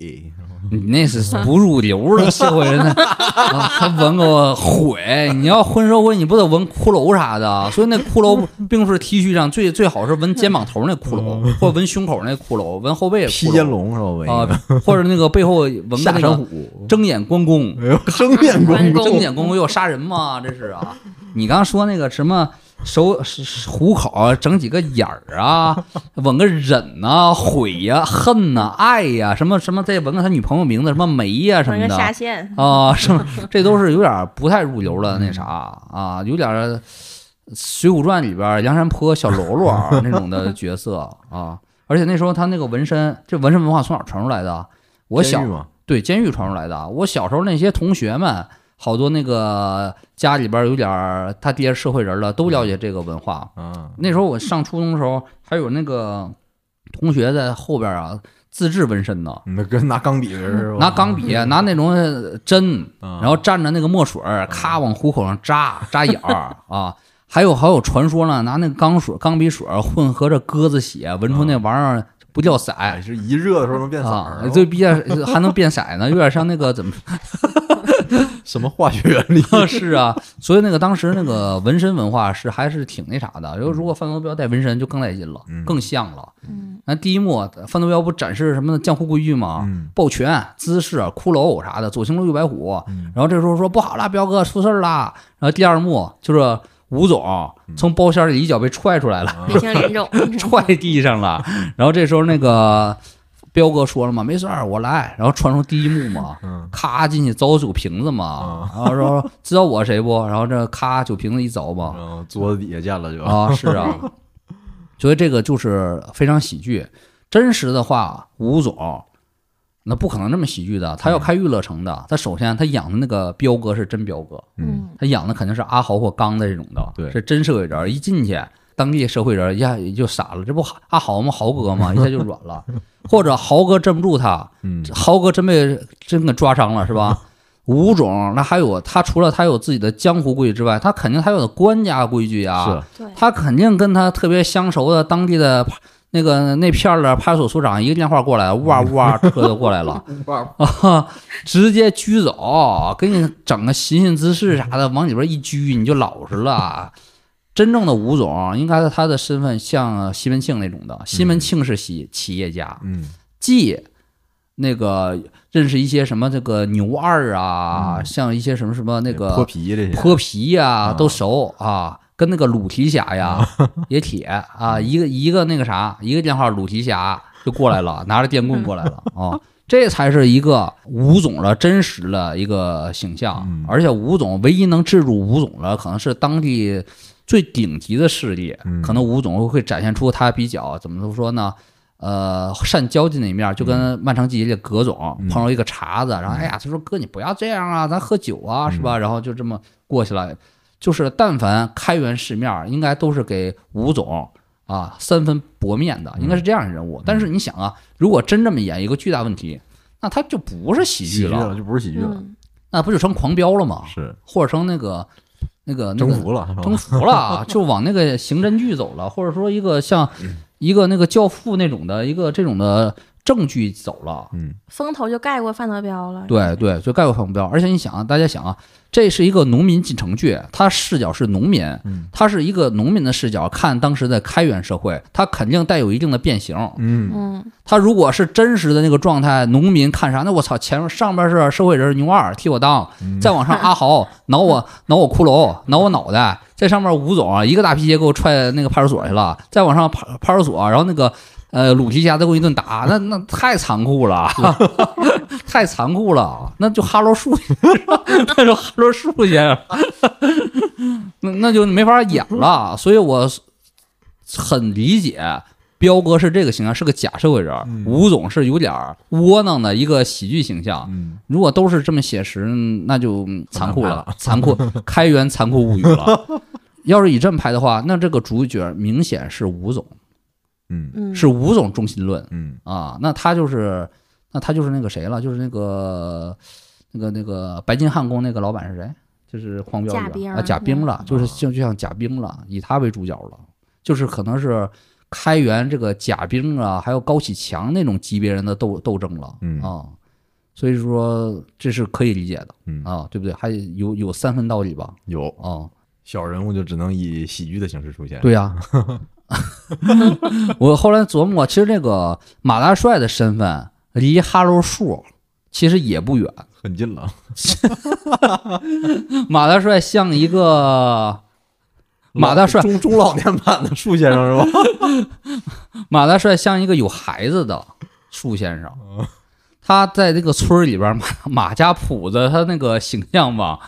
Speaker 5: 你那是不入流的社会人呢，啊还纹个毁。你要混社会，你不得纹骷髅啥的？所以那骷髅并不是 T 恤上最最好是纹肩膀头那骷髅，或者纹胸口那骷髅，纹后
Speaker 1: 嗯
Speaker 5: 背
Speaker 1: 披
Speaker 5: 骷
Speaker 1: 肩
Speaker 5: 髅
Speaker 1: 龙是吧？纹一个
Speaker 5: 啊，或者那个背后纹个
Speaker 1: 下
Speaker 5: 那
Speaker 1: 山
Speaker 5: 个
Speaker 1: 虎，
Speaker 5: 睁眼关公，
Speaker 1: 哎呦， 睁面
Speaker 4: 关
Speaker 1: 关
Speaker 4: 公
Speaker 1: 公，
Speaker 5: 睁眼关公要杀人吗？这是啊！你刚刚说那个什么手是是虎口啊整几个眼儿啊，纹个忍呐、悔呀、恨呐、爱呀、什么什么，再纹个他女朋友名字什么梅呀、什
Speaker 4: 纹
Speaker 5: 么
Speaker 4: 个
Speaker 5: 的
Speaker 4: 下 线，
Speaker 5: 啊，什么这都是有点不太入流的那啥啊，有点《水浒传》里边梁山坡小喽啰啊那种的角色啊。而且那时候他那个纹身，这纹身文化从哪儿传出来的？啊我小
Speaker 1: 监狱嘛，
Speaker 5: 对，监狱传出来的。啊我小时候那些同学们，好多那个家里边有点儿他爹是社会人了，都了解这个文化。
Speaker 1: 啊，
Speaker 5: 那时候我上初中的时候，还有那个同学在后边啊自制纹身呢，
Speaker 1: 那跟拿钢笔似的，嗯
Speaker 5: 拿钢笔，拿那种呃针，
Speaker 1: 啊，
Speaker 5: 然后蘸着那个墨水儿，咔往虎口上扎扎眼儿啊。还有还有传说呢，拿那个钢水钢笔水儿混合着鸽子血闻出那玩意儿不叫色。
Speaker 1: 啊哎，是一热的时候能变色
Speaker 5: 啊
Speaker 1: 儿，，哦
Speaker 5: 就比较还能变色呢，有点像那个怎么
Speaker 1: 什么化学 原理？
Speaker 5: 说是啊，所以那个当时那个纹身文化是还是挺那啥的。如果如果范德彪带纹身就更带劲了，
Speaker 1: 嗯
Speaker 5: 更像了。
Speaker 4: 嗯
Speaker 5: 那第一幕范德彪不展示什么江湖规矩吗？
Speaker 1: 嗯
Speaker 5: 抱拳、姿势、骷髅啥的，左青龙右白虎。
Speaker 1: 嗯
Speaker 5: 然后这时候说不好了，彪哥出事儿啦。然后第二幕就是吴总
Speaker 1: 嗯
Speaker 5: 从包厢里一脚被踹 出来了，
Speaker 4: 鼻青 脸肿，
Speaker 5: 啊踹地上了。然后这时候那个彪哥说了嘛，没事儿，我来。然后传出第一幕嘛，
Speaker 1: 嗯
Speaker 5: 咔进去凿酒瓶子嘛，然后说知道我谁不？然后这咔酒瓶子一凿嘛，
Speaker 1: 然后桌子底下见了就，
Speaker 5: 啊是啊，所以这个就是非常喜剧。真实的话，吴总那不可能这么喜剧的。他要开娱乐城的，他首先他养的那个彪哥是真彪哥，
Speaker 1: 嗯，
Speaker 5: 他养的肯定是阿豪或刚的这种的，
Speaker 1: 对
Speaker 5: 是真社会人。一进去，当地社会人一下也就傻了，这不阿豪吗？豪哥吗？一下就软了，或者豪哥镇不住他，
Speaker 1: 嗯
Speaker 5: 豪哥真被真给抓伤了是吧？吴总，那还有他除了他有自己的江湖规矩之外，他肯定还有官家规矩呀、
Speaker 1: 是
Speaker 4: 对，
Speaker 5: 他肯定跟他特别相熟的当地的派那个那片儿的派出所所长一个电话过来，呜哇呜哇车就过来了， 啊，直接拘走，给你整个寻衅滋事啥的，往里边一拘你就老实了。真正的吴总应该是他的身份像西门庆那种的，西门庆是企企业家，
Speaker 1: 嗯
Speaker 5: 既那个认识一些什么这个牛二啊，像一些什么什么那个
Speaker 1: 嗯泼皮这些
Speaker 5: 泼皮呀、
Speaker 1: 啊
Speaker 5: 都熟啊，跟那个鲁提辖呀也铁啊，
Speaker 1: 嗯
Speaker 5: 一个一个那个啥，一个电话鲁提辖就过 来了，拿着电棍过来了啊，这才是一个吴总的真实的一个形象
Speaker 1: 嗯，
Speaker 5: 而且吴总唯一能制住吴总的，可能是当地最顶级的势力
Speaker 1: 嗯，
Speaker 5: 可能吴总会展现出他比较怎么说呢？呃，善交际那一面，就跟《漫长季节》里的葛总
Speaker 1: 嗯
Speaker 5: 碰到一个茬子，然后哎呀，他说哥你不要这样啊，咱喝酒啊，是
Speaker 1: 嗯
Speaker 5: 吧？然后就这么过去了。就是但凡开元世面，应该都是给吴总啊三分薄面的，应
Speaker 1: 嗯
Speaker 5: 该是这样的人物。但是你想啊，如果真这么演一个巨大问题，那他就不是喜剧
Speaker 1: 喜剧
Speaker 5: 了，
Speaker 1: 了，就不是喜剧了，
Speaker 4: 嗯，
Speaker 5: 那不就成狂飙了吗？
Speaker 1: 是
Speaker 5: 或者成那个那个那
Speaker 1: 征
Speaker 5: 个
Speaker 1: 服了，是吧
Speaker 5: 征服了，啊就往那个刑侦剧走了，或者说一个像一个那个教父那种的一个这种的证据走了。
Speaker 1: 嗯
Speaker 4: 风头就盖过范德彪了。
Speaker 5: 对对，就概括反目标。而且你想啊，大家想啊，这是一个农民进城剧，他视角是农民，
Speaker 1: 嗯
Speaker 5: 他是一个农民的视角看当时的开元社会，他肯定带有一定的变形。
Speaker 1: 嗯
Speaker 4: 嗯，
Speaker 5: 他如果是真实的那个状态，农民看啥？那我操，前面上边是社会人牛二替我当，
Speaker 1: 嗯
Speaker 5: 再往上阿豪挠我挠我骷髅，挠我脑袋，在上面吴总啊一个大皮鞋给我踹那个派出所去了，再往上派派出所，然后那个呃鲁提辖再给我一顿打，那那太残酷了， 太残酷了，那就哈罗树，那就哈罗树去，那那就没法演了，所以我很理解。彪哥是这个形象，是个假社会人儿；吴总是有点儿窝囊的一个喜剧形象。
Speaker 1: 嗯，
Speaker 5: 如果都是这么写实，嗯那就嗯残酷了，残酷，开源残酷物语了。要是以这么拍的话，那这个主角明显是吴总，
Speaker 1: 嗯
Speaker 4: 嗯
Speaker 5: 是吴总中心论
Speaker 1: 嗯
Speaker 5: 啊。那他就是，那他就是那个谁了，就是那个那个那个白金汉宫那个老板是谁？就是狂飙
Speaker 4: 贾
Speaker 5: 里边
Speaker 4: 冰嗯
Speaker 5: 啊，贾冰了，就是就就像贾冰了，以他为主角了，就是可能是开元这个贾冰啊，还有高启强那种级别人的斗斗争了，
Speaker 1: 嗯
Speaker 5: 啊，所以说这是可以理解的，
Speaker 1: 嗯
Speaker 5: 啊，对不对？还有有三分道理吧，
Speaker 1: 有
Speaker 5: 啊，
Speaker 1: 小人物就只能以喜剧的形式出现，
Speaker 5: 对呀、 我后来琢磨，其实这个马大帅的身份离哈喽树其实也不远，
Speaker 1: 很近了，
Speaker 5: 马大帅像一个马大帅，
Speaker 1: 中中老年版的树先生是吧？
Speaker 5: 马大帅像一个有孩子的树先生，
Speaker 1: 嗯
Speaker 5: 他在这个村儿里边儿马 马家铺子，他那个形象吧，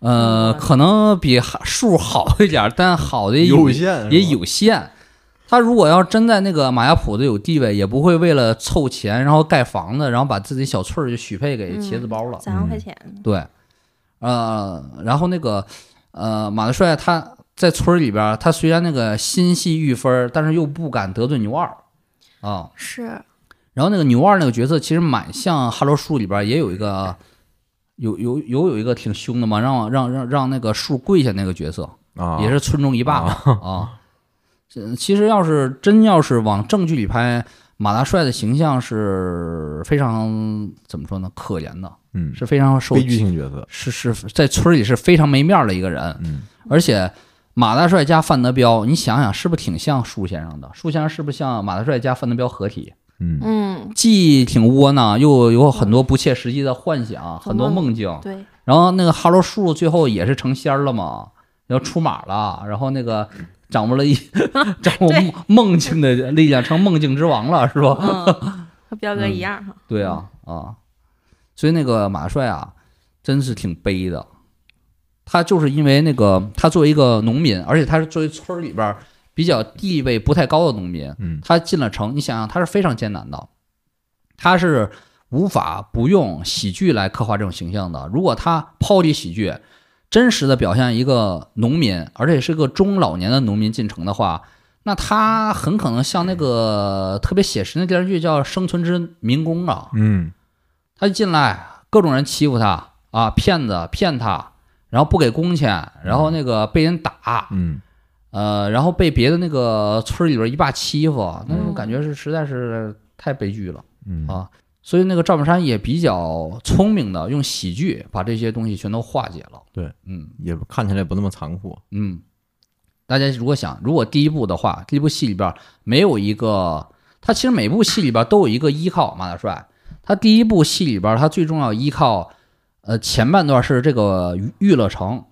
Speaker 5: 呃，可能比哈树好一点儿，但好的也
Speaker 1: 有限是吧
Speaker 5: 也有限。他如果要真在那个马家铺子有地位，也不会为了凑钱，然后盖房子，然后把自己小村儿就许配给茄子包了。
Speaker 4: 三万块钱，
Speaker 5: 对，呃，然后那个呃，马大帅他在村儿里边儿，他虽然那个心细欲分儿，但是又不敢得罪牛二啊。
Speaker 4: 是
Speaker 5: 然后那个牛二那个角色其实蛮像《哈喽树》里边儿也有一个有有有有一个挺凶的嘛，让让让让那个树跪下那个角色，
Speaker 1: 啊，
Speaker 5: 也是村中一霸嘛啊。这其实要是真要是往正剧里拍，马大帅的形象是非常怎么说呢？可怜的，
Speaker 1: 嗯
Speaker 5: 是非常受
Speaker 1: 悲剧性角色，
Speaker 5: 是是在村里是非常没面儿的一个人，
Speaker 1: 嗯
Speaker 5: 而且马大帅加范德彪，你想想是不是挺像舒先生的？舒先生是不是像马大帅加范德彪合体？
Speaker 1: 嗯
Speaker 4: 嗯，
Speaker 5: 既挺窝囊，又有很多不切实际的幻想，很多梦境。
Speaker 4: 对，
Speaker 5: 然后那个哈罗树最后也是成仙儿了嘛，然后出马了，然后那个掌握了一 掌握梦梦境的力量，成梦境之王了，是吧？
Speaker 4: 嗯，和彪哥一样哈，
Speaker 5: 对啊，啊，所以那个马帅啊，真是挺悲的。他就是因为那个，他作为一个农民，而且他是作为村儿里边儿比较地位不太高的农民，
Speaker 1: 嗯
Speaker 5: 他进了城，你想想，他是非常艰难的。他是无法不用喜剧来刻画这种形象的。如果他抛离喜剧，真实的表现一个农民，而且是个中老年的农民进城的话，那他很可能像那个特别写实的电视剧叫《生存之民工》啊，
Speaker 1: 嗯
Speaker 5: 他一进来，各种人欺负他啊，骗子骗他，然后不给工钱，然后那个被人打，
Speaker 1: 嗯
Speaker 5: 呃，然后被别的那个村里边一霸欺负，那种
Speaker 4: 嗯
Speaker 5: 感觉是实在是太悲剧了。
Speaker 1: 嗯
Speaker 5: 啊所以那个赵本山也比较聪明的，用喜剧把这些东西全都化解了。
Speaker 1: 对，
Speaker 5: 嗯
Speaker 1: 也看起来不那么残酷。
Speaker 5: 嗯，大家如果想，如果第一部的话，第一部戏里边没有一个，他其实每部戏里边都有一个依靠马大帅。他第一部戏里边，他最重要依靠，呃，前半段是这个娱娱乐城。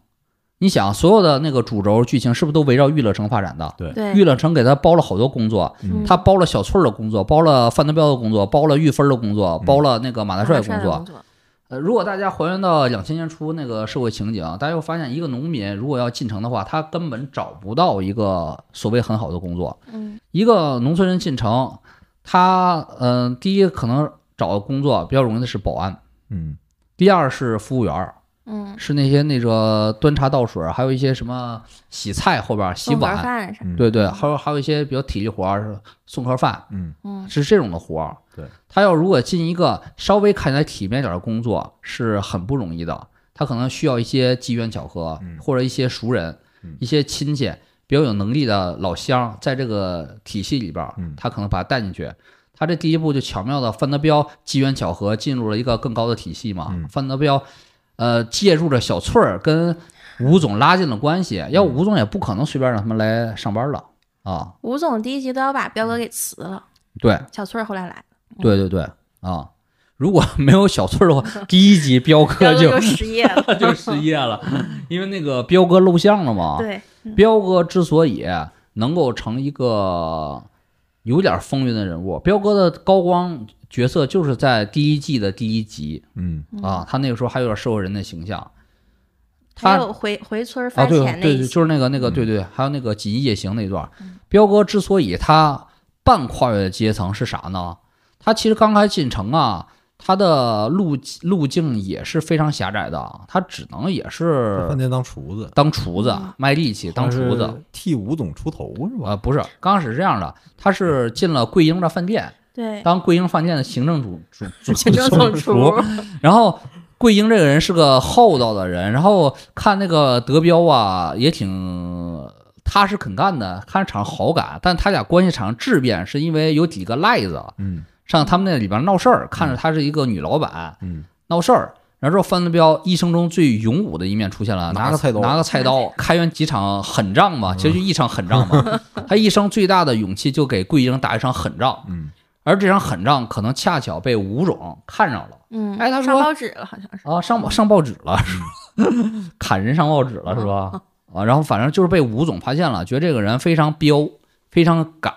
Speaker 5: 你想，所有的那个主轴剧情是不是都围绕娱乐城发展的？
Speaker 4: 对
Speaker 5: 娱，乐城给他包了好多工作，
Speaker 1: 嗯
Speaker 5: 他包了小翠儿的工作，包了范德彪的工作，包了玉芬儿的工作，
Speaker 1: 嗯
Speaker 5: 包了那个马大帅的工作。
Speaker 4: 作，
Speaker 5: 呃，如果大家还原到两千年初那个社会情景，大家会发现，一个农民如果要进城的话，他根本找不到一个所谓很好的工作。
Speaker 4: 嗯
Speaker 5: 一个农村人进城，他嗯、呃第一可能找工作比较容易的是保安，
Speaker 1: 嗯
Speaker 5: 第二是服务员儿，
Speaker 4: 嗯，
Speaker 5: 是那些那个端茶倒水儿，还有一些什么洗菜后边儿洗
Speaker 4: 送盒
Speaker 5: 碗，
Speaker 4: 饭啥，
Speaker 1: 嗯
Speaker 5: 对对，还有还有一些比如体力活儿，送盒饭，
Speaker 1: 嗯
Speaker 4: 嗯
Speaker 5: 是这种的活儿。
Speaker 1: 对，
Speaker 5: 他要如果进一个稍微看起来体面点儿的工作，是很不容易的。他可能需要一些机缘巧合，
Speaker 1: 嗯
Speaker 5: 或者一些熟人、
Speaker 1: 嗯
Speaker 5: 一些亲戚比较有能力的老乡，在这个体系里边儿，
Speaker 1: 嗯
Speaker 5: 他可能把他带进去。他这第一步就巧妙的范德彪机缘巧合进入了一个更高的体系嘛。
Speaker 1: 嗯
Speaker 5: 范德彪，呃，借助着小翠儿跟吴总拉近了关系，要
Speaker 1: 嗯
Speaker 5: 吴总也不可能随便让他们来上班了啊。
Speaker 4: 吴总第一集都要把彪哥给辞了，
Speaker 5: 对，
Speaker 4: 小翠儿后来 来了，
Speaker 5: 对对对啊！如果 没有小翠儿的 话，第一集彪
Speaker 4: 彪
Speaker 5: 哥
Speaker 4: 哥
Speaker 5: 就，
Speaker 4: 就失业了
Speaker 5: 就失业了，因为那个彪哥露相了嘛。
Speaker 4: 对，嗯
Speaker 5: 彪哥之所以能够成一个有点风云的人物，彪哥的高光角色就是在第一季的第一集
Speaker 1: 嗯
Speaker 5: 啊，他那个时候还有点社会人的形象。
Speaker 4: 还
Speaker 5: 他
Speaker 4: 有回回村儿
Speaker 5: 啊，
Speaker 4: 发
Speaker 5: 对
Speaker 4: 钱那
Speaker 5: 对，
Speaker 4: 一嗯
Speaker 5: 对
Speaker 4: 集，
Speaker 5: 就是那个那个，
Speaker 1: 嗯
Speaker 5: 对对，还有那个锦衣夜行那一段儿。彪哥之所以他半跨越阶层是啥呢？他其实刚开始进城啊，他的路路径也是非常狭窄的，他只能也
Speaker 1: 在
Speaker 5: 是
Speaker 1: 饭店当厨子，
Speaker 5: 当厨子
Speaker 4: 嗯
Speaker 5: 卖力气，当厨子。
Speaker 1: 替吴总出头是吧？
Speaker 5: 啊，不是，刚开始是这样的，他是进了桂英的饭店，
Speaker 4: 对，
Speaker 5: 当桂英饭店的行政主主主
Speaker 4: 行政总厨，
Speaker 5: 然后桂英这个人是个厚道的人，然后看那个德彪啊也挺踏实肯干的，看着产生好感，但他俩关系产生质变是因为有几个赖子
Speaker 1: 嗯
Speaker 5: 上他们那里边闹事儿，看着她是一个女老板
Speaker 1: 嗯
Speaker 5: 闹事儿。然后之后范德彪一生中最勇武的一面出现了，
Speaker 1: 拿
Speaker 5: 拿
Speaker 1: 个菜刀嗯
Speaker 5: 拿个菜刀，开完几场狠仗嘛，其实就一场狠 仗嘛。他一生最大的勇气就给桂英打一场狠仗，
Speaker 1: 嗯
Speaker 5: 而这场狠仗可能恰巧被吴总看上了。
Speaker 4: 嗯，
Speaker 5: 哎他
Speaker 4: 上
Speaker 5: 说
Speaker 4: 报纸了，好像是，
Speaker 5: 啊，上报上报纸了，是吧？砍人上报纸了，是吧？啊，然后反正就是被吴总发现了，觉得这个人非常彪，非常敢，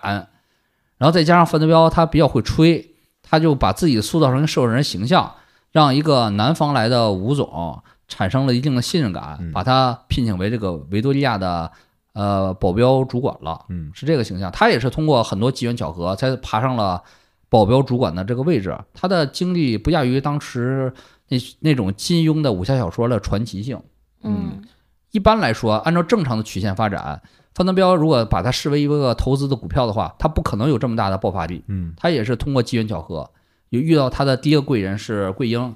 Speaker 5: 然后再加上范德彪他比较会吹，他就把自己塑造成一个社会人形象，让一个南方来的吴总产生了一定的信任感，
Speaker 1: 嗯
Speaker 5: 把他聘请为这个维多利亚的呃保镖主管了。
Speaker 1: 嗯
Speaker 5: 是这个形象。他也是通过很多机缘巧合才爬上了保镖主管的这个位置。他的经历不亚于当时那那种金庸的武侠小说的传奇性。嗯
Speaker 4: 嗯，
Speaker 5: 一般来说，按照正常的曲线发展，范德彪如果把它视为一个投资的股票的话，他不可能有这么大的爆发力。
Speaker 1: 嗯
Speaker 5: 他也是通过机缘巧合，有遇到他的第一个贵人是桂英，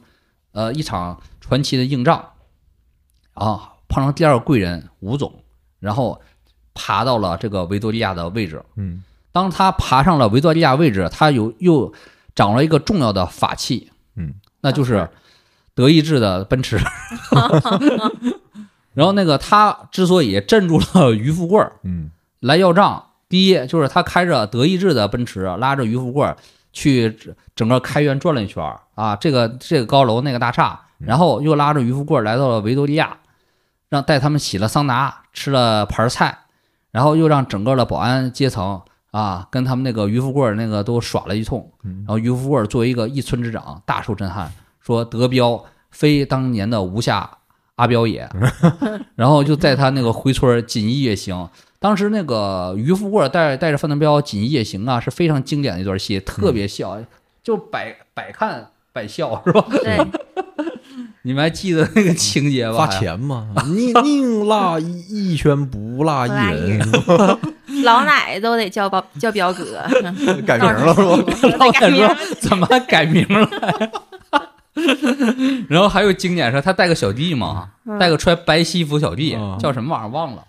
Speaker 5: 呃，一场传奇的硬仗，啊，碰上第二个贵人吴总，然后爬到了这个维多利亚的位置。
Speaker 1: 嗯
Speaker 5: 当他爬上了维多利亚位置，他有又掌握了一个重要的法器，
Speaker 1: 嗯，
Speaker 5: 那就是德意志的奔驰。 然后那个他之所以镇住了于富贵儿，
Speaker 1: 嗯
Speaker 5: 来要账。第一就是他开着德意志的奔驰，拉着于富贵儿去整个开元转了一圈儿啊，这个这个高楼那个大厦，然后又拉着于富贵儿来到了维多利亚，让带他们洗了桑拿，吃了盘菜，然后又让整个的保安阶层啊跟他们那个于富贵儿那个都耍了一通，然后于富贵儿作为一个一村之长大受震撼，说德彪非当年的吴下阿彪也，然后就在他那个回村儿锦衣夜行。当时那个于富贵儿带带着
Speaker 1: 嗯
Speaker 5: 范德彪《锦衣夜行》啊，是非常经典的一段戏，特别笑，就百百看败笑是吧？
Speaker 4: 嗯对，
Speaker 5: 你们还记得那个情节吧？
Speaker 1: 嗯发钱嘛，宁 宁落一一圈不落一人，
Speaker 4: 老奶都得叫包叫彪哥，
Speaker 1: 改名了是吧？
Speaker 4: 吧
Speaker 5: 老板
Speaker 4: 改名
Speaker 5: 说
Speaker 4: 了，
Speaker 5: 怎么还改名了？ 然后还有经典是，他带个小弟嘛，
Speaker 4: 嗯
Speaker 5: 带个穿白西服小弟
Speaker 1: 嗯，
Speaker 5: 叫什么玩意儿忘了。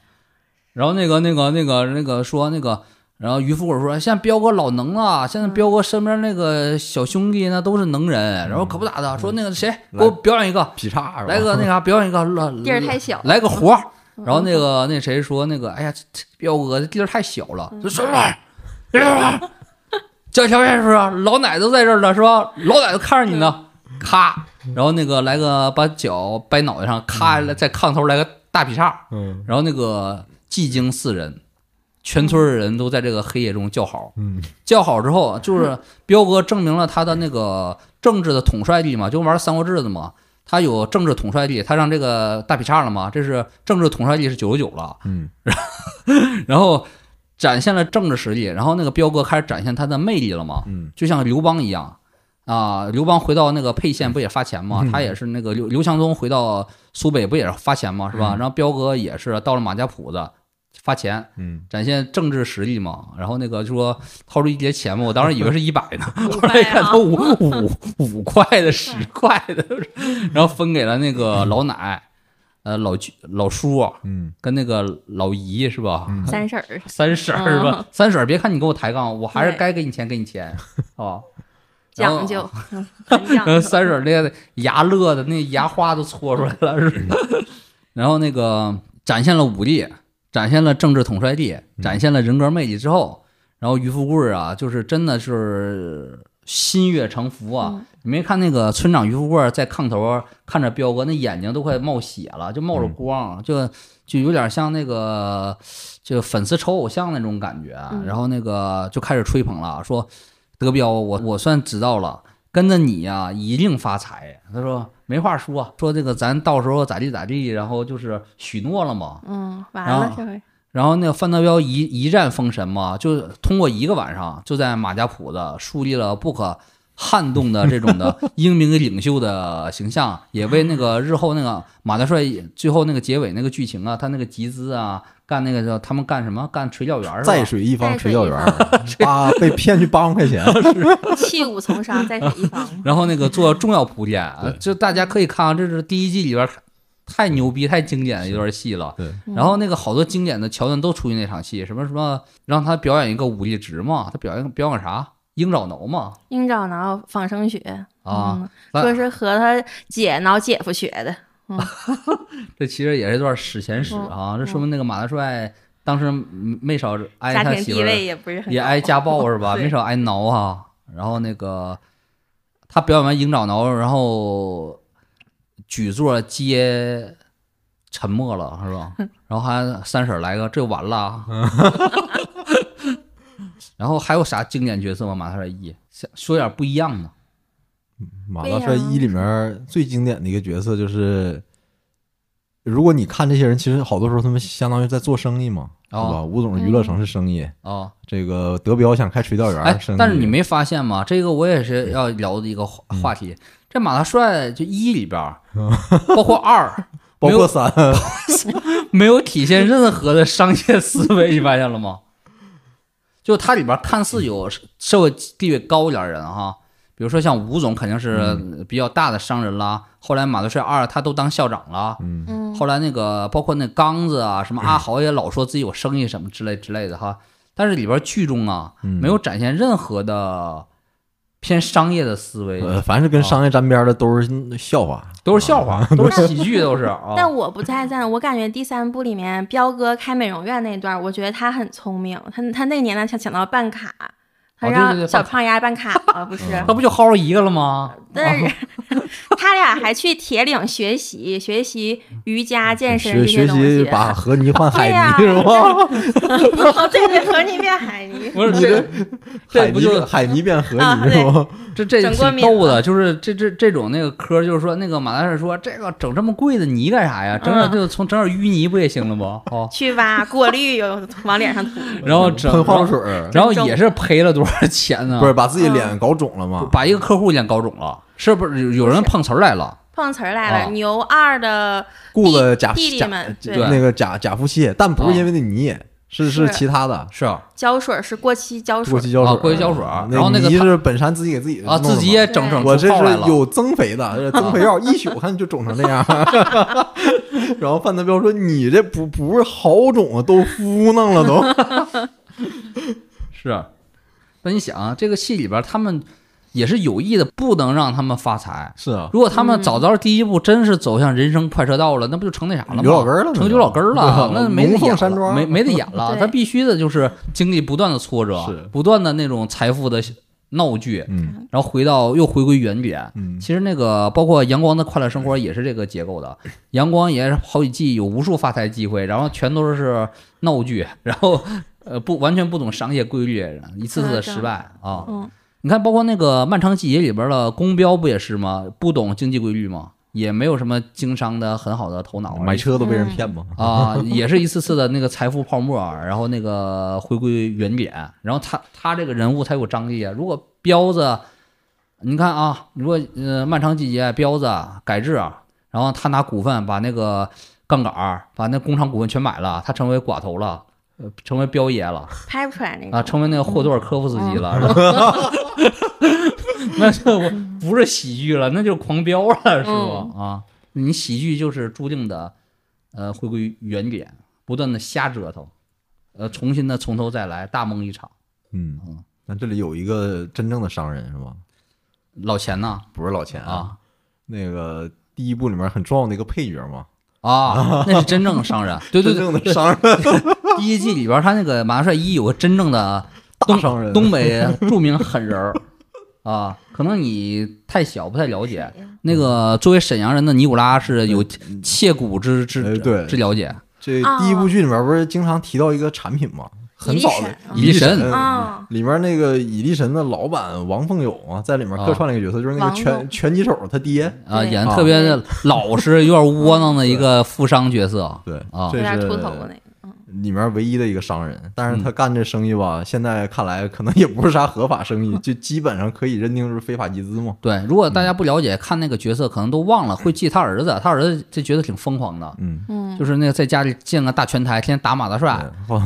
Speaker 5: 然后那个那个那个那个说那个，然后于富贵说，现在彪哥老能了，现在彪哥身边那个小兄弟那都是能人，然后可不咋的，说那个谁给我表演一个，
Speaker 1: 劈叉是吧？
Speaker 5: 来个那啥表演一个，
Speaker 4: 地儿太小，
Speaker 5: 来个活儿。然后那个那谁说那个，哎呀，这这彪哥这地儿太小了，这什么玩意儿？这什么玩意儿？叫小便是不是？老奶都在这儿了是吧？老奶都看着你呢，咔，然后那个来个把脚掰脑袋上，咔，在炕头来个大劈叉，
Speaker 1: 嗯
Speaker 5: 然后那个技惊四人，全村的人都在这个黑夜中叫好，
Speaker 1: 嗯
Speaker 5: 叫好之后就是彪哥证明了他的那个政治的统帅力嘛，就玩三国志的嘛。他有政治统帅力，他让这个大劈叉了嘛？这是政治统帅力是九十九了，
Speaker 1: 嗯，
Speaker 5: 然后展现了政治实力，然后那个彪哥开始展现他的魅力了嘛，
Speaker 1: 嗯，
Speaker 5: 就像刘邦一样啊，刘邦回到那个沛县不也发钱嘛，他也是那个刘刘强东回到苏北不也是发钱嘛，是吧？然后彪哥也是到了马家堡子发钱，
Speaker 1: 嗯，
Speaker 5: 展现政治实力嘛。然后那个就说掏出一叠钱嘛，我当时以为是一百呢，后来
Speaker 4: 啊
Speaker 5: 一看都五五五块的、十块的，然后分给了那个老奶。呃，老舅老叔啊
Speaker 1: 嗯
Speaker 5: 跟那个老姨是吧？
Speaker 4: 三婶儿，
Speaker 5: 三婶儿是吧
Speaker 4: 嗯？
Speaker 5: 三婶儿，别看你跟我抬杠，我还是
Speaker 4: 对
Speaker 5: 该给你钱给你钱， 哦。
Speaker 4: 讲究，嗯很讲
Speaker 5: 然后
Speaker 4: 究，
Speaker 5: 三婶儿那个牙乐的那牙花都搓出来了，是吧？ 然后那个展现了武力，展现了政治统帅力，展现了人格魅力之后，然后于富贵儿啊，就是真的是心悦诚服啊！
Speaker 4: 嗯
Speaker 5: 你没看那个村长于富贵儿在炕头儿看着彪哥，那眼睛都快冒血了，就冒着光，就
Speaker 4: 嗯
Speaker 5: 就有点像那个就粉丝抽偶像那种感觉。啊
Speaker 4: 嗯
Speaker 5: 然后那个就开始吹捧了，说德彪，我我算知道了。跟着你呀、一定发财。他说没话说，说这个咱到时候咋地咋地，然后就是许诺了嘛。
Speaker 4: 嗯，完
Speaker 5: 然
Speaker 4: 了
Speaker 5: 后
Speaker 4: 这回，
Speaker 5: 然后那个范德彪一一战封神嘛，就通过一个晚上，就在马家堡子树立了不可撼动的这种的英明领袖的形象，也为那个日后那个马大帅最后那个结尾那个剧情啊，他那个集资啊，干那个叫他们干什么？干垂钓员儿是吧
Speaker 1: 在水一方
Speaker 4: 在
Speaker 1: 垂
Speaker 4: 水
Speaker 1: 钓
Speaker 4: 一
Speaker 1: 员儿， 啊，被骗去八万块钱，
Speaker 4: 弃武从商，在水一方，
Speaker 5: 然后那个做重要铺垫，呃就大家可以看啊，这是第一季里边儿太牛逼、太经典的一段戏了。
Speaker 1: 对，
Speaker 4: 嗯
Speaker 5: 然后那个好多经典的桥段都出于那场戏，什么什么让他表演一个武力值嘛，他表演表演啥鹰爪挠嘛
Speaker 4: 鹰爪挠仿生学
Speaker 5: 啊，，
Speaker 4: 嗯
Speaker 5: 咱
Speaker 4: 说是和他姐挠姐夫学的，
Speaker 5: 这其实也是一段史前
Speaker 4: 嗯
Speaker 5: 史啊，这说明那个马大帅当时嗯没少挨
Speaker 4: 家
Speaker 5: 他
Speaker 4: 庭地
Speaker 5: 媳妇儿
Speaker 4: 位也不是 很
Speaker 5: 也
Speaker 4: 高
Speaker 5: 挨家暴是吧？
Speaker 4: 对
Speaker 5: 没少挨挠啊。然后那个他表演完鹰爪挠，然后举座皆沉默了是吧？然后还三婶儿来个这完了啊。然后还有啥经典角色吗？马大帅一想说点不一样的，
Speaker 1: 马
Speaker 4: 对
Speaker 1: 大
Speaker 4: 呀
Speaker 1: 帅一里面最经典的一个角色就是，如果你看这些人，其实好多时候他们相当于在做生意嘛，是
Speaker 5: 哦
Speaker 1: 吧？吴总是娱乐城是生意，
Speaker 5: 啊，
Speaker 1: 这个德彪想开垂钓园
Speaker 5: 哎
Speaker 1: 儿生意，，
Speaker 5: 但是你没发现吗？这个我也是要聊的一个话话题。这马大帅就一里边儿，包括二，
Speaker 1: 包
Speaker 5: 没有
Speaker 1: 括三，
Speaker 5: 没有体现任何的商业思维，你发现 了吗？就它里边看似有社会地位高一点人哈，比如说像吴总肯定是
Speaker 1: 嗯
Speaker 5: 比较大的商人啦，后来马大帅二他都当校长了，
Speaker 1: 嗯
Speaker 4: 嗯
Speaker 5: 后来那个包括那刚子啊，什么阿豪也老说自己有生意什么之类之类的哈，但是里边剧中啊
Speaker 1: 嗯
Speaker 5: 没有展现任何的偏商业的思维，
Speaker 1: 呃，凡是跟商业沾边的都是笑话，
Speaker 5: 都是笑 话，都是喜剧，都是啊。
Speaker 4: 但我不太赞，我感觉第三部里面彪哥开美容院那段，我觉得他很聪明，他他那年呢，他想到办卡，他
Speaker 5: 哦对对对
Speaker 4: 让小
Speaker 5: 办卡哦
Speaker 4: 胖丫办卡了，不是？
Speaker 5: 那不就薅了一个了吗？
Speaker 4: 但是 他俩还去铁岭学习学习瑜
Speaker 5: 嗯
Speaker 4: 伽、健身
Speaker 1: 嗯学
Speaker 4: 这些
Speaker 1: 学
Speaker 4: 东
Speaker 1: 习
Speaker 4: 西。
Speaker 1: 把河泥换海
Speaker 4: 对呀
Speaker 1: 泥是吧？
Speaker 4: 哦，对对，和你变海 泥，
Speaker 5: 不是这 这
Speaker 1: 海
Speaker 5: 不
Speaker 1: 泥
Speaker 5: 就
Speaker 1: 变海泥变河
Speaker 4: 啊
Speaker 1: 泥是吧？
Speaker 5: 这这
Speaker 4: 整过
Speaker 5: 挺
Speaker 4: 敏
Speaker 5: 逗的，
Speaker 4: 了
Speaker 5: 就是这这这种那个科，就是说那个马大帅说这个整这么贵的泥干啥呀？整点
Speaker 4: 嗯
Speaker 5: 就从整点淤泥不也行了吗？哦，
Speaker 4: 去挖过滤，有往脸上涂。
Speaker 5: 然后
Speaker 1: 嗯喷
Speaker 5: 整
Speaker 1: 花露水儿，
Speaker 5: 然后也是赔了多少多少钱呢？
Speaker 1: 不是把自己
Speaker 4: 嗯
Speaker 1: 脸搞肿了吗？
Speaker 5: 把一个客户脸搞肿了，是不是有有人碰瓷儿来了？
Speaker 4: 碰瓷儿来
Speaker 5: 啊
Speaker 4: 了，牛二的
Speaker 1: 雇了假
Speaker 4: 弟弟
Speaker 1: 假
Speaker 4: 们
Speaker 1: 假
Speaker 5: 对
Speaker 1: 那个假假夫妻，但不是
Speaker 5: 啊
Speaker 1: 因为那泥，是是
Speaker 4: 是
Speaker 1: 其他的
Speaker 5: 是啊，
Speaker 4: 胶水是过期胶水
Speaker 1: 过，期胶水，
Speaker 5: 啊过期胶水然后
Speaker 1: 那
Speaker 5: 那个
Speaker 1: 泥
Speaker 5: 他
Speaker 1: 是本山自己给自己弄的
Speaker 5: 啊自己
Speaker 1: 嘛
Speaker 5: 也整整
Speaker 1: 我
Speaker 5: 出
Speaker 1: 这
Speaker 5: 泡来了
Speaker 1: 是。有增肥的，这增肥药一宿看就肿成这样。 然后范德彪说：“你这不不是好肿啊，都敷弄了都。
Speaker 5: 是，啊那你想啊，这个戏里边儿他们也是有意的，不能让他们发财”。
Speaker 1: 是啊，
Speaker 5: 如果他
Speaker 4: 嗯
Speaker 5: 们早早第一步真是走向人生快车道了，那不就成那啥了吗？
Speaker 1: 刘老根儿了
Speaker 5: 成
Speaker 1: 那
Speaker 5: 刘
Speaker 1: 就
Speaker 5: 老根儿 了，
Speaker 1: 对啊
Speaker 5: 那没得
Speaker 1: 龙凤
Speaker 5: 演
Speaker 1: 山
Speaker 5: 了，
Speaker 1: 庄
Speaker 5: 没没得演了。
Speaker 4: 对
Speaker 5: 他必须的就是经历不断的挫折
Speaker 1: 是，
Speaker 5: 不断的那种财富的闹剧，
Speaker 1: 嗯
Speaker 5: 然后回到又回归原点。
Speaker 1: 嗯，
Speaker 5: 其实那个包括《阳光的快乐生活》也是这个结构的，《阳光》也是好几季有无数发财机会，然后全都是闹剧，然后呃不完全不懂商业规律，一次次的失败啊。
Speaker 4: 嗯，
Speaker 5: 你看，包括那个《漫长季节》里边的公标不也是吗？不懂经济规律吗？也没有什么经商的很好的头脑，
Speaker 1: 买车都被人骗吗？
Speaker 5: 啊，也是一次次的那个财富泡沫，然后那个回归原点，然后他他这个人物才有张力啊。如果彪子，你看啊，如果呃漫长季节彪子改制，然后他拿股份把那个杠杆儿把那工厂股份全买了，他成为寡头了，呃成为彪爷了
Speaker 4: 拍不出来那个
Speaker 5: 啊，成为那个霍多尔科夫斯基了。然后 那就不是喜剧了，那就是狂飙了，是吧？啊，你喜剧就是注定的，呃，回归原点，不断的瞎折腾，呃，重新的从头再来，大梦一场。
Speaker 1: 嗯，那这里有一个真正的商人是吗？
Speaker 5: 老钱呐，
Speaker 1: 不是老钱，
Speaker 5: 啊
Speaker 1: 那个第一部里面很重要的一个配角嘛，
Speaker 5: 啊，那是真正的商人，对对
Speaker 1: 真
Speaker 5: 对
Speaker 1: 正，的商人，
Speaker 5: 第一季里边儿他那个马大帅一有个真正的
Speaker 1: 大商人，
Speaker 5: 东北著名狠人儿啊，可能你太小不太了解。那个作为沈阳人的尼古拉是有切骨之之
Speaker 1: 哎对
Speaker 5: 之了解，
Speaker 1: 这
Speaker 4: 啊
Speaker 1: 第一部剧里面不是经常提到一个产品吗？很早的
Speaker 5: 伊利神
Speaker 1: 神
Speaker 4: 啊
Speaker 1: 里面那个蚁力神的老板王凤友啊，在里面客串了一个角色，就是那个
Speaker 4: 王
Speaker 1: 拳
Speaker 4: 总
Speaker 1: 拳击手他爹。
Speaker 5: 啊，
Speaker 4: 对
Speaker 5: 演得
Speaker 1: 啊
Speaker 5: 特别老实，有点窝囊的一个富商角色。
Speaker 1: 对，
Speaker 5: 啊
Speaker 1: 这
Speaker 4: 有点
Speaker 1: 是
Speaker 4: 秃头的那个，
Speaker 1: 里面唯一的一个商
Speaker 5: 嗯
Speaker 1: 人，但是他干这生意吧，现在看来可能也不是啥合法生 意，就基本上可以认定是非法集资嘛。
Speaker 5: 对，如果大
Speaker 1: 嗯
Speaker 5: 家不了解，看那个角色可能都忘了，会记他儿子。他儿子这角色挺疯狂的，
Speaker 1: 嗯，
Speaker 4: 嗯，
Speaker 5: 就是那个在家里建个大拳台，天天打马大帅。
Speaker 1: 对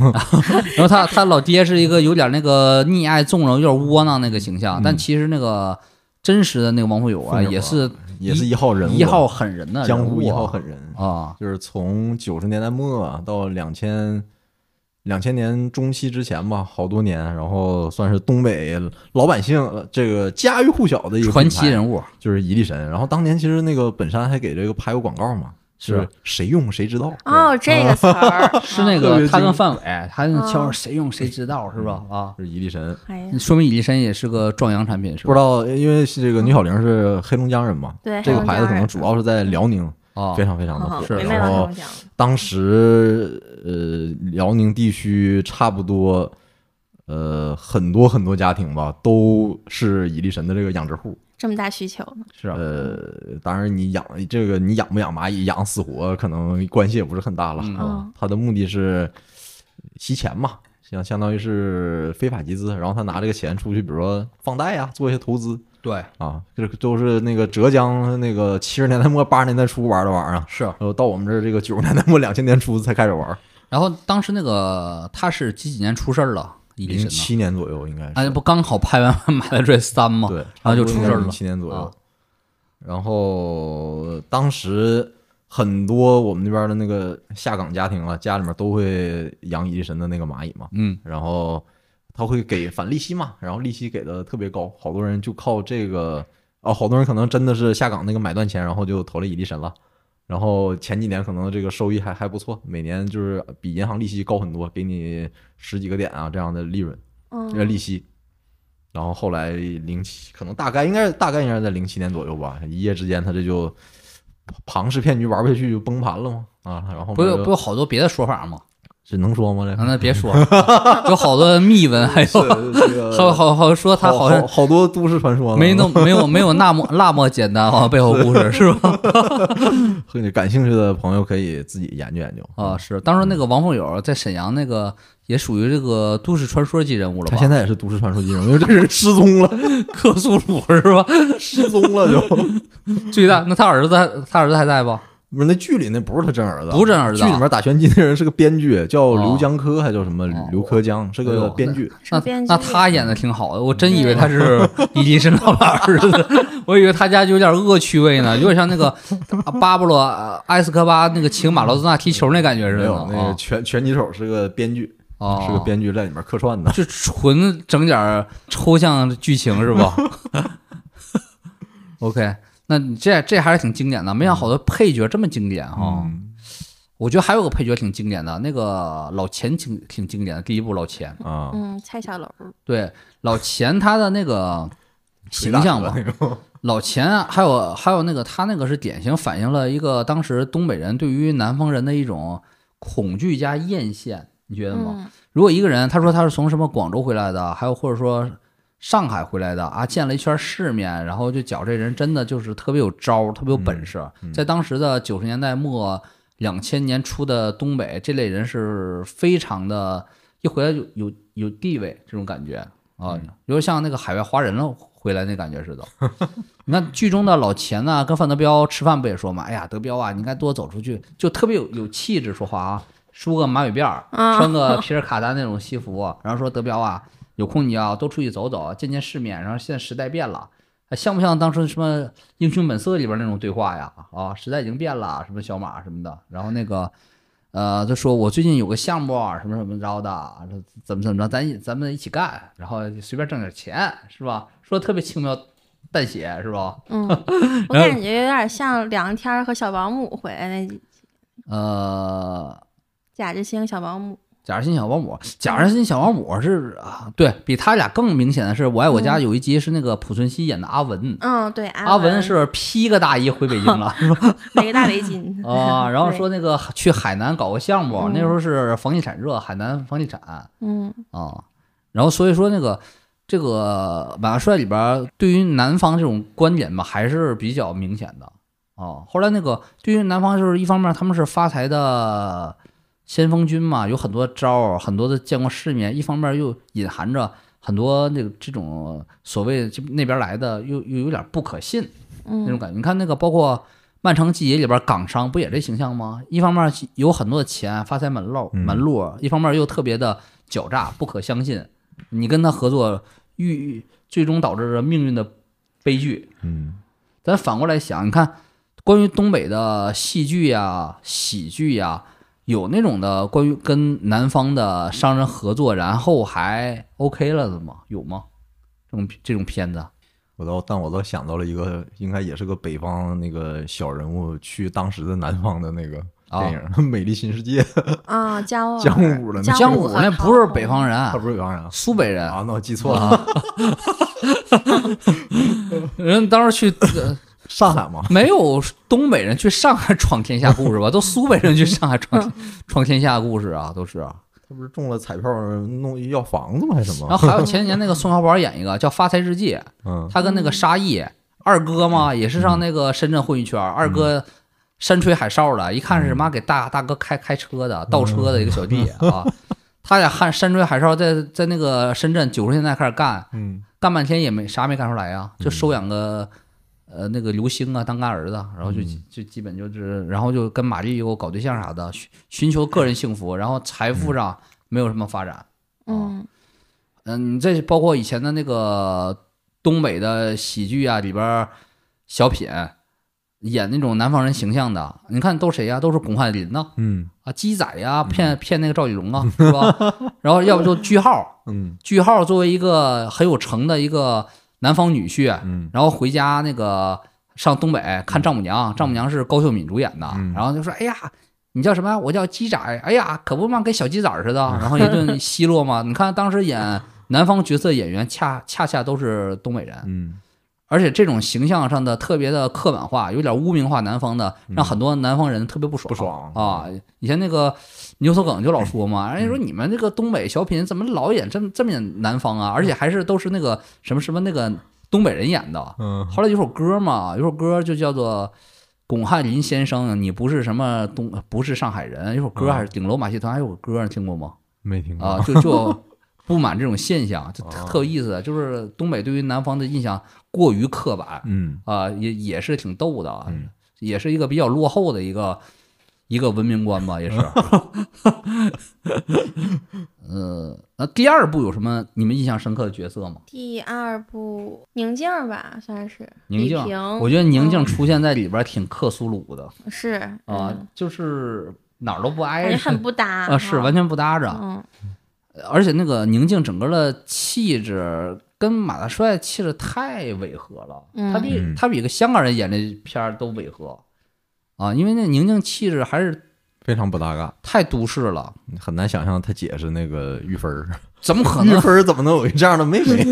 Speaker 5: 然后他他老爹是一个有点那个溺爱纵容、有点窝囊那个形象，但
Speaker 1: 嗯
Speaker 5: 其实那个真实的那个王富有啊，
Speaker 1: 凤友啊
Speaker 5: 也是
Speaker 1: 也是一号人物，啊
Speaker 5: 一号狠人呢，
Speaker 1: 江湖
Speaker 5: 人
Speaker 1: 一
Speaker 5: 物啊
Speaker 1: 号狠人，
Speaker 5: 啊，
Speaker 1: 就是从九十年代末到两千两千年中期之前吧，好多年，然后算是东北老百姓呃这个家喻户晓的一个
Speaker 5: 传奇
Speaker 1: 物，
Speaker 5: 人物
Speaker 1: 就是一力神。然后当年其实那个本山还给这个拍过广告嘛，
Speaker 5: 啊
Speaker 1: 就是谁用谁知道。
Speaker 4: 哦，这个词儿
Speaker 5: 是那
Speaker 1: 特
Speaker 5: 个
Speaker 1: 别
Speaker 5: 他跟
Speaker 1: 精
Speaker 5: 范伟，他那敲
Speaker 4: 啊
Speaker 5: 谁用谁知道是吧？啊，
Speaker 1: 就是一力神，
Speaker 4: 哎呀，
Speaker 5: 说明蚁力神也是个壮阳产品是
Speaker 1: 不知
Speaker 5: 吧？
Speaker 1: 道，因为是这个牛小玲是黑龙江人嘛，
Speaker 4: 对
Speaker 1: 这个牌子可
Speaker 4: 黑龙江
Speaker 1: 能
Speaker 4: 人
Speaker 1: 主要是在辽宁，
Speaker 5: 啊，
Speaker 1: 非常非常的
Speaker 4: 嗯
Speaker 1: 火。
Speaker 5: 是
Speaker 4: 没卖
Speaker 1: 然
Speaker 4: 到
Speaker 1: 后
Speaker 4: 东江，
Speaker 1: 当时呃，辽宁地区差不多呃很多很多家庭吧，都是蚁力神的这个养殖户。
Speaker 4: 这么大需求，
Speaker 5: 是啊
Speaker 1: 呃，当然你养这个你养不养蚂蚁，养死活可能关系也不是很大了
Speaker 5: 嗯
Speaker 4: 哦
Speaker 1: 啊。他的目的是吸钱嘛，相相当于是非法集资，然后他拿这个钱出去，比如说放贷啊，做一些投资
Speaker 5: 对，
Speaker 1: 啊，这个都是那个浙江那个七十年代末八十年代初玩的玩意儿啊。
Speaker 5: 是。
Speaker 1: 然后到我们这儿这个九十年代末两千年初才开始玩儿，
Speaker 5: 然后当时那个他是几几年出事儿了？蚁力
Speaker 1: 零
Speaker 5: 神呢？
Speaker 1: 七年左右应该是，
Speaker 5: 哎，不刚好拍完《马大帅三》吗？
Speaker 1: 对，
Speaker 5: 然后就出事儿了
Speaker 1: 零七年左右
Speaker 5: 啊。
Speaker 1: 然后当时很多我们那边的那个下岗家庭了，家里面都会养蚁力神的那个蚂蚁嘛，
Speaker 5: 嗯，
Speaker 1: 然后他会给返利息嘛，然后利息给的特别高，好多人就靠这个哦，好多人可能真的是下岗那个买断钱，然后就投了蚁力神了。然后前几年可能这个收益还还不错，每年就是比银行利息高很多，给你十几个点啊这样的利润。呃
Speaker 4: 嗯，
Speaker 1: 利息。然后后来零七，可能大概应该是大概应该是在零七年左右吧，一夜之间他这就庞氏骗局玩不下去就崩盘了嘛啊，然后
Speaker 5: 不有
Speaker 1: 这
Speaker 5: 不有好多别的说法吗？
Speaker 1: 这能说吗？这
Speaker 5: 啊那别说了， 有好多秘闻，还有
Speaker 1: 是这 个
Speaker 5: 还有好好说他
Speaker 1: 好
Speaker 5: 好像
Speaker 1: 好好多都市传说呢
Speaker 5: 没那没有没有那么那么简单啊，背后故事是 吧？
Speaker 1: 和你感兴趣的朋友可以自己研究研究
Speaker 5: 啊啊，是当时那个王凤友在沈阳那个也属于这个都市传说级人物了
Speaker 1: 他
Speaker 5: 吧？
Speaker 1: 现在也是都市传说英雄，因为这人失踪了，
Speaker 5: 克苏鲁是吧？
Speaker 1: 失踪了就。
Speaker 5: 最大那他儿子，他儿子还在不？
Speaker 1: 不是那剧里那不是他真儿子，
Speaker 5: 不是真儿子啊
Speaker 1: 剧里面打拳击那人是个编剧，叫
Speaker 5: 哦
Speaker 1: 刘江科，还叫什么
Speaker 5: 哦
Speaker 1: 刘科江，是
Speaker 5: 哎
Speaker 1: 个
Speaker 5: 呦
Speaker 1: 编剧。
Speaker 5: 那
Speaker 4: 是编剧
Speaker 5: 那他演的挺好的，我真以为他是伊金生老板儿子， 我以为他家有点恶趣味呢，有点像那个巴布罗呃埃斯科巴那个请马劳斯纳踢球那感觉似
Speaker 1: 没
Speaker 5: 的
Speaker 1: 有，那个
Speaker 5: 啊
Speaker 1: 拳拳击手是个编剧，
Speaker 5: 哦
Speaker 1: 是个编剧在里面客串的。
Speaker 5: 就纯整点儿抽象剧情 是吧？OK，那你这这还是挺经典的，没想到好多配角这么经典哈、
Speaker 1: 嗯
Speaker 5: 我觉得还有个配角挺经典的，那个老钱挺挺经典的，第一部老钱，
Speaker 1: 啊，
Speaker 4: 嗯，蔡小楼
Speaker 5: 对老钱他的那个形 象吧
Speaker 1: 捶，打的 那种
Speaker 5: 老钱啊还有还有那个他那个是典型反映了一个当时东北人对于南方人的一种恐惧加艳羡，你觉得吗？
Speaker 4: 嗯
Speaker 5: 如果一个人他说他是从什么广州回来的，还有或者说上海回来的啊，见了一圈世面，然后就觉这人真的就是特别有招儿，特别有本事。嗯在当时的九十年代末、两千年初的东北，这类人是非常的，一回来有有有地位这种感觉啊，有点像那个海外华人了回来那感觉似的。 你看剧中的老钱呢、跟范德彪吃饭不也说嘛？哎呀，德彪啊，你应该多走出去，就特别有有气质，说话啊，梳个马尾辫儿，
Speaker 4: 啊
Speaker 5: 穿个皮尔卡丹那种西服，然后说德彪啊，有空你要多出去走走，见见世面。然后现在时代变了，哎像不像当初什么《英雄本色》里边那种对话呀？啊，时代已经变了，什么小马什么的。然后那个，呃，他说我最近有个项目啊，什么什么着的，怎么怎么着，咱一咱们一起干，然后随便挣点钱，是吧？说得特别轻描淡写，是吧？
Speaker 4: 嗯， 我
Speaker 5: 然后
Speaker 4: 感觉有点像梁天儿和小保姆回来那集
Speaker 5: 呃，
Speaker 4: 贾志星小保姆，
Speaker 5: 假如新小保姆，假如新小保姆是啊，对比他俩更明显的是，《我爱我家》有一集是那个濮存昕演的阿文，
Speaker 4: 嗯，对，
Speaker 5: 阿
Speaker 4: 阿
Speaker 5: 文是披个大衣回北京了，是吧？
Speaker 4: 围大围 巾
Speaker 5: 啊，然后
Speaker 4: 对
Speaker 5: 说那个去海南搞个项目，
Speaker 4: 嗯
Speaker 5: 那时候是房地产热，海南房地产
Speaker 4: 嗯
Speaker 5: 啊，然后所以说那个这个《马大帅》里边对于南方这种观点吧，还是比较明显的啊。后来那个对于南方就是一方面他们是发财的先锋军嘛，有很多招儿，很多的见过世面，一方面又隐含着很多那个这种所谓就那边来的又又有点不可信。那种
Speaker 4: 嗯
Speaker 5: 感觉。你看那个包括《漫长季节》里边港商不也这形象吗？一方面有很多的钱发财门路
Speaker 1: 嗯
Speaker 5: 门路，一方面又特别的狡诈不可相信。你跟他合作，遇最终导致了命运的悲剧。
Speaker 1: 嗯，
Speaker 5: 咱反过来想，你看关于东北的戏剧呀、喜剧呀、有那种的关于跟南方的商人合作，然后还 OK 了的吗？有吗？这种这种片子，
Speaker 1: 我倒但我倒想到了一个，应该也是个北方那个小人物去当时的南方的那个
Speaker 5: 啊
Speaker 1: 电影《美丽新世界》，
Speaker 4: 啊，姜武
Speaker 1: 姜武的那
Speaker 4: 姜
Speaker 5: 姜
Speaker 4: 武啊
Speaker 5: 武
Speaker 4: 和
Speaker 5: 那
Speaker 4: 陶
Speaker 5: 不是
Speaker 4: 虹
Speaker 5: 北方人，
Speaker 1: 他不是北方人啊？
Speaker 5: 苏北人
Speaker 1: 啊，那我记错了，
Speaker 5: 啊。人当时去、呃
Speaker 1: 上海嘛，
Speaker 5: 没有东北人去上海闯天下故事吧？都苏北人去上海闯闯天下故事啊，都是啊。
Speaker 1: 他不是中了彩票弄要房子吗？还是什
Speaker 5: 然
Speaker 1: 么？
Speaker 5: 后还有前几年那个宋小宝演一个叫《发财日记》，
Speaker 1: 嗯
Speaker 5: 他跟那个沙溢二哥嘛，也是上那个深圳混一圈儿，二哥山吹海哨的，一看是妈给大大哥开开车的倒车的一个小弟啊。他俩汉山吹海哨在在那个深圳九十年代开始干，
Speaker 1: 嗯，
Speaker 5: 干半天也没啥没干出来呀、就收养个、呃那个刘星啊当干儿子，然后就、就基本就是，然后就跟马丽又搞对象啥的，寻寻求个人幸福，然后财富上没有什么发展。
Speaker 4: 嗯
Speaker 5: 嗯，你再包括以前的那个东北的喜剧啊里边儿小品演那种南方人形象的，你看都谁呀、啊都是巩汉林呐、
Speaker 1: 嗯
Speaker 5: 啊鸡仔呀、骗骗那个赵丽蓉啊，是吧？ 然后要不就句号。
Speaker 1: 嗯
Speaker 5: 句号作为一个很有成的一个南方女婿，啊
Speaker 1: 嗯
Speaker 5: 然后回家那个上东北看丈母娘，丈母娘是高秀敏主演的，
Speaker 1: 嗯
Speaker 5: 然后就说：“哎呀，你叫什么？我叫鸡仔。哎呀，可不嘛，跟小鸡仔似的。”
Speaker 1: 嗯
Speaker 5: 然后一顿奚落嘛。你看当时演南方角色演员恰恰恰都是东北人，
Speaker 1: 嗯
Speaker 5: 而且这种形象上的特别的刻板化，有点污名化南方的，让很多南方人特别不爽。
Speaker 1: 嗯不爽
Speaker 5: 啊！以前那个牛头梗就老说嘛，人家说你们这个东北小品怎么老演这么这么演南方啊？而且还是都是那个什么什么那个东北人演的。
Speaker 1: 嗯
Speaker 5: 后来有首歌嘛，有首歌就叫做《巩汉林先生》，你不是什么东，不是上海人。有首歌还是顶楼马戏团，还有首歌，你听过吗？
Speaker 6: 没听过
Speaker 5: 啊，就就不满这种现象，就特特有意思。就是东北对于南方的印象过于刻板
Speaker 6: 嗯
Speaker 5: 啊，也也是挺逗的啊
Speaker 6: 嗯，
Speaker 5: 也是一个比较落后的一个一个文明观吧，也是。呃，那第二部有什么你们印象深刻的角色吗？
Speaker 4: 第二部宁静儿吧，算是
Speaker 5: 宁静
Speaker 4: 李萍，
Speaker 5: 我觉得宁静出现在里边儿挺克苏鲁的
Speaker 4: 嗯是
Speaker 5: 啊
Speaker 4: 嗯，
Speaker 5: 就是哪儿都不
Speaker 4: 感
Speaker 5: 挨
Speaker 4: 觉
Speaker 5: 着
Speaker 4: 很不搭
Speaker 5: 啊，是完全不搭着。
Speaker 4: 嗯
Speaker 5: 而且那个宁静整个的气质跟马大帅气质太违和了，
Speaker 4: 嗯
Speaker 5: 他比
Speaker 6: 嗯
Speaker 5: 他比个香港人演的片儿都违和啊，因为那宁静气质还是
Speaker 1: 非常不搭嘎，
Speaker 5: 太都市了，
Speaker 1: 很难想象他解释那个玉芬儿，
Speaker 5: 怎么可
Speaker 1: 玉
Speaker 5: 能
Speaker 1: 芬儿怎么能有这样的妹 妹？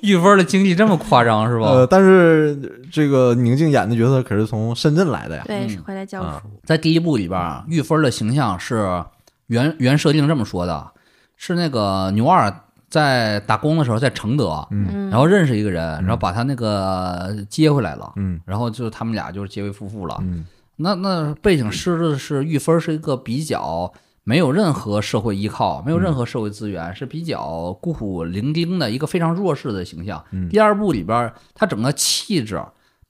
Speaker 5: 玉芬的经济这么夸张 是
Speaker 1: 呃，
Speaker 5: 吧？
Speaker 1: 但是这个宁静演的角色可是从深圳来的呀，
Speaker 4: 对，
Speaker 5: 嗯
Speaker 4: 是回来教
Speaker 1: 啊
Speaker 4: 书，
Speaker 5: 在第一部里边儿，啊玉芬的形象是原原设定这么说的，是那个牛二在打工的时候在承德，
Speaker 6: 嗯
Speaker 4: 嗯，
Speaker 5: 然后认识一个人，然后把他那个接回来了，
Speaker 6: 嗯
Speaker 5: 然后就他们俩就是结为夫妇了。
Speaker 6: 嗯
Speaker 5: 那那背景设置的是玉芬是一个比较没有任何社会依靠、没有
Speaker 6: 嗯
Speaker 5: 任何社会资源，是比较孤苦伶仃的一个非常弱势的形象。
Speaker 6: 嗯
Speaker 5: 第二部里边，她整个气质、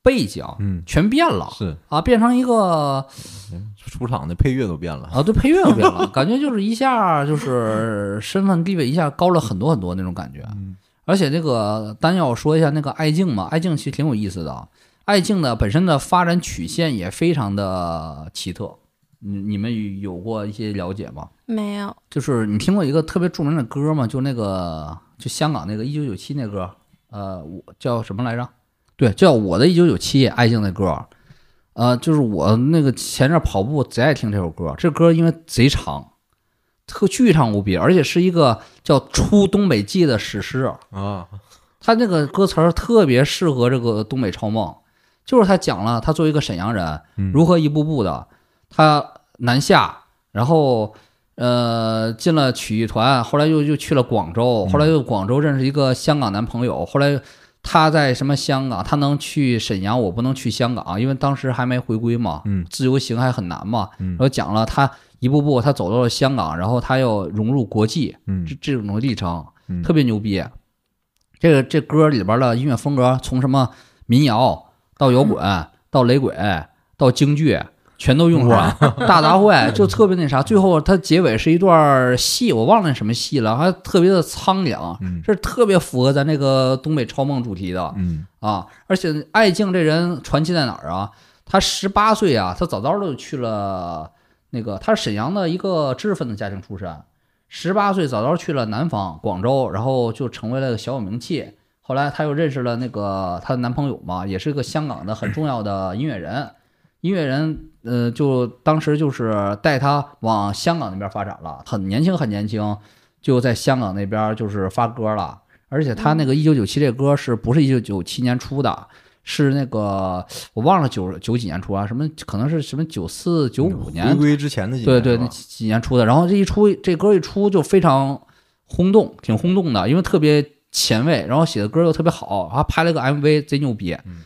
Speaker 5: 背景
Speaker 6: 嗯，
Speaker 5: 全变了
Speaker 1: 是
Speaker 5: 啊，变成一个
Speaker 1: 出场的配乐都变了，
Speaker 5: 啊，对，配乐也变了，感觉就是一下就是身份地位一下高了很多很多那种感觉。而且这个单要说一下那个艾敬嘛，艾敬其实挺有意思的啊。艾敬呢本身的发展曲线也非常的奇特，你你们有过一些了解吗？
Speaker 4: 没有，
Speaker 5: 就是你听过一个特别著名的歌吗？就那个就香港那个一九九七那歌，呃，我叫什么来着？对，叫我的一九九七爱敬那歌，呃，就是我那个前阵跑步贼爱听这首歌，这歌因为贼长，特巨长无比，而且是一个叫《出东北记》的史诗，
Speaker 1: 啊，
Speaker 5: 他那个歌词儿特别适合这个东北超梦，就是他讲了他作为一个沈阳人
Speaker 6: 嗯
Speaker 5: 如何一步步的他南下，然后呃进了曲艺团，后来又又去了广州，
Speaker 6: 嗯
Speaker 5: 后来又广州认识一个香港男朋友，后来他在什么香港，他能去沈阳，我不能去香港，因为当时还没回归嘛，
Speaker 6: 嗯
Speaker 5: 自由行还很难嘛，
Speaker 6: 嗯
Speaker 5: 然后讲了他一步步他走到了香港，然后他要融入国际，
Speaker 6: 嗯
Speaker 5: 这这种历程
Speaker 6: 嗯
Speaker 5: 特别牛逼。这个这歌里边的音乐风格，从什么民谣到摇滚，
Speaker 6: 嗯
Speaker 5: 到雷鬼，到京剧，全都用上了， 大杂烩，就特别那啥。最后它结尾是一段戏，我忘了什么戏了，还特别的苍凉，
Speaker 6: 嗯
Speaker 5: 这是特别符合咱这个东北超梦主题的
Speaker 6: 嗯
Speaker 5: 啊。而且艾敬这人传奇在哪儿啊？他十八岁啊，他早早的就去了那个，他是沈阳的一个知识分子家庭出身，十八岁早早去了南方广州，然后就成为了小有名气。后来她又认识了那个她的男朋友嘛，也是个香港的很重要的音乐人，音乐人呃，就当时就是带她往香港那边发展了，很年轻很年轻，就在香港那边就是发歌了。而且她那个一九九七这歌是不是一九九七年出的？是那个我忘了九九几年出啊，什么可能是什么九四九五年
Speaker 1: 回归之前的几
Speaker 5: 对
Speaker 1: 年
Speaker 5: 对，
Speaker 1: 是
Speaker 5: 那
Speaker 1: 吧
Speaker 5: 几几年出的，然后这一出这歌一出就非常轰动，挺轰动的，因为特别前卫，然后写的歌又特别好，还拍了个 MV 贼牛逼。
Speaker 1: 嗯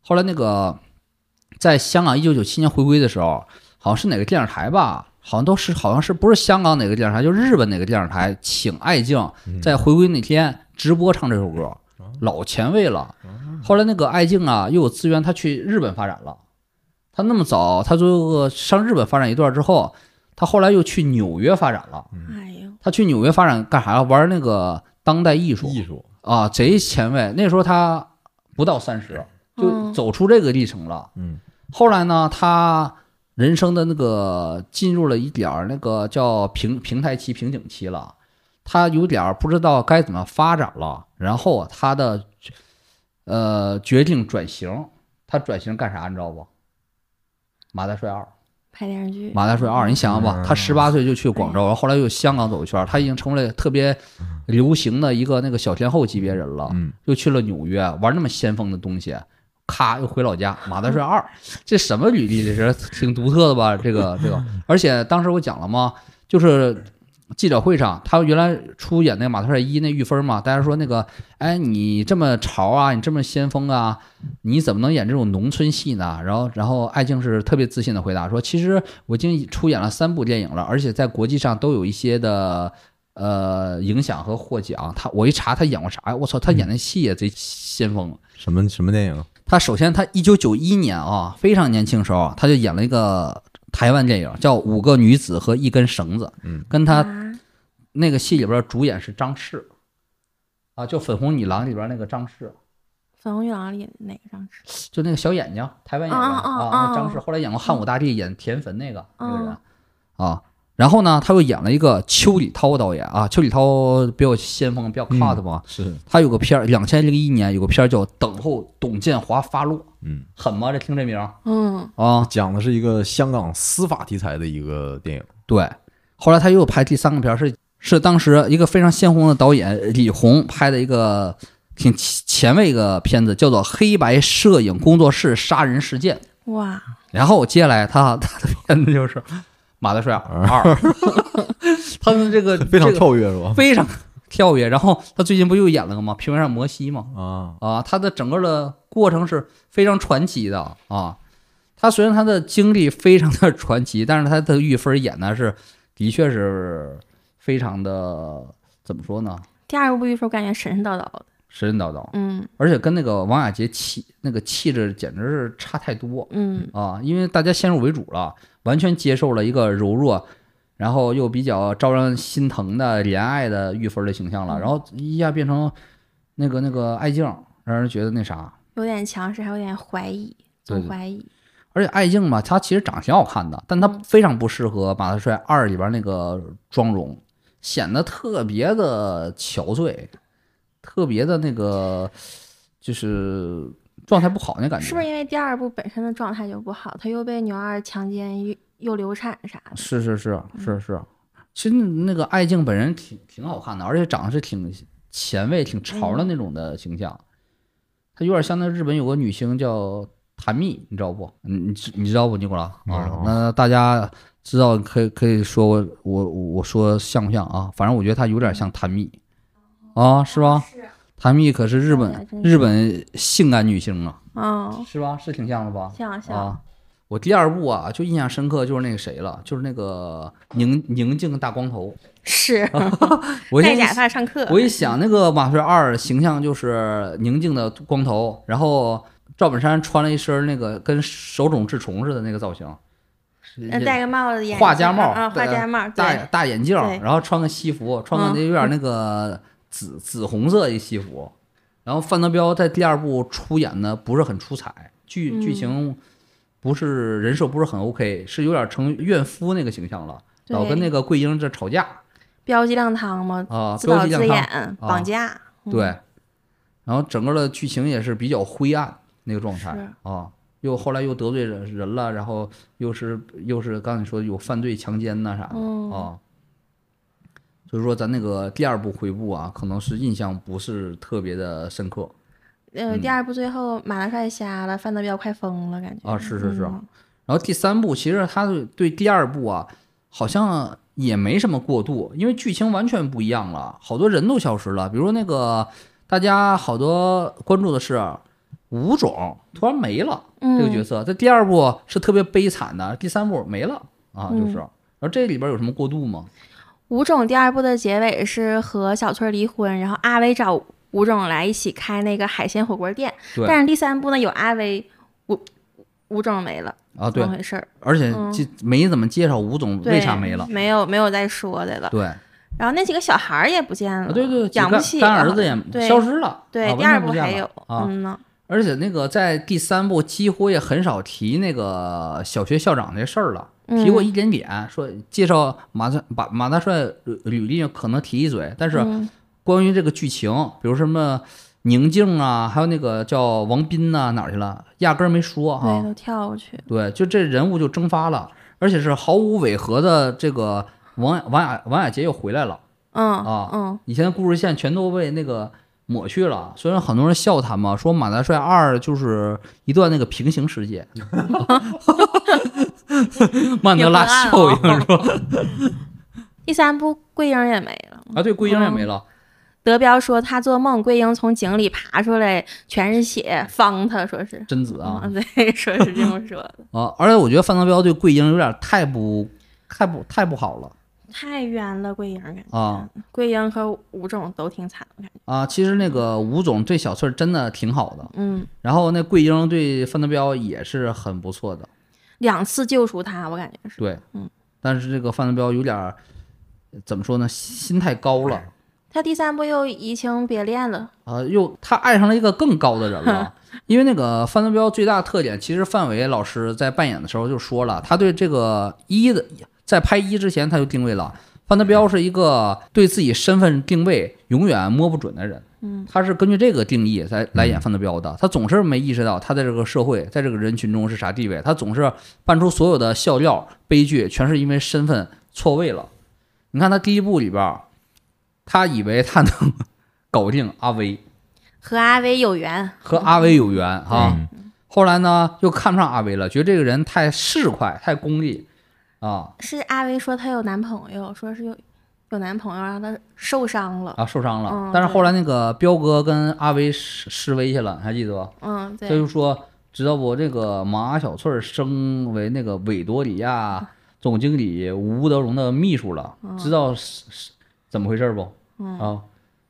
Speaker 5: 后来那个在香港一九九七年回归的时候，好像是哪个电视台吧，好像都是好像是不是香港哪个电视台，就日本哪个电视台请艾敬
Speaker 1: 嗯
Speaker 6: 嗯
Speaker 5: 在回归那天直播唱这首歌，老前卫了。后来那个艾敬啊，又有资源，他去日本发展了。他那么早，他最后上日本发展一段之后，他后来又去纽约发展了。
Speaker 6: 嗯
Speaker 4: 哎呦，
Speaker 5: 他去纽约发展干啥？玩那个当代艺术
Speaker 1: 艺术
Speaker 5: 啊，贼前卫。那时候他不到三十，就
Speaker 4: 嗯
Speaker 5: 走出这个历程了。
Speaker 1: 嗯，
Speaker 5: 后来呢，他人生的那个进入了一点儿那个叫平平台期、瓶颈期了。他有点儿不知道该怎么发展了，然后他的呃决定转型。他转型干啥？你知道不？马大帅二。
Speaker 4: 拍电视剧，嗯
Speaker 5: 马大帅二，你想想吧，他十八岁就去广州，然后后来又香港走一圈，他已经成为了特别流行的一个那个小天后级别人了，
Speaker 6: 嗯
Speaker 5: 又去了纽约玩那么先锋的东西，咔又回老家。马大帅二， 这什么履历？这是挺独特的吧？这个这个，而且当时我讲了嘛，就是记者会上，他原来出演那个马特帅一那玉芬嘛，大家说那个，哎，你这么潮啊，你这么先锋啊，你怎么能演这种农村戏呢？然后，然后艾静是特别自信的回答说，其实我已经出演了三部电影了，而且在国际上都有一些的呃影响和获奖。他我一查他演过啥呀？我操，他演的戏也贼先锋。
Speaker 6: 什么什么电影？
Speaker 5: 他首先他一九九一年啊，非常年轻时候，他就演了一个台湾电影叫《五个女子和一根绳子》，
Speaker 6: 嗯，
Speaker 5: 跟他
Speaker 4: 啊，
Speaker 5: 那个戏里边主演是张氏，啊，就《粉红女郎》里边那个张氏，
Speaker 4: 粉红女郎里哪个张弛？
Speaker 5: 就那个小眼睛，台湾演员
Speaker 4: 啊啊啊
Speaker 5: 啊，那张氏后来演过《汉武大帝》演田汾那个那个人啊。然后呢，他又演了一个邱礼涛导演啊，邱礼涛比较先锋，比较 cut 嘛。
Speaker 6: 是，
Speaker 5: 他有个片儿，两千零一年有个片儿叫《等候董建华发落》，
Speaker 6: 嗯，
Speaker 5: 狠吗？这听这名儿
Speaker 4: 嗯，
Speaker 5: 啊，
Speaker 6: 讲的是一个香港司法题材的一个电影。
Speaker 5: 对，后来他又拍第三个片儿，是是当时一个非常先锋的导演李红拍的一个挺前前卫一个片子，叫做《黑白摄影工作室杀人事件》。
Speaker 4: 哇，
Speaker 5: 然后接下来他他的片子就是《马大帅二》， 他的这个
Speaker 6: 嗯 非常，
Speaker 5: 这
Speaker 6: 跳跃是吧
Speaker 5: 个？非常跳跃。然后他最近不又演了个吗？《平原上摩西》吗？
Speaker 6: 啊，
Speaker 5: 啊，他的整个的过程是非常传奇的啊。他虽然他的经历非常的传奇，但是他的玉芬演的是的确是非常的怎么说呢，
Speaker 4: 第二部玉芬我感觉神神叨叨的，
Speaker 5: 神神叨叨，
Speaker 4: 嗯
Speaker 5: 而且跟那个王雅杰气那个气质简直是差太多
Speaker 4: 嗯
Speaker 5: 啊！因为大家先入为主了，完全接受了一个柔弱。然后又比较招人心疼的怜爱的玉芬的形
Speaker 4: 嗯
Speaker 5: 象了，然后一下变成那个那个爱静，让人觉得那啥，
Speaker 4: 有点强势，还有点怀疑，
Speaker 5: 对
Speaker 4: 总
Speaker 5: 对
Speaker 4: 怀疑，
Speaker 5: 而且艾静吧，她其实长得挺好看的，但她
Speaker 4: 嗯
Speaker 5: 非常不适合《马大帅二》里边那个妆容，显得特别的憔悴，特别的那个就是状态不好那感觉。
Speaker 4: 是不是因为第二部本身的状态就不好，她又被牛二强奸又又流产啥的，
Speaker 5: 是是是
Speaker 4: 嗯
Speaker 5: 是是，其实那个艾静本人挺挺好看的，而且长得是挺前卫、挺潮的
Speaker 4: 嗯
Speaker 5: 那种的形象。她有点像那日本有个女星叫谭蜜，你知道不？你你知你知道不，尼古拉？
Speaker 6: 不知
Speaker 5: 啊
Speaker 6: 道，
Speaker 5: 那大家知道可以可以说我我我说像不像啊？反正我觉得她有点像谭蜜啊，是吧？
Speaker 4: 哦是，
Speaker 5: 谭蜜可是日
Speaker 4: 哎呀
Speaker 5: 本
Speaker 4: 真是
Speaker 5: 日本性感女星啊，
Speaker 4: 嗯，
Speaker 5: 是吧？是挺像的吧？
Speaker 4: 像像，
Speaker 5: 啊，我第二部啊，就印象深刻就是那个谁了，就是那个宁宁静大光头。
Speaker 4: 是
Speaker 5: 啊 我
Speaker 4: 戴
Speaker 5: 现
Speaker 4: 假
Speaker 5: 在
Speaker 4: 发上课，
Speaker 5: 我一想，那个马帅二形象就是宁静的光头，然后赵本山穿了一身那个跟手冢治虫似的那个造型，
Speaker 4: 呃戴个帽子，眼
Speaker 5: 画
Speaker 4: 镜
Speaker 5: 家帽
Speaker 4: 啊，画
Speaker 5: 戴
Speaker 4: 家帽，
Speaker 5: 大
Speaker 4: 对，
Speaker 5: 大眼镜儿
Speaker 4: 对，嗯
Speaker 5: 然后穿个西服，穿个那有点那个紫、紫红色一西服。然后范德彪在第二部出演的不是很出彩，剧、
Speaker 4: 嗯
Speaker 5: 剧情不是人设不是很 OK，是有点成怨妇那个形象了，
Speaker 4: 对
Speaker 5: 老跟那个桂英这吵架
Speaker 4: 标记亮堂嘛，
Speaker 5: 啊，
Speaker 4: 自
Speaker 5: 标
Speaker 4: 导
Speaker 5: 题
Speaker 4: 自
Speaker 5: 亮他，
Speaker 4: 演，绑架，嗯
Speaker 5: 对。然后整个的剧情也是比较灰暗那个状态
Speaker 4: 是
Speaker 5: 啊，又后来又得罪人人了，然后又是又是刚才你说有犯罪强奸呐啥的，
Speaker 4: 嗯
Speaker 5: 啊。所以说，咱那个第二部回顾啊，可能是印象不是特别的深刻
Speaker 4: 呃，第
Speaker 5: 嗯
Speaker 4: 二部最后马大帅瞎了，范德彪快疯了，感觉
Speaker 5: 啊。是是是。
Speaker 4: 嗯
Speaker 5: 然后第三部，其实他对对第二部啊，好像也没什么过渡，因为剧情完全不一样了，好多人都消失了。比如那个大家好多关注的是吴总突然没了
Speaker 4: 嗯
Speaker 5: 这个角色，在第二部是特别悲惨的，第三部没了啊，就是。
Speaker 4: 嗯
Speaker 5: 然后这里边有什么过渡吗？
Speaker 4: 吴总第二部的结尾是和小翠儿离婚，然后阿威找吴总来一起开那个海鲜火锅店，
Speaker 5: 对
Speaker 4: 但是第三部呢有阿威，吴吴总没了，
Speaker 5: 啊，
Speaker 4: 怎
Speaker 5: 对
Speaker 4: 么，回事儿？
Speaker 5: 而且
Speaker 4: 嗯
Speaker 5: 这没怎么介绍吴总
Speaker 4: 对
Speaker 5: 为啥没了。
Speaker 4: 没有没有再说的了。
Speaker 5: 对，
Speaker 4: 然后那几个小孩儿也不见了，
Speaker 5: 啊，对对，
Speaker 4: 呃养不
Speaker 5: 干
Speaker 4: 起了，
Speaker 5: 干儿子也
Speaker 4: 对
Speaker 5: 消失了，
Speaker 4: 对、
Speaker 5: 啊、
Speaker 4: 第
Speaker 5: 完
Speaker 4: 二
Speaker 5: 全
Speaker 4: 部
Speaker 5: 不见
Speaker 4: 还
Speaker 5: 了
Speaker 4: 有，
Speaker 5: 啊。
Speaker 4: 嗯呢，
Speaker 5: 而且那个在第三部几乎也很少提那个小学校长这事儿了，提
Speaker 4: 嗯
Speaker 5: 过一点点，说介绍马大马马大帅履履历可能提一嘴，但是
Speaker 4: 嗯
Speaker 5: 关于这个剧情，比如什么宁静啊，还有那个叫王斌呐、哪儿去了，压根儿没说哈、
Speaker 4: 对，都跳过去，
Speaker 5: 对，就这人物就蒸发了，而且是毫无违和的。这个王王雅王雅杰又回来了，
Speaker 4: 嗯、
Speaker 5: 啊
Speaker 4: 嗯，
Speaker 5: 以前的故事线全都被那个抹去了。虽然很多人笑他嘛，说《马大帅二》就是一段那个平行世界，
Speaker 4: 哦
Speaker 5: 曼德拉效应是吧？
Speaker 4: 第三部桂英也没了。
Speaker 5: 啊，对，桂英也没了，
Speaker 4: 德彪说他做梦，桂英从井里爬出来，全是血，方他说是。
Speaker 5: 贞子啊
Speaker 4: 嗯，对， 说是这么说的，
Speaker 5: 啊！而且我觉得范德彪对桂英有点太不太不太不好了
Speaker 4: 太冤了，桂英感觉。
Speaker 5: 啊
Speaker 4: 嗯桂英和吴总都挺惨的感觉。
Speaker 5: 啊！其实那个吴总对小翠儿真的挺好的，
Speaker 4: 嗯，
Speaker 5: 然后那桂英对范德彪也是很不错的，
Speaker 4: 两次救赎他，我感觉是
Speaker 5: 对，
Speaker 4: 嗯，
Speaker 5: 但是这个范德彪有点儿怎么说呢，心太高了。
Speaker 4: 他第三部又移情别恋了。
Speaker 5: 啊，又他爱上了一个更高的人了，因为那个范德彪最大的特点，其实范伟老师在扮演的时候就说了，他对这个一的在拍一之前他就定位了，范德彪是一个对自己身份定位永远摸不准的人，
Speaker 4: 嗯，
Speaker 5: 他是根据这个定义来来演范德彪的，他总是没意识到他在这个社会在这个人群中是啥地位，他总是办出所有的笑料悲剧，全是因为身份错位了。你看他第一部里边儿，他以为他能搞定阿威，
Speaker 4: 和阿威有缘，
Speaker 5: 和阿威有缘
Speaker 1: 嗯
Speaker 5: 啊。
Speaker 6: 嗯
Speaker 5: 后来呢，又看不上阿威了，觉得这个人太市侩、太功利啊
Speaker 4: 是阿威说她有男朋友，说是有有男朋友让她受伤了。
Speaker 5: 啊，受伤了。
Speaker 4: 嗯
Speaker 5: 但是后来那个彪哥跟阿威示示威去了，还记得吧？
Speaker 4: 嗯，
Speaker 5: 他
Speaker 4: 对，
Speaker 5: 就说，知道不？这个马小翠儿升为那个维多利亚总经理吴德荣的秘书了，知道是是怎么回事不？
Speaker 4: 哦嗯，
Speaker 5: 啊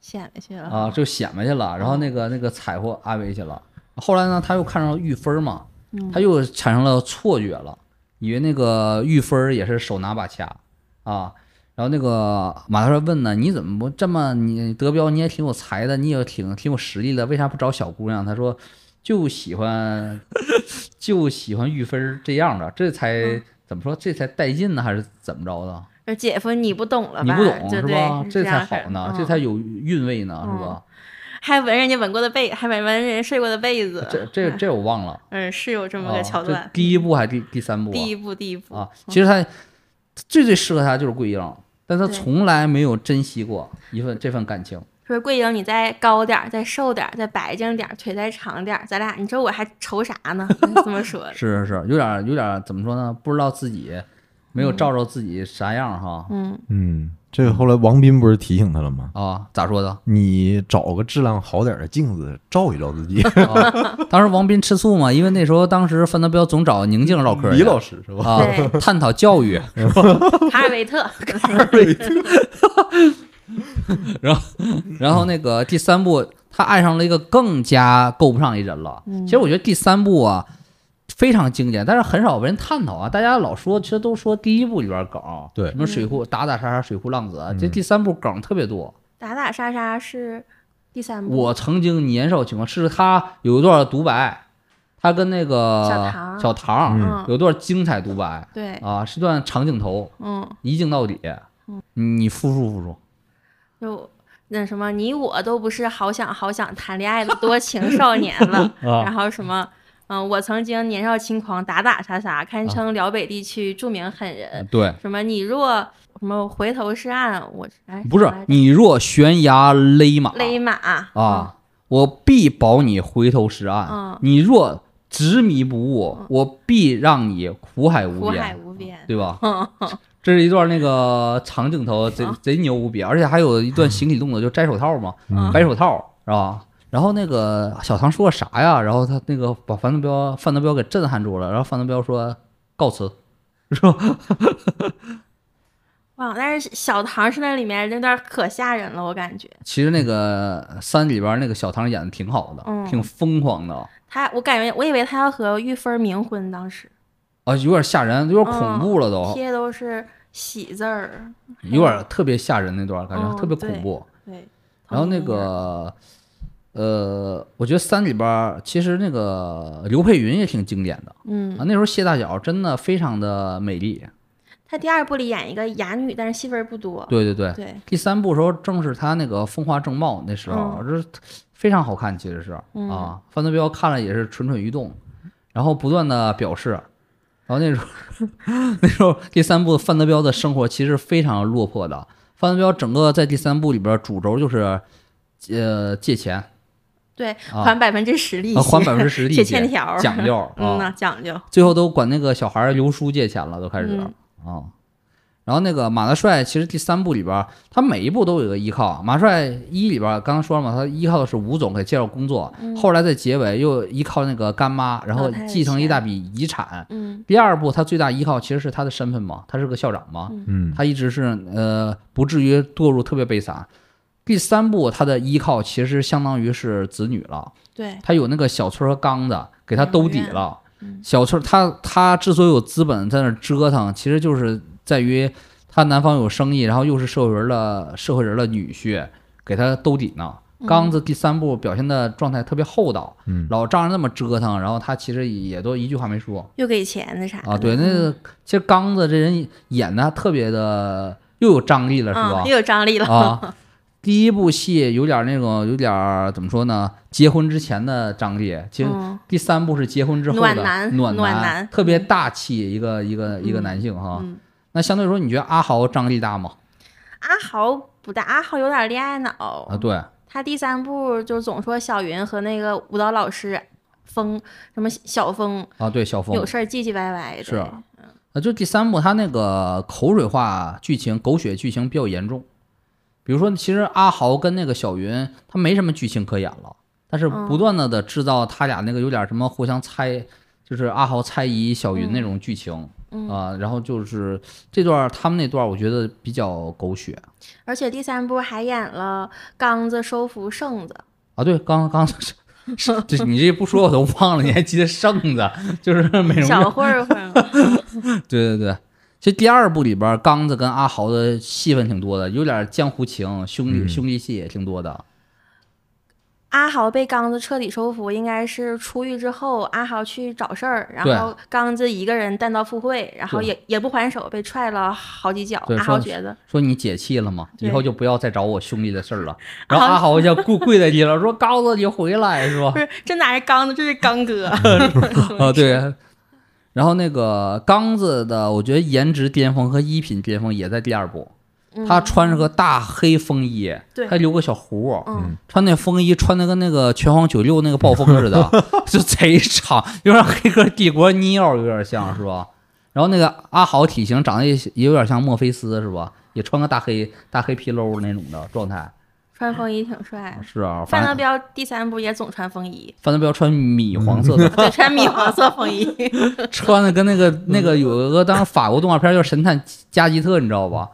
Speaker 4: 显摆去了
Speaker 5: 啊，就显摆去了，
Speaker 4: 哦
Speaker 5: 然后那个那个踩过阿威去了。后来呢，他又看上了玉芬儿嘛，
Speaker 4: 嗯
Speaker 5: 他又产生了错觉了，以为那个玉芬儿也是手拿把掐啊。然后那个马大帅问呢，你怎么不这么你德彪你也挺有才的，你也挺挺有实力的，为啥不找小姑娘？他说就喜欢 就喜欢玉芬儿这样的，这才、
Speaker 4: 嗯
Speaker 5: 怎么说这才带劲呢，还是怎么着的？
Speaker 4: 说姐夫你不懂了吧？
Speaker 5: 你不懂
Speaker 4: 对
Speaker 5: 是
Speaker 4: 对
Speaker 5: 吧？
Speaker 4: 这
Speaker 5: 才
Speaker 4: 样式
Speaker 5: 好
Speaker 4: 儿
Speaker 5: 呢，
Speaker 4: 嗯
Speaker 5: 这才有韵味呢，是吧？
Speaker 4: 还闻人家吻过的被，还闻闻人睡过的被子。
Speaker 5: 这这这我忘了，
Speaker 4: 嗯，是有这么
Speaker 5: 啊
Speaker 4: 个桥段
Speaker 5: 这。第一部还是第第三部、啊？
Speaker 4: 第一部，第一部
Speaker 5: 啊，其实他最最适合他就是桂英，但他
Speaker 4: 对
Speaker 5: 从来没有珍惜过一份这份感情。
Speaker 4: 说桂英，你再高点儿，再瘦点儿，再白净点儿，腿再长点儿，咱俩，你说我还愁啥呢？这么说 的，
Speaker 5: 是是是，有点有点怎么说呢？不知道自己没有照着自己啥样哈、
Speaker 4: 嗯，
Speaker 6: 嗯，这个后来王斌不是提醒他了吗？
Speaker 5: 啊？咋说的？
Speaker 6: 你找个质量好点儿的镜子照一照自 己。
Speaker 5: 啊当时王斌吃醋嘛，因为那时候当时范德彪总找宁静唠嗑去，
Speaker 6: 李老师是吧？
Speaker 5: 啊
Speaker 4: 对，
Speaker 5: 探讨教育，
Speaker 4: 卡尔维特，
Speaker 5: 然后那个第三部，他爱上了一个更加够不上一人了。
Speaker 4: 嗯
Speaker 5: 其实我觉得第三部啊非常经典，但是很少被人探讨啊。大家老说，其实都说第一部里边梗，
Speaker 6: 对
Speaker 5: 什么
Speaker 4: 嗯
Speaker 5: 水库打打杀杀水库浪子，啊，这第三部梗特别多。
Speaker 4: 打打杀杀是第三部，
Speaker 5: 我曾经年少情狂，是他有一段独白，他跟那个
Speaker 4: 小唐
Speaker 5: 小唐
Speaker 4: 嗯哎
Speaker 5: 有段精彩独白
Speaker 4: 对，
Speaker 5: 啊，是段长镜头，
Speaker 4: 嗯，
Speaker 5: 一镜到底。你复述复述，
Speaker 4: 就那什么，你我都不是好想好想谈恋爱的多情少年 了。
Speaker 5: 啊
Speaker 4: 然后什么，嗯，我曾经年少轻狂，打打杀杀，
Speaker 5: 啊
Speaker 4: 堪称辽北地区著名狠人。
Speaker 5: 对，
Speaker 4: 什么，你若什么回头是岸，我哎
Speaker 5: 不是
Speaker 4: 什么来着
Speaker 5: 你若悬崖勒马，
Speaker 4: 勒马嗯
Speaker 5: 啊，我必保你回头是岸。
Speaker 4: 嗯
Speaker 5: 你若执迷不悟，我必让你苦海无
Speaker 4: 苦海
Speaker 5: 边，嗯
Speaker 4: 无边。嗯
Speaker 5: 对吧？这是一段那个长镜头，贼贼牛无比，而且还有一段形体动作，就摘手套嘛，
Speaker 4: 嗯
Speaker 5: 白手套是吧？然后那个小唐说啥呀？然后他那个把范德彪范德彪给震撼住了，然后范德彪说告辞，是吧？
Speaker 4: 哇，但是小唐是那里面那段可吓人了，我感觉
Speaker 5: 其实那个三里边那个小唐演的挺好的，
Speaker 4: 嗯
Speaker 5: 挺疯狂的
Speaker 4: 他，我感觉我以为他要和玉芬冥婚，当时
Speaker 5: 啊，有点吓人，有点恐怖了都。
Speaker 4: 贴都是喜字儿，
Speaker 5: 有点儿特别吓人那段儿感觉，
Speaker 4: 嗯
Speaker 5: 特别恐怖。
Speaker 4: 对。
Speaker 5: 然后
Speaker 4: 同性
Speaker 5: 那
Speaker 4: 恋
Speaker 5: 个，呃，我觉得三里边儿其实那个刘佩云也挺经典的
Speaker 4: 嗯
Speaker 5: 啊，，那时候谢大脚真的非常的美丽。
Speaker 4: 他第二部里演一个哑女，但是戏份儿不多。
Speaker 5: 对对对，
Speaker 4: 对，
Speaker 5: 第三部时候正是她那个风华正茂那时候，这非常好看，其实是
Speaker 4: 嗯
Speaker 5: 啊，范德彪看了也是蠢蠢欲动，然后不断的表示。然后那时候， 那时候第三部范德彪的生活其实非常落魄的。范德彪整个在第三部里边主轴就是，呃，借钱，
Speaker 4: 对，
Speaker 5: 啊
Speaker 4: 还百分之十利息，
Speaker 5: 啊还10%利
Speaker 4: 写
Speaker 5: 息
Speaker 4: 欠条儿，
Speaker 5: 讲究
Speaker 4: 嗯
Speaker 5: 啊
Speaker 4: 呐，讲究。
Speaker 5: 最后都管那个小孩儿刘叔借钱了，都开始
Speaker 4: 嗯
Speaker 5: 啊。然后那个马大帅，其实第三部里边儿，他每一部都有一个依靠。啊马帅一里边儿刚刚说了嘛，他依靠的是吴总给介绍工作，
Speaker 4: 嗯哦
Speaker 5: 后来在结尾又依靠那个干妈，然后
Speaker 4: 老太太
Speaker 5: 继承一
Speaker 4: 钱
Speaker 5: 大笔遗产。
Speaker 4: 嗯
Speaker 5: 第二部他最大依靠其实是他的身份嘛，他是个校长嘛，
Speaker 4: 嗯
Speaker 6: 嗯，
Speaker 5: 他一直是呃不至于堕入特别悲惨。第三部他的依靠其实相当于是子女了，
Speaker 4: 对，
Speaker 5: 他有那个小村儿和刚子给他兜底了
Speaker 4: 嗯。
Speaker 5: 小村儿他他之所以有资本在那儿折腾，其实就是在于他男方有生意，然后又是社会人的社会人的女婿，给他兜底呢。刚子第三部表现的状态特别厚道，
Speaker 6: 嗯
Speaker 5: 老丈人那么折腾，然后他其实也都一句话没说
Speaker 4: 又给钱那啥嗯
Speaker 5: 啊。对，那个其实刚子这人演的特别的又有张力了，是吧？
Speaker 4: 嗯，又有张力了，
Speaker 5: 啊，第一部戏有点那种，有点儿怎么说呢？结婚之前的张力，其实
Speaker 4: 嗯
Speaker 5: 第三部是结婚之后的
Speaker 4: 暖男
Speaker 5: 暖
Speaker 4: 暖男
Speaker 5: 特别大气一个一个一个男性哈。
Speaker 4: 嗯，
Speaker 5: 那相对来说，你觉得阿豪张力大吗？
Speaker 4: 阿豪不大，阿豪有点恋爱脑
Speaker 5: 啊，，对，
Speaker 4: 他第三部就总说小云和那个舞蹈老师风什么小风
Speaker 5: 啊，对，小峰
Speaker 4: 有事儿唧唧歪歪的，
Speaker 5: 是啊啊，就第三部他那个口水化剧情、狗血剧情比较严重。比如说，其实阿豪跟那个小云他没什么剧情可演了，但是
Speaker 4: 嗯
Speaker 5: 不断的的制造他俩那个有点什么互相猜，就是阿豪猜疑小云那种剧情啊、
Speaker 4: 嗯
Speaker 5: 然后就是这段儿他们那段儿我觉得比较狗血
Speaker 4: 而且第三部还演了刚子收服圣子，
Speaker 5: 啊。对，刚刚 是是这你这不说我都忘了，你还记得圣子就是美容院
Speaker 4: 小混混嘛，
Speaker 5: 对对对，其实第二部里边儿，刚子跟阿豪的戏份挺多的，有点江湖情、兄弟、
Speaker 6: 嗯
Speaker 5: 兄弟戏也挺多的。
Speaker 4: 阿豪被刚子彻底收服，应该是出狱之后，阿豪去找事儿，然
Speaker 5: 对
Speaker 4: 后刚子一个人弹道赴会，然后
Speaker 5: 对
Speaker 4: 也也不还手，被踹了好几脚
Speaker 5: 对。
Speaker 4: 阿豪
Speaker 5: 说
Speaker 4: 觉得，
Speaker 5: 说你解气了吗？以
Speaker 4: 对
Speaker 5: 后就不要再找我兄弟的事儿了。
Speaker 4: 阿
Speaker 5: 然
Speaker 4: 豪
Speaker 5: 后阿豪就跪跪在地上 说：“刚子，你回来是吧
Speaker 4: 不是这哪是刚子，这是刚 哥。？”
Speaker 5: 啊，对。然后那个刚子的，我觉得颜值巅峰和衣品巅峰也在第二部。
Speaker 4: 嗯
Speaker 5: 他穿着个大黑风衣，
Speaker 4: 对
Speaker 5: 还留个小胡儿，
Speaker 4: 嗯，
Speaker 5: 穿那风衣穿的跟那个拳皇九六那个暴风似的，就贼长，有点黑客帝国尼奥有点像是吧？然后那个阿豪体型长得也也有点像墨菲斯是吧？也穿个大黑大黑皮褛那种的状态，
Speaker 4: 穿风衣挺帅。
Speaker 5: 是啊，
Speaker 4: 范
Speaker 5: 反
Speaker 4: 德
Speaker 5: 正
Speaker 4: 彪第三部也总穿风衣，
Speaker 5: 范德彪穿米黄色的，
Speaker 4: 对，穿米黄色风 衣。
Speaker 5: 穿的跟那个那个有一个当时法国动画片叫《神探加吉特》，你知道吧？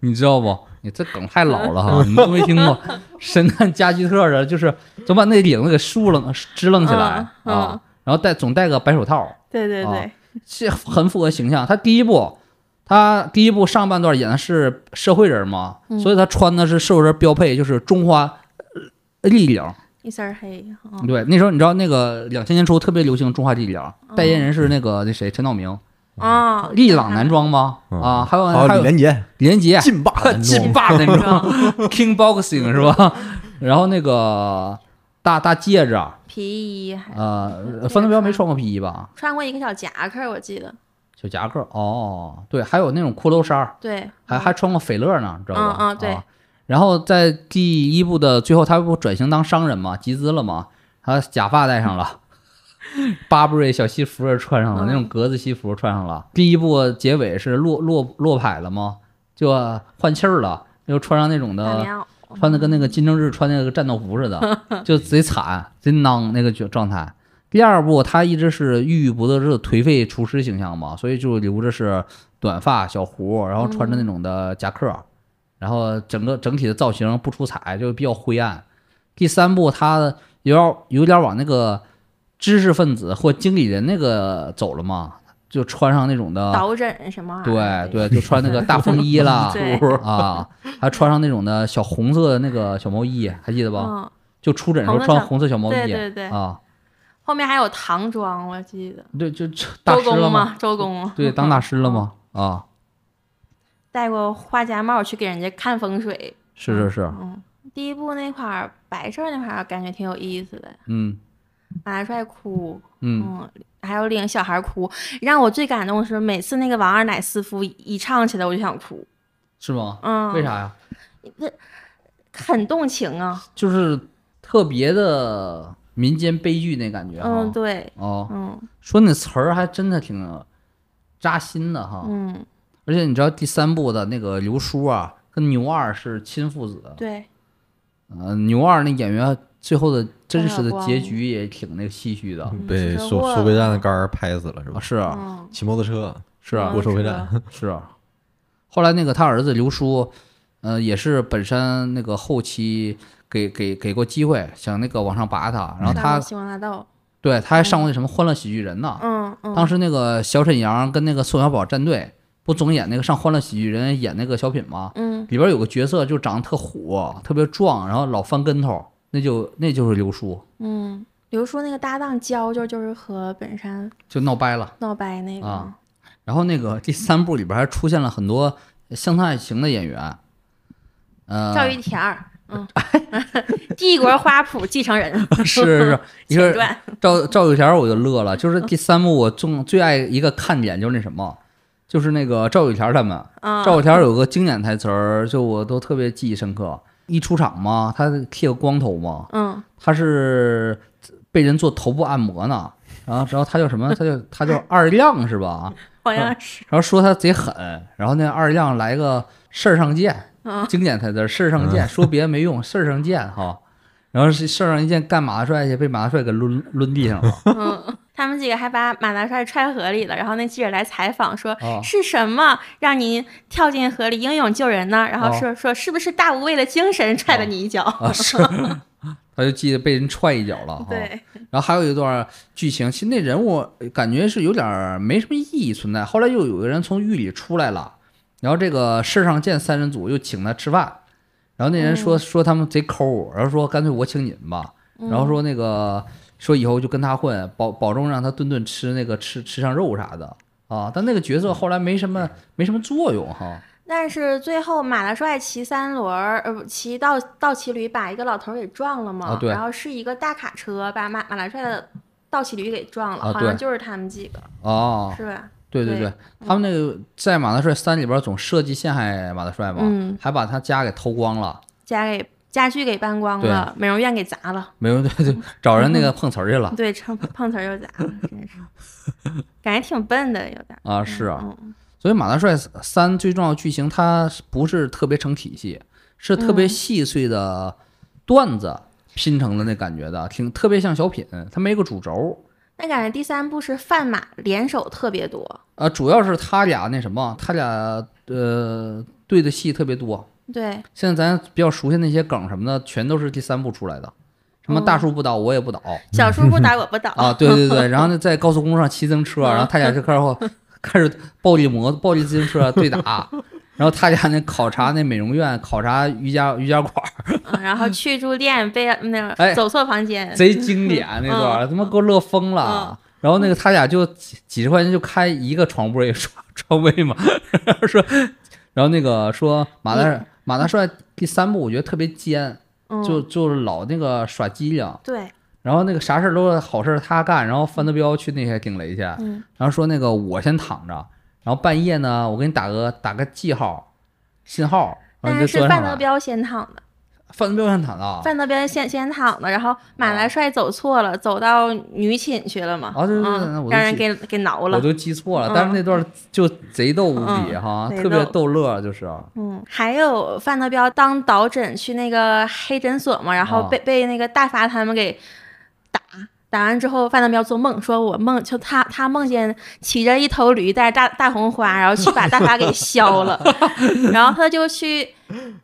Speaker 5: 你知道不？你这梗太老了哈，你都没听过《神探加吉特》的，就是总把那领子给竖楞支棱起来、
Speaker 4: 嗯
Speaker 5: 啊
Speaker 4: 嗯，
Speaker 5: 然后戴总戴个白手套，
Speaker 4: 对对
Speaker 5: 哦
Speaker 4: 对，
Speaker 5: 这很符合形象。他第一部，他第一部上半段演的是社会人嘛，
Speaker 4: 嗯
Speaker 5: 所以他穿的是社会人标配，就是中花呃立领。
Speaker 4: 一身黑。嗯
Speaker 5: 对，那时候你知道那个两千年初特别流行中华立领，
Speaker 4: 嗯
Speaker 5: 代言人是那个那谁陈道明。
Speaker 4: 啊，
Speaker 5: 力朗男装吗？
Speaker 6: 嗯
Speaker 5: 啊，还有
Speaker 1: 还
Speaker 5: 还
Speaker 1: 有李
Speaker 5: 有
Speaker 1: 连杰，
Speaker 5: 连杰，
Speaker 6: 劲霸男装
Speaker 5: 劲霸男装，King Boxing 是吧？ 然后那个大大戒指，
Speaker 4: 皮衣还
Speaker 5: 呃，范德彪没穿过皮衣吧？
Speaker 4: 穿过一个小夹克，我记得。
Speaker 5: 小夹克，哦，对，还有那种骷髅衫儿，
Speaker 4: 对，
Speaker 5: 还还穿过斐乐呢，你知道吧？
Speaker 4: 嗯嗯嗯对
Speaker 5: 啊然后在第一部的最后，他不转型当商人嘛，集资了嘛，他假发戴上 了，巴布瑞小西服也穿上了，
Speaker 4: 嗯
Speaker 5: 那种格子西服穿上了。第一部结尾是落落落牌了嘛，就换气儿了，又穿上那种
Speaker 4: 大
Speaker 5: 的
Speaker 4: 棉，袄。
Speaker 5: 穿的跟那个金正日穿那个战斗服似的，就贼惨贼囊那个状状态。第二部他一直是郁郁不得志的颓废厨师形象嘛，所以就留着是短发小胡，然后穿着那种的夹克，然后整个整体的造型不出彩，就比较灰暗。第三部他有点有点往那个知识分子或经理人那个走了嘛，就穿上那种的
Speaker 4: 导诊什么玩意
Speaker 5: 对
Speaker 4: 儿？，
Speaker 5: 对，就穿那个大风衣啦
Speaker 4: 对
Speaker 5: 啊，还穿上那种的小红色的那个小毛衣，还记得吧？
Speaker 4: 嗯，
Speaker 5: 就出诊时候
Speaker 4: 红色
Speaker 5: 穿
Speaker 4: 小
Speaker 5: 红色小毛衣，
Speaker 4: 对对对
Speaker 5: 啊，
Speaker 4: 后面还有唐装，我记得。
Speaker 5: 对，就就大
Speaker 4: 周
Speaker 5: 师了
Speaker 4: 公嗯
Speaker 5: 吗？
Speaker 4: 嘛，周公嘛
Speaker 5: 对，当大师了吗？啊，
Speaker 4: 戴过花家帽去给人家看风水。
Speaker 5: 是是是，
Speaker 4: 嗯，第一部那块儿白事儿那块儿感觉挺有意思的，
Speaker 5: 嗯
Speaker 4: 马大帅哭，
Speaker 5: 嗯，
Speaker 4: 嗯，还有领小孩儿哭，让我最感动的是每次那个王二奶私夫一唱起来我就想哭，
Speaker 5: 是吗？
Speaker 4: 嗯，
Speaker 5: 为啥？呀？
Speaker 4: 很动情啊，
Speaker 5: 就是特别的民间悲剧那感觉
Speaker 4: 嗯，
Speaker 5: 哈。
Speaker 4: 对，
Speaker 5: 啊哦，
Speaker 4: 嗯
Speaker 5: 说那词儿还真的挺扎心的哈。
Speaker 4: 嗯，
Speaker 5: 而且你知道第三部的那个刘叔啊，跟牛二是亲父子，
Speaker 4: 对，
Speaker 5: 呃，牛二那演员最后的真实的
Speaker 4: 戴耳光
Speaker 5: 结局也挺那个唏嘘的，
Speaker 6: 被
Speaker 4: 出车
Speaker 6: 手
Speaker 4: 祸
Speaker 6: 手背
Speaker 4: 了
Speaker 6: 站的杆儿拍死了是吧
Speaker 5: 啊？是啊
Speaker 4: 嗯，
Speaker 6: 骑摩托车，
Speaker 5: 是啊，
Speaker 6: 过手榴
Speaker 4: 是
Speaker 6: 弹
Speaker 4: 的
Speaker 5: 是啊，后来那个他儿子刘叔，呃，也是本身那个后期给给给过机会，想那个往上拔他，然后
Speaker 4: 嗯上
Speaker 5: 他
Speaker 4: 过希望大道，
Speaker 5: 对他还上过那什么《欢乐喜剧人》呢。
Speaker 4: 嗯嗯，
Speaker 5: 当时那个小沈阳跟那个宋小宝战队，不总演那个上《欢乐喜剧人》演那个小品吗？
Speaker 4: 嗯
Speaker 5: 里边有个角色就长得特虎，特别壮，然后老翻跟头，那就那就是刘叔，
Speaker 4: 嗯，刘叔那个搭档焦就就是和本山
Speaker 5: 就闹掰了。
Speaker 4: 闹掰那个，
Speaker 5: 啊然后那个第三部里边还出现了很多像他爱情的演员，呃，
Speaker 4: 赵玉田儿，嗯， 帝国花圃继承人，
Speaker 5: 是是是， 你说
Speaker 4: 前传，
Speaker 5: 赵赵又条我就乐了，就是第三幕我最最爱一个看点就是那什么，就是那个赵又条他们，
Speaker 4: 嗯，
Speaker 5: 赵又条有个经典台词儿，就我都特别记忆深刻。一出场嘛，他剃个光头嘛，
Speaker 4: 嗯
Speaker 5: 他是被人做头部按摩呢，然后然后他叫什么？他叫他叫二亮是吧？
Speaker 4: 好像是，
Speaker 5: 然后说他贼狠，然后那二亮来个事儿上见，
Speaker 4: 嗯
Speaker 5: 经典台词儿事儿上见，说别的没用，事儿上见哈。然后是事儿上见干马大帅去，被马大帅给抡抡地上了。
Speaker 4: 嗯， 他们几个还把马大帅踹河里了，然后那记者来采访说。
Speaker 5: 啊，
Speaker 4: 是什么让您跳进河里英勇救人呢？然后
Speaker 5: 哦
Speaker 4: 说、说是不是大无畏的精神踹了你一脚？
Speaker 5: 啊是， 他就记得被人踹一脚了哈。
Speaker 4: 对，
Speaker 5: 然后还有一段剧情，其实那人物感觉是有点儿没什么意义存在。后来又有个人从狱里出来了，然后这个世上见三人组又请他吃饭，然后那人说、说他们贼抠，然后说干脆我请你们吧，哦
Speaker 4: 嗯
Speaker 5: 然后说那个说以后就跟他混，保保证让他顿顿吃那个吃吃上肉啥的啊。但那个角
Speaker 4: 嗯
Speaker 5: 色后来没什么没什么作用哈。
Speaker 4: 但是最后马大帅骑三轮儿，呃，不，骑倒倒骑驴把一个老头儿给撞了嘛。
Speaker 5: 啊对
Speaker 4: 然后是一个大卡车把马马大帅的倒骑驴给撞了，
Speaker 5: 啊
Speaker 4: 好
Speaker 5: 对
Speaker 4: 像就是他们几个，
Speaker 5: 哦，
Speaker 4: 是吧？
Speaker 5: 对对
Speaker 4: 对
Speaker 5: 对，他们那个在马大帅三里边总设计陷害马大帅嘛，
Speaker 4: 嗯
Speaker 5: 还把他家给偷光了，
Speaker 4: 家给家具给搬光了，美容院给砸了，
Speaker 5: 没有对对，找人那个碰瓷儿去了、
Speaker 4: 对，碰碰瓷儿又砸 了，真是，感觉挺笨的，有点儿。
Speaker 5: 啊，是啊，
Speaker 4: 嗯嗯
Speaker 5: 所以马大帅三最重要的剧情，它是不是特别成体系，是特
Speaker 4: 嗯
Speaker 5: 别细碎的段子拼成的那感觉的，挺特别像小品，它没个主轴。
Speaker 4: 但感觉第三部是范马联手特别多，
Speaker 5: 呃，主要是他俩那什么，他俩呃对的戏特别多，
Speaker 4: 对，
Speaker 5: 现在咱比较熟悉那些梗什么的，全都是第三部出来的，什么大树不倒我也不倒、
Speaker 4: 小叔不打我不倒
Speaker 5: 啊，对对对，然后呢在高速公路上骑自行车，
Speaker 4: 嗯
Speaker 5: 然后他俩就开始开始暴力摩暴力自行车对打，然后他俩那考察那美容院，考察瑜伽瑜伽馆儿，
Speaker 4: 嗯然后去住店被那个、
Speaker 5: 哎
Speaker 4: 走错房间，
Speaker 5: 贼经典那段
Speaker 4: 嗯
Speaker 5: 儿，他妈给我乐疯了。然后那个他俩就几几十块钱就开一个床位床床位嘛，然后 说，然后那个说马大、马大帅第三部我觉得特别奸，
Speaker 4: 嗯
Speaker 5: 就就是老那个耍机灵，
Speaker 4: 对，
Speaker 5: 然后那个啥事儿都是好事儿他干，然后翻德彪去那些顶雷去，
Speaker 4: 嗯
Speaker 5: 然后说那个我先躺着，然后半夜呢我给你打个打个记号信号，
Speaker 4: 但
Speaker 5: 然啊后你
Speaker 4: 哎是
Speaker 5: 就是钻
Speaker 4: 范
Speaker 5: 上
Speaker 4: 德
Speaker 5: 来。啊
Speaker 4: 彪先躺的，
Speaker 5: 范德彪先躺着，
Speaker 4: 范德彪先先躺的，然后马大帅走错了，走到女寝去了嘛，
Speaker 5: 哦啊对对对那
Speaker 4: 嗯，
Speaker 5: 我就
Speaker 4: 让人
Speaker 5: 记
Speaker 4: 给给挠
Speaker 5: 我
Speaker 4: 了，
Speaker 5: 都记错了
Speaker 4: 嗯，
Speaker 5: 但是那段就贼逗无比
Speaker 4: 嗯
Speaker 5: 哈，
Speaker 4: 贼
Speaker 5: 特别
Speaker 4: 逗
Speaker 5: 逗乐，就是啊
Speaker 4: 嗯，还有范德彪当导诊去那个黑诊所嘛，然后
Speaker 5: 啊
Speaker 4: 被、被那个大发他们给打，打完之后范德彪做梦，说我梦就他他梦见骑着一头驴带着大大红花，然后去把大发给削了，然后他就去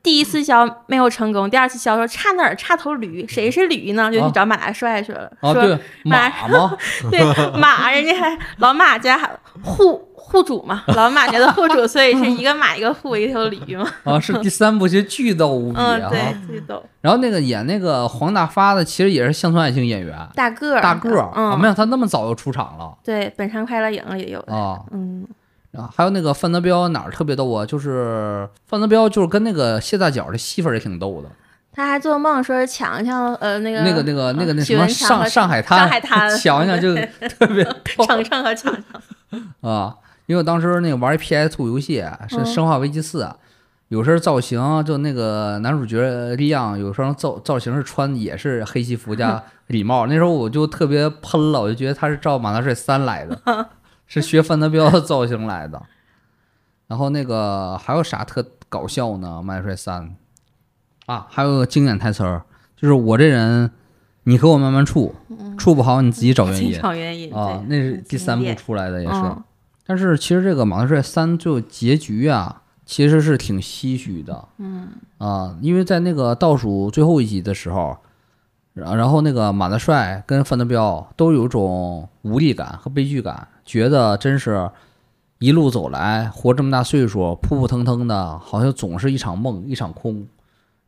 Speaker 4: 第一次削没有成功，第二次削说差哪儿差头驴，谁是驴呢？就去
Speaker 5: 啊
Speaker 4: 找马大帅去了，
Speaker 5: 啊，
Speaker 4: 说
Speaker 5: 对
Speaker 4: 马
Speaker 5: 马嘛，
Speaker 4: 对马，人家还老马家还户户主嘛，老马家的户主，所以是一个马一个户一头驴嘛。
Speaker 5: 啊是第三部其实巨逗无比
Speaker 4: 嗯，
Speaker 5: 哈。
Speaker 4: 对，自己走
Speaker 5: 然后那个演那个黄大发的其实也是乡村爱情演员，
Speaker 4: 大个儿，
Speaker 5: 大个儿，啊
Speaker 4: 嗯，
Speaker 5: 没想到他那么早就出场了
Speaker 4: 对，《本山快乐营》里有的，
Speaker 5: 啊。
Speaker 4: 嗯，
Speaker 5: 然后还有那个范德彪哪儿特别逗啊？就是范德彪就是跟那个谢大脚的媳妇儿也挺逗的，
Speaker 4: 他还做梦说是强强，呃，那个
Speaker 5: 那个那个那个那什么
Speaker 4: 许文强
Speaker 5: 上
Speaker 4: 和
Speaker 5: 上海滩，
Speaker 4: 上海 滩
Speaker 5: 想想 就特别逗
Speaker 4: 程程和 强强，
Speaker 5: 啊。因为我当时那个玩 PS Two 游戏是《
Speaker 4: 嗯
Speaker 5: 生化危机四》，有时候造型就那个男主角力量，有时候造造型是穿也是黑西 服加礼帽。那时候我就特别喷了，我就 觉得他是照《马大帅三》来的，是学范德彪的造型来的。然后那个还有啥特搞笑呢？《麦帅三》啊，还有个经典台词儿，就是我这人，你和我慢慢处，
Speaker 4: 嗯
Speaker 5: 处不好你自 己找原因
Speaker 4: 草原因
Speaker 5: 啊。那是第三部出来的，也是。
Speaker 4: 嗯
Speaker 5: 但是其实这个《马大帅三》最后结局啊，其实是挺唏嘘的。嗯啊，因为在那个倒数最后一集的时候，然然后那个马大帅跟范德彪都有种无力感和悲剧感，觉得真是一路走来活这么大岁数，扑扑腾腾的，好像总是一场梦，一场空。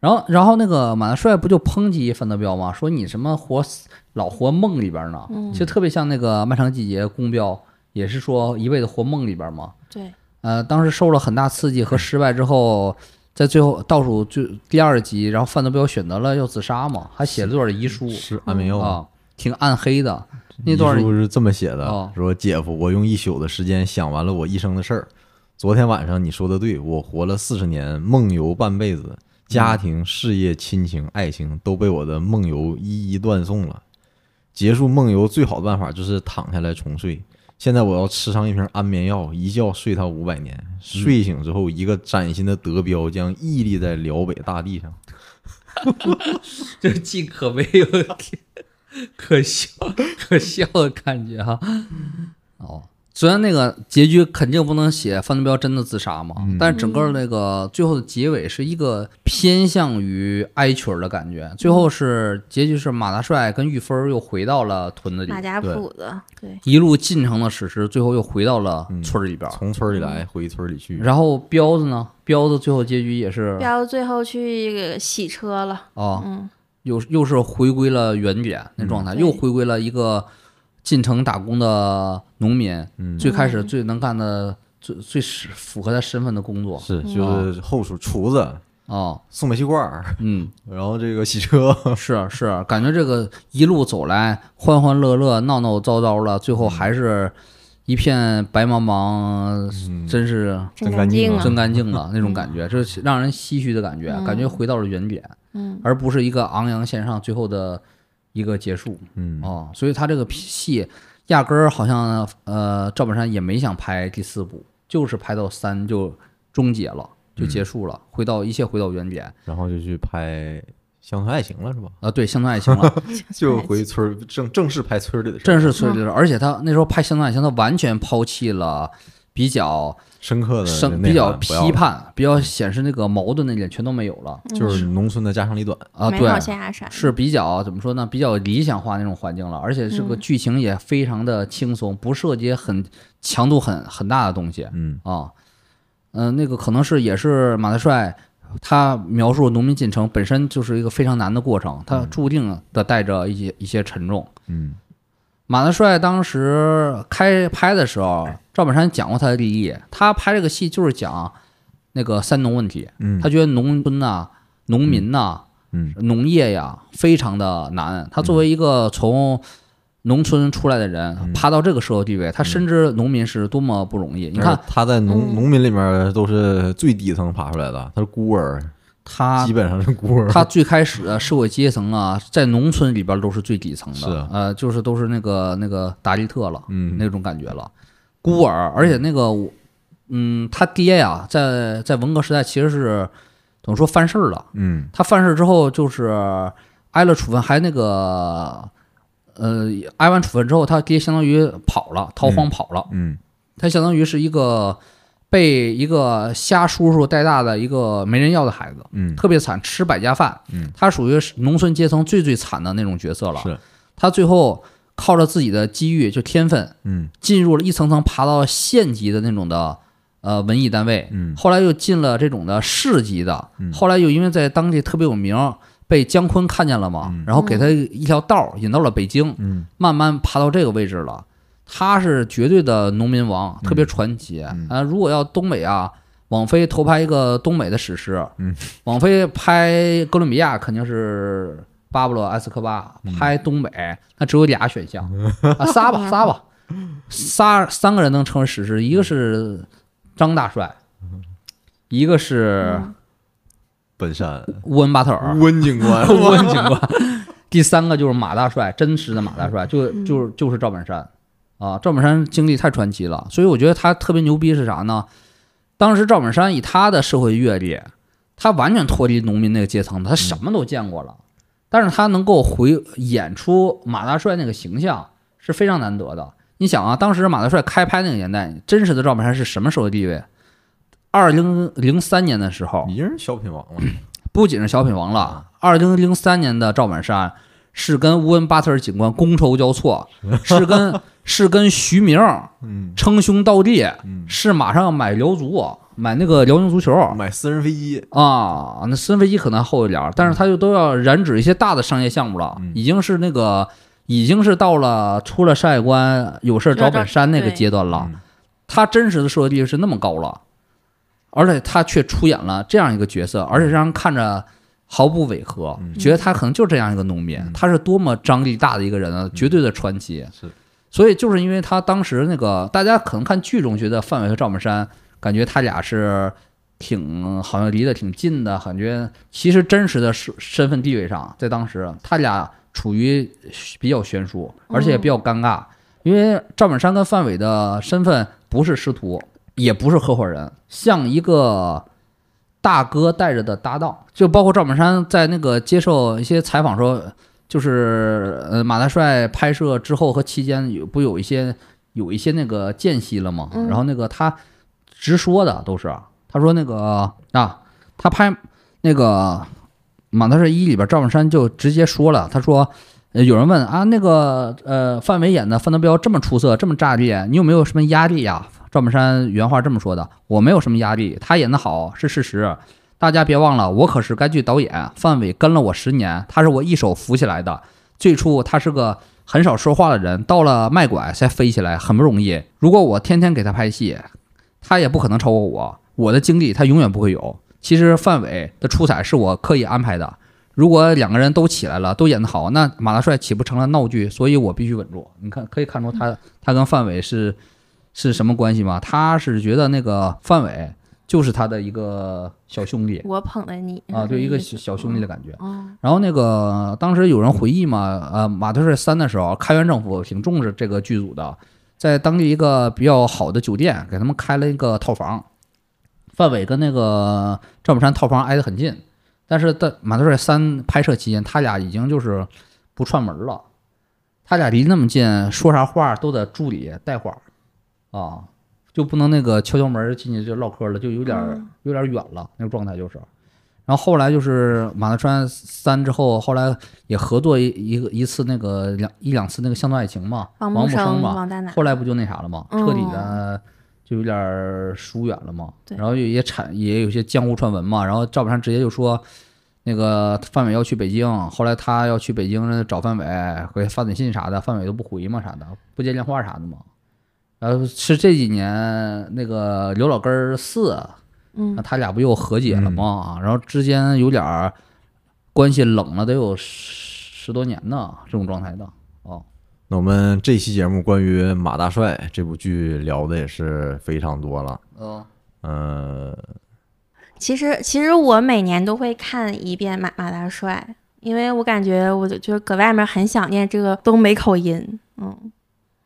Speaker 5: 然后，然后那个马大帅不就抨击范德彪吗？说你什么活死老活梦里边呢？其实特别像那个《漫长季节》公彪也是说一味的活梦里边嘛。
Speaker 4: 对，
Speaker 5: 呃，当时受了很大刺激和失败之后，在最后倒数最第二集，然后范德彪选择了要自杀嘛，还写了段遗书
Speaker 1: 是安眠药吗
Speaker 5: 啊，挺暗黑的那
Speaker 1: 遗
Speaker 5: 段儿
Speaker 1: 书嗯是这么写的，
Speaker 5: 哦
Speaker 1: 说姐夫，我用一宿的时间想完了我一生的事儿。昨天晚上你说的对，我活了四十年，梦游半辈子，家庭、事业、亲情、爱情都被我的梦游一一断送了。结束梦游最好的办法就是躺下来重睡。现在我要吃上一瓶安眠药，一觉睡它五百年。
Speaker 5: 嗯
Speaker 1: 睡醒之后，一个崭新的德彪将屹立在辽北大地上。
Speaker 5: 就是既可悲又可笑可笑的感觉哈、哦，虽然那个结局肯定不能写范德彪真的自杀嘛，但是整个那个最后的结尾是一个偏向于哀曲儿的感觉。最后是结局是马大帅跟玉芬儿又回到了屯子里，
Speaker 4: 马家铺子，对，
Speaker 5: 一路进城的史诗，最后又回到了嗯村儿里边儿。
Speaker 1: 从村儿里来，回村儿里去。
Speaker 5: 然后彪子呢？彪子最后结局也是
Speaker 4: 彪最后去洗车了，
Speaker 5: 啊，
Speaker 4: 嗯，
Speaker 5: 又又是回归了原点那状态，
Speaker 4: 嗯
Speaker 5: 又回归了一个进城打工的农民，
Speaker 1: 嗯
Speaker 5: 最开始最能干的、最最是符合他身份的工作
Speaker 1: 是，就是后厨厨子、
Speaker 5: 啊，
Speaker 1: 送煤气罐儿，
Speaker 5: 嗯，
Speaker 1: 然后这个洗车，
Speaker 5: 是是，感觉这个一路走来欢欢乐乐、闹闹糟糟了，最
Speaker 1: 嗯
Speaker 5: 后还是一片白茫茫，
Speaker 1: 嗯
Speaker 5: 真是
Speaker 4: 真
Speaker 1: 干净
Speaker 4: 净
Speaker 1: 啊
Speaker 5: 真干净了那种感觉，这是让人唏嘘的感觉，感觉回到了原点，
Speaker 4: 嗯，
Speaker 5: 而不是一个昂扬向上最后的一个结束。
Speaker 1: 嗯
Speaker 5: 哦，所以他这个戏压根儿好像呃，赵本山也没想拍第四部，就是拍到三就终结了，
Speaker 1: 嗯
Speaker 5: 就结束了，回到一切回到原点啊、
Speaker 1: 然后就去拍《乡村爱情》了，是吧？
Speaker 5: 对，乡村爱情 了，
Speaker 1: 就回村儿正正式拍村儿里的事儿，
Speaker 5: 正是村里的，而且他那时候拍乡村爱情，他完全抛弃了比较
Speaker 1: 深刻的
Speaker 5: 生
Speaker 1: 内
Speaker 5: 比较
Speaker 1: 涵不要
Speaker 5: 批
Speaker 1: 了，
Speaker 5: 判、比较显示那个矛盾那点全都没有了
Speaker 1: 就是农村的家长里短。
Speaker 5: 啊，
Speaker 4: 美嗯好
Speaker 5: 对。
Speaker 4: 象牙山
Speaker 5: 是比较怎么说呢？比较理想化那种环境了，而且这个剧情也非常的轻松，不涉及很强度很很大的东西。
Speaker 1: 嗯
Speaker 5: 啊，嗯、那个可能是也是马大帅他描述农民进城本身就是一个非常难的过程，他注定的带着一些一些沉重。
Speaker 1: 嗯，
Speaker 5: 马大帅当时开拍的时候，赵本山讲过他的立意，他拍这个戏就是讲那个三农问题，
Speaker 1: 嗯
Speaker 5: 他觉得农村呐、农民呐、
Speaker 1: 嗯
Speaker 5: 农业呀，非常的难。他作为一个从农村出来的人，
Speaker 1: 嗯
Speaker 5: 爬到这个社会地位，他深知农民是多么不容易。你
Speaker 1: 而
Speaker 5: 看嗯
Speaker 1: 且他在农农民里面都是最底层爬出来的，他是孤儿，
Speaker 5: 他
Speaker 1: 基本上是孤儿。
Speaker 5: 他最开始的社会阶层啊，在农村里边都是最底层的，
Speaker 1: 是啊
Speaker 5: 呃，就是都是那个那个达利特了，
Speaker 1: 嗯
Speaker 5: 那种感觉了，孤儿，而且那个我，嗯，他爹呀，在在文革时代其实是等于说犯事儿了，
Speaker 1: 嗯
Speaker 5: 他犯事之后就是挨了处分，还那个，呃，挨完处分之后，他爹相当于跑了，逃荒跑了，
Speaker 1: 嗯
Speaker 5: 他相当于是一个被一个瞎叔叔带大的一个没人要的孩子，
Speaker 1: 嗯
Speaker 5: 特别惨，吃百家饭。
Speaker 1: 嗯，
Speaker 5: 他属于是农村阶层最最惨的那种角色了。
Speaker 1: 是，
Speaker 5: 他最后靠着自己的机遇，就天分，
Speaker 1: 嗯
Speaker 5: 进入了一层层爬到县级的那种的呃文艺单位。
Speaker 1: 嗯
Speaker 5: 后来又进了这种的市级的，后来又因为在当地特别有名。被姜昆看见了嘛，然后给他一条道儿引到了北京，
Speaker 1: 嗯
Speaker 5: 慢慢爬到这个位置了。他是绝对的农民王，特别传奇啊、如果要东北啊，网飞投拍一个东北的史诗，
Speaker 1: 嗯，
Speaker 5: 网飞拍哥伦比亚肯定是巴布罗埃斯科巴，拍东北那只有俩选项啊，仨吧仨吧，仨三个人能成为史诗，一个是张大帅，一个是
Speaker 1: 本山
Speaker 5: 乌恩巴特尔，
Speaker 1: 乌恩警官，
Speaker 5: 乌恩警官。第三个就是马大帅，真实的马大帅，就就是就是赵本山啊！赵本山经历太传奇了，所以我觉得他特别牛逼是啥呢？当时赵本山以他的社会阅历，他完全脱离农民那个阶层，他什么都见过了，但是他能够回演出马大帅那个形象是非常难得的。你想啊，当时马大帅开拍那个年代，真实的赵本山是什么社会地位？二零零三年的时候，
Speaker 6: 已经是小品王了，
Speaker 5: 不仅是小品王了，二零零三年的赵本山是跟乌恩巴特尔警官觥筹交错，是跟是跟徐明
Speaker 6: 嗯
Speaker 5: 称兄道弟，
Speaker 6: 嗯，
Speaker 5: 是马上买辽足，买那个辽宁足球
Speaker 1: 嗯
Speaker 6: 买私人飞机，
Speaker 5: 啊，那私人飞机可能厚一点儿，但是他就都要染指一些大的商业项目了，
Speaker 6: 嗯
Speaker 5: 已经是那个已经是到了出了山海关有事儿找本山那个阶段了，
Speaker 6: 嗯
Speaker 5: 他真实的社会地位是那么高了，而且他却出演了这样一个角色，而且让人看着毫不违和，
Speaker 6: 嗯
Speaker 5: 觉得他可能就这样一个农民，他是多么张力大的一个人啊，绝
Speaker 6: 嗯
Speaker 5: 对的传奇。
Speaker 6: 是
Speaker 5: 所以就是因为他当时那个大家可能看剧中觉得范伟和赵本山，感觉他俩是挺好像离得挺近的，感觉其实真实的身身份地位上，在当时他俩处于比较悬殊，而且也比较尴尬，因为赵本山跟范伟的身份不是师徒，也不是合伙人，像一个大哥带着的搭档，就包括赵本山在那个接受一些采访时候，就是呃马大帅拍摄之后和期间有不有一些有一些那个间隙了吗？
Speaker 4: 嗯
Speaker 5: 然后那个他直说的都是，啊他说那个啊，他拍那个马大帅一里边赵本山就直接说了，他说。呃有人问啊，那个呃，范伟演的范德彪这么出色，这么炸裂，你有没有什么压力呀、赵本山原话这么说的：“我没有什么压力，他演的好是事实。大家别忘了，我可是该剧导演，范伟跟了我十年，他是我一手扶起来的。最初他是个很少说话的人，到了卖拐才飞起来，很不容易。如果我天天给他拍戏，他也不可能超过我，我的经历他永远不会有。其实范伟的出彩是我刻意安排的。如果两个人都起来了，都演得好，那马大帅岂不成了闹剧？所以我必须稳住。你看，可以看出他他跟范伟是是什么关系吗？他是觉得那个范伟就是他的一个小兄弟
Speaker 4: 我捧了你嗯
Speaker 5: 啊，对，一个小
Speaker 4: 小
Speaker 5: 小兄弟的感觉。
Speaker 4: 哦，
Speaker 5: 然后那个当时有人回忆嘛，呃，马特帅三的时候，开元政府挺重视这个剧组的，在当地一个比较好的酒店给他们开了一个套房。范伟跟那个赵本山套房挨得很近，但是在马特帅三拍摄期间，他俩已经就是不串门了，他俩离那么近，说啥话都得助理带话啊，就不能那个敲敲门进去就唠嗑了，就有点儿、
Speaker 4: 嗯
Speaker 5: 有点儿远了，那个状态就是。然后后来就是马大川三之后，后来也合作一一个一次那个两一两次那个《乡村爱情》嘛，王
Speaker 4: 王木
Speaker 5: 生
Speaker 4: 生
Speaker 5: 嘛，
Speaker 4: 王大奶
Speaker 5: 后来不就那啥了嘛，
Speaker 4: 嗯
Speaker 5: 彻底的就有点儿疏远了嘛。
Speaker 4: 对
Speaker 5: 然后也也产也有些江湖传闻嘛。然后赵本山直接就说，那个范伟要去北京，后来他要去北京找范伟，回发短信啥的，范伟都不回嘛啥的，不接电话啥的嘛。然后是这几年那个刘老根儿四那
Speaker 4: 嗯，
Speaker 5: 他俩不又和解了吗？啊然后之间有点儿关系冷了，得有十十多年呢，这种状态的。哦，
Speaker 6: 那我们这期节目关于《马大帅》这部剧聊的也是非常多了，
Speaker 5: 嗯，
Speaker 6: 呃，
Speaker 4: 其实其实我每年都会看一遍马马大帅，因为我感觉我就就是搁外面很想念这个东北口音，嗯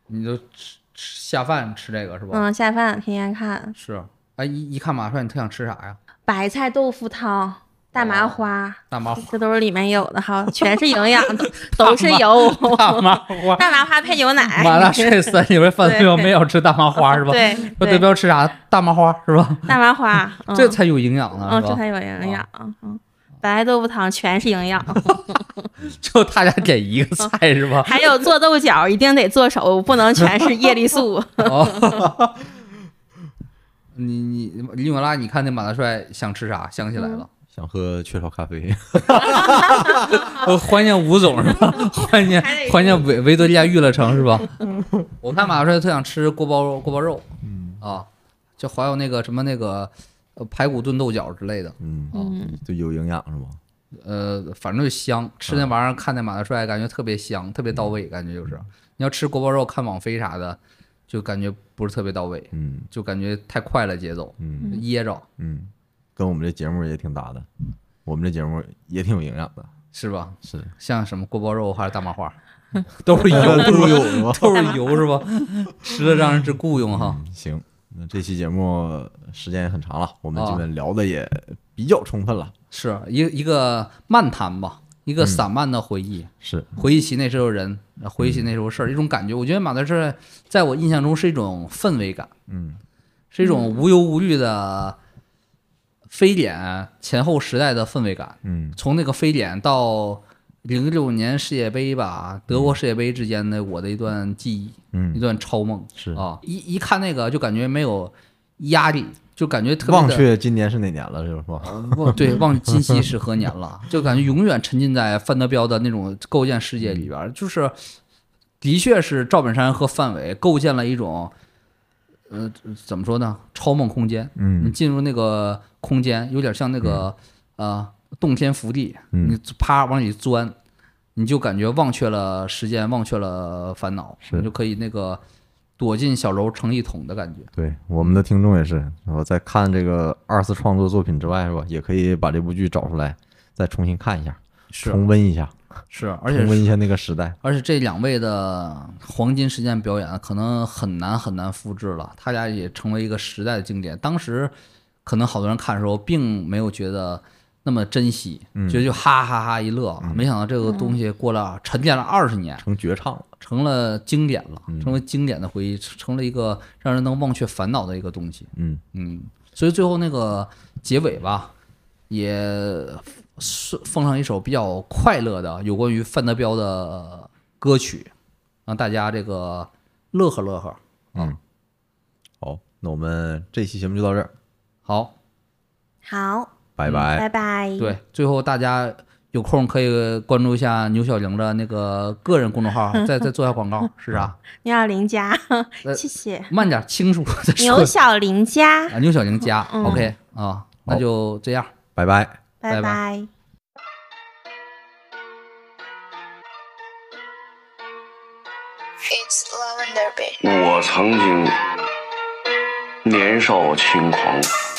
Speaker 5: 你就吃吃下饭吃这个是吧？
Speaker 4: 嗯，下饭天天看
Speaker 5: 是。哎，一一看马帅，你特想吃啥呀？
Speaker 4: 白菜豆腐汤、大
Speaker 5: 哦
Speaker 4: 麻花，
Speaker 5: 大麻 花，
Speaker 4: 这都是里面有的哈，全是营养 的，都是油，
Speaker 5: 大麻花。
Speaker 4: 大麻花配牛奶，
Speaker 5: 马 大帅三里边范德彪没有吃大麻花是吧？
Speaker 4: 对
Speaker 5: 范德
Speaker 4: 对，
Speaker 5: 彪吃啥？大麻花是吧？
Speaker 4: 大麻花， 嗯
Speaker 5: 这才有营养呢
Speaker 4: 嗯，
Speaker 5: 是
Speaker 4: 这
Speaker 5: 吧？啊
Speaker 4: 才有营养，嗯，白豆腐汤全是营养。
Speaker 5: 就他俩点一个菜是吧？
Speaker 4: 还有做豆角一定得做熟，不能全是叶绿 素。
Speaker 5: 哦，你你李永拉，你看那马大帅想吃啥？想起来了。
Speaker 6: 想喝雀巢咖 啡，
Speaker 5: 呃，怀念吴 总是吧？怀念
Speaker 4: 还得
Speaker 5: 怀念维维多利亚娱乐城是吧？我看马大帅特想吃锅包锅包肉，嗯啊，就还有那个什么那个呃排骨炖豆角之类的，
Speaker 6: 嗯，
Speaker 4: 嗯，
Speaker 6: 就有营养是吗？
Speaker 5: 呃，反正就香，吃那玩意儿看那马大帅感觉特别香，特别到位，感觉就是你要吃锅包肉看网飞啥的，就感觉不是特别到位，
Speaker 6: 嗯
Speaker 5: 就感觉太快了节奏，
Speaker 6: 嗯
Speaker 5: 噎着
Speaker 6: 嗯，跟我们这节目也挺搭的，我们这节目也挺有营养的，
Speaker 5: 是吧？
Speaker 6: 是
Speaker 5: 像什么锅包肉还是大麻花，
Speaker 6: 都是油，都是油是吧？
Speaker 5: 都是油是吧？吃的让人直雇佣哈。
Speaker 6: 嗯行，那这期节目时间也很长了，我们
Speaker 5: 啊
Speaker 6: 基本聊的也比较充分了。
Speaker 5: 是一一个漫谈吧，一
Speaker 6: 嗯
Speaker 5: 个散漫的回忆，
Speaker 6: 是
Speaker 5: 回忆起那时候人，呃回
Speaker 6: 嗯
Speaker 5: 忆起那时候事儿，一种感觉。我觉得马德是在我印象中是一种氛围感，
Speaker 6: 嗯，
Speaker 5: 是一种无忧无虑的非典前后时代的氛围感。
Speaker 6: 嗯
Speaker 5: 从那个非典到零六年世界杯吧，德国世界杯之间的我的一段记忆，一
Speaker 6: 嗯，
Speaker 5: 段超梦
Speaker 6: 是
Speaker 5: 啊，一一看那个就感觉没有压力，就感觉特别
Speaker 6: 忘
Speaker 5: 的
Speaker 6: 却今年是哪年了，是吧？
Speaker 5: 忘对忘今夕是何年了，就感觉永远沉浸在范德彪的那种构建世界里边儿，就是的确是赵本山和范伟构建了一种，呃，怎么说呢，超梦空间。你
Speaker 6: 嗯
Speaker 5: 进入那个空间，有点像那个、呃洞天福地，
Speaker 6: 嗯
Speaker 5: 你啪往里钻，你就感觉忘却了时间，忘却了烦恼，
Speaker 6: 是
Speaker 5: 你就可以那个躲进小楼成一统的感觉。
Speaker 6: 对，我们的听众也是，然后在看这个二次创作作品之外，是吧？也可以把这部剧找出来，再重新看一下，重温一下，
Speaker 5: 是，而且
Speaker 6: 重温一下那个时代。
Speaker 5: 而且这两位的黄金时间表演可能很难很难复制了，他俩也成为一个时代的经典。当时可能好多人看的时候，并没有觉得那么珍惜，觉得就哈哈哈一乐。啊没想到这个东西过了沉淀了二十年，
Speaker 6: 成绝唱了，
Speaker 5: 成了经典了，成为经典的回忆，成了一个让人能忘却烦恼的一个东西。
Speaker 6: 嗯
Speaker 5: 嗯，所以最后那个结尾吧，也是奉上一首比较快乐的有关于范德彪的歌曲，让大家这个乐呵乐呵。
Speaker 6: 好，那我们这期节目就到这儿，
Speaker 5: 好，
Speaker 4: 好，
Speaker 6: 拜拜。
Speaker 4: 拜拜。
Speaker 5: 对，最后大家有空可以关注一下牛小玲的那个个人公众 号，再再做一下广告是啥？
Speaker 4: 牛小玲家，
Speaker 5: 呃
Speaker 4: 谢 谢
Speaker 5: 慢点，清楚的说
Speaker 4: 牛小玲嗯家，
Speaker 5: 啊，牛小玲加 OK 啊，那就这样。
Speaker 6: 拜拜。
Speaker 5: 拜
Speaker 4: 拜
Speaker 5: 拜
Speaker 4: 拜
Speaker 3: 我曾经年少轻狂，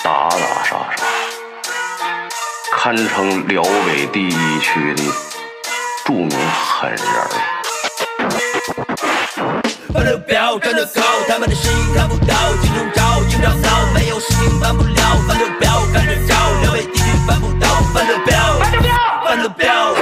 Speaker 3: 打打杀杀，堪称辽北第一区的著名狠人儿。
Speaker 7: 范德彪站得高，他们的声音看不到，镜中照，镜照骚，没有事情办不了。范德彪干着照，辽北地区办不到。范德彪，范德彪，范德彪。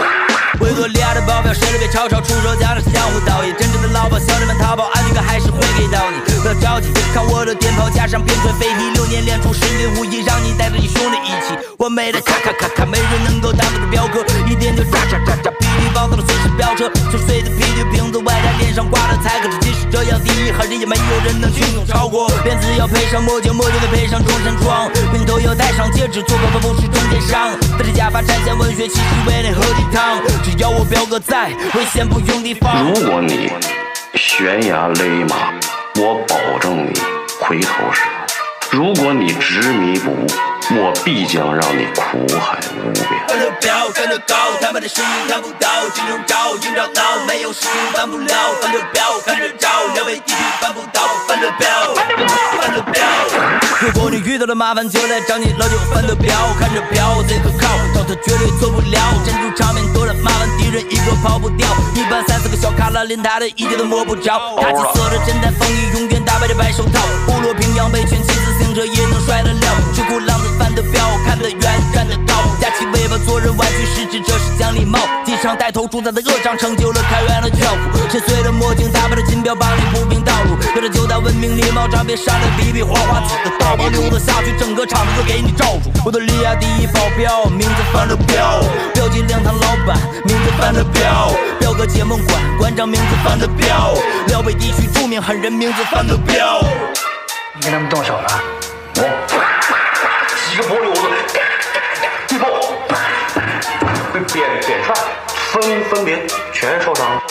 Speaker 7: 维多利亚的保镖，谁都别吵吵，出手加点江湖道义，真正的老鸨，兄弟们淘宝安全感还是会给到你。不要着急，看我的电炮加上边陲飞踢，六年练出十年武艺，让你带着你兄弟一起完美的咔咔咔咔，没人能够打倒的彪哥，一点就炸炸炸炸，霹雳暴躁的随时飙车，碎碎的皮具瓶子外加脸上挂的才可是，即使这样第一，还是也没有人能汹涌超过。辫子要配上墨镜，墨镜得配上中山装，平头要戴上戒指，做个不是中间商，戴着假发展现文学气息，为你喝鸡汤。只要我彪哥在，危险不用提防。
Speaker 3: 如果你悬崖勒马，我保证你回头是岸；如果你执迷不悟，我必将让你苦海无边。
Speaker 7: 范德彪站得高，他们的声音看不到，镜中照，镜照闹，没有事情办不了。范德彪看着照，两位地区办不到。范德彪，范德彪。如果你遇到了麻烦，就来找你老九范德彪，看着彪贼可靠，找他绝对做不了。珍珠场面多了麻烦，敌人一个跑不掉，一般三四个小卡拉连他的一点都摸不着。大金色的侦探风衣，永远打败这白手套，不落平阳被拳，骑自行车也能摔得了。吃苦浪子范德彪，看得远，站得高，夹起尾巴做人玩具，实质这是讲礼貌。机场带头主宰的恶仗，成就了开源的跳舞。深邃的墨镜，打败了金标，帮你铺平道路。有着九大文明礼貌，长别善良，比比花花紫的道理，溜达下去，整个场子都给你罩住。我的利亚第一保镖，名字范德彪，标记亮堂老板，名字范德彪，彪哥解梦馆馆长名字范德彪，辽北地区著名狠人名字范德彪。
Speaker 8: 你跟他们动手了？
Speaker 3: 几个薄溜子，地炮，扁扁扇，分分别全烧伤了。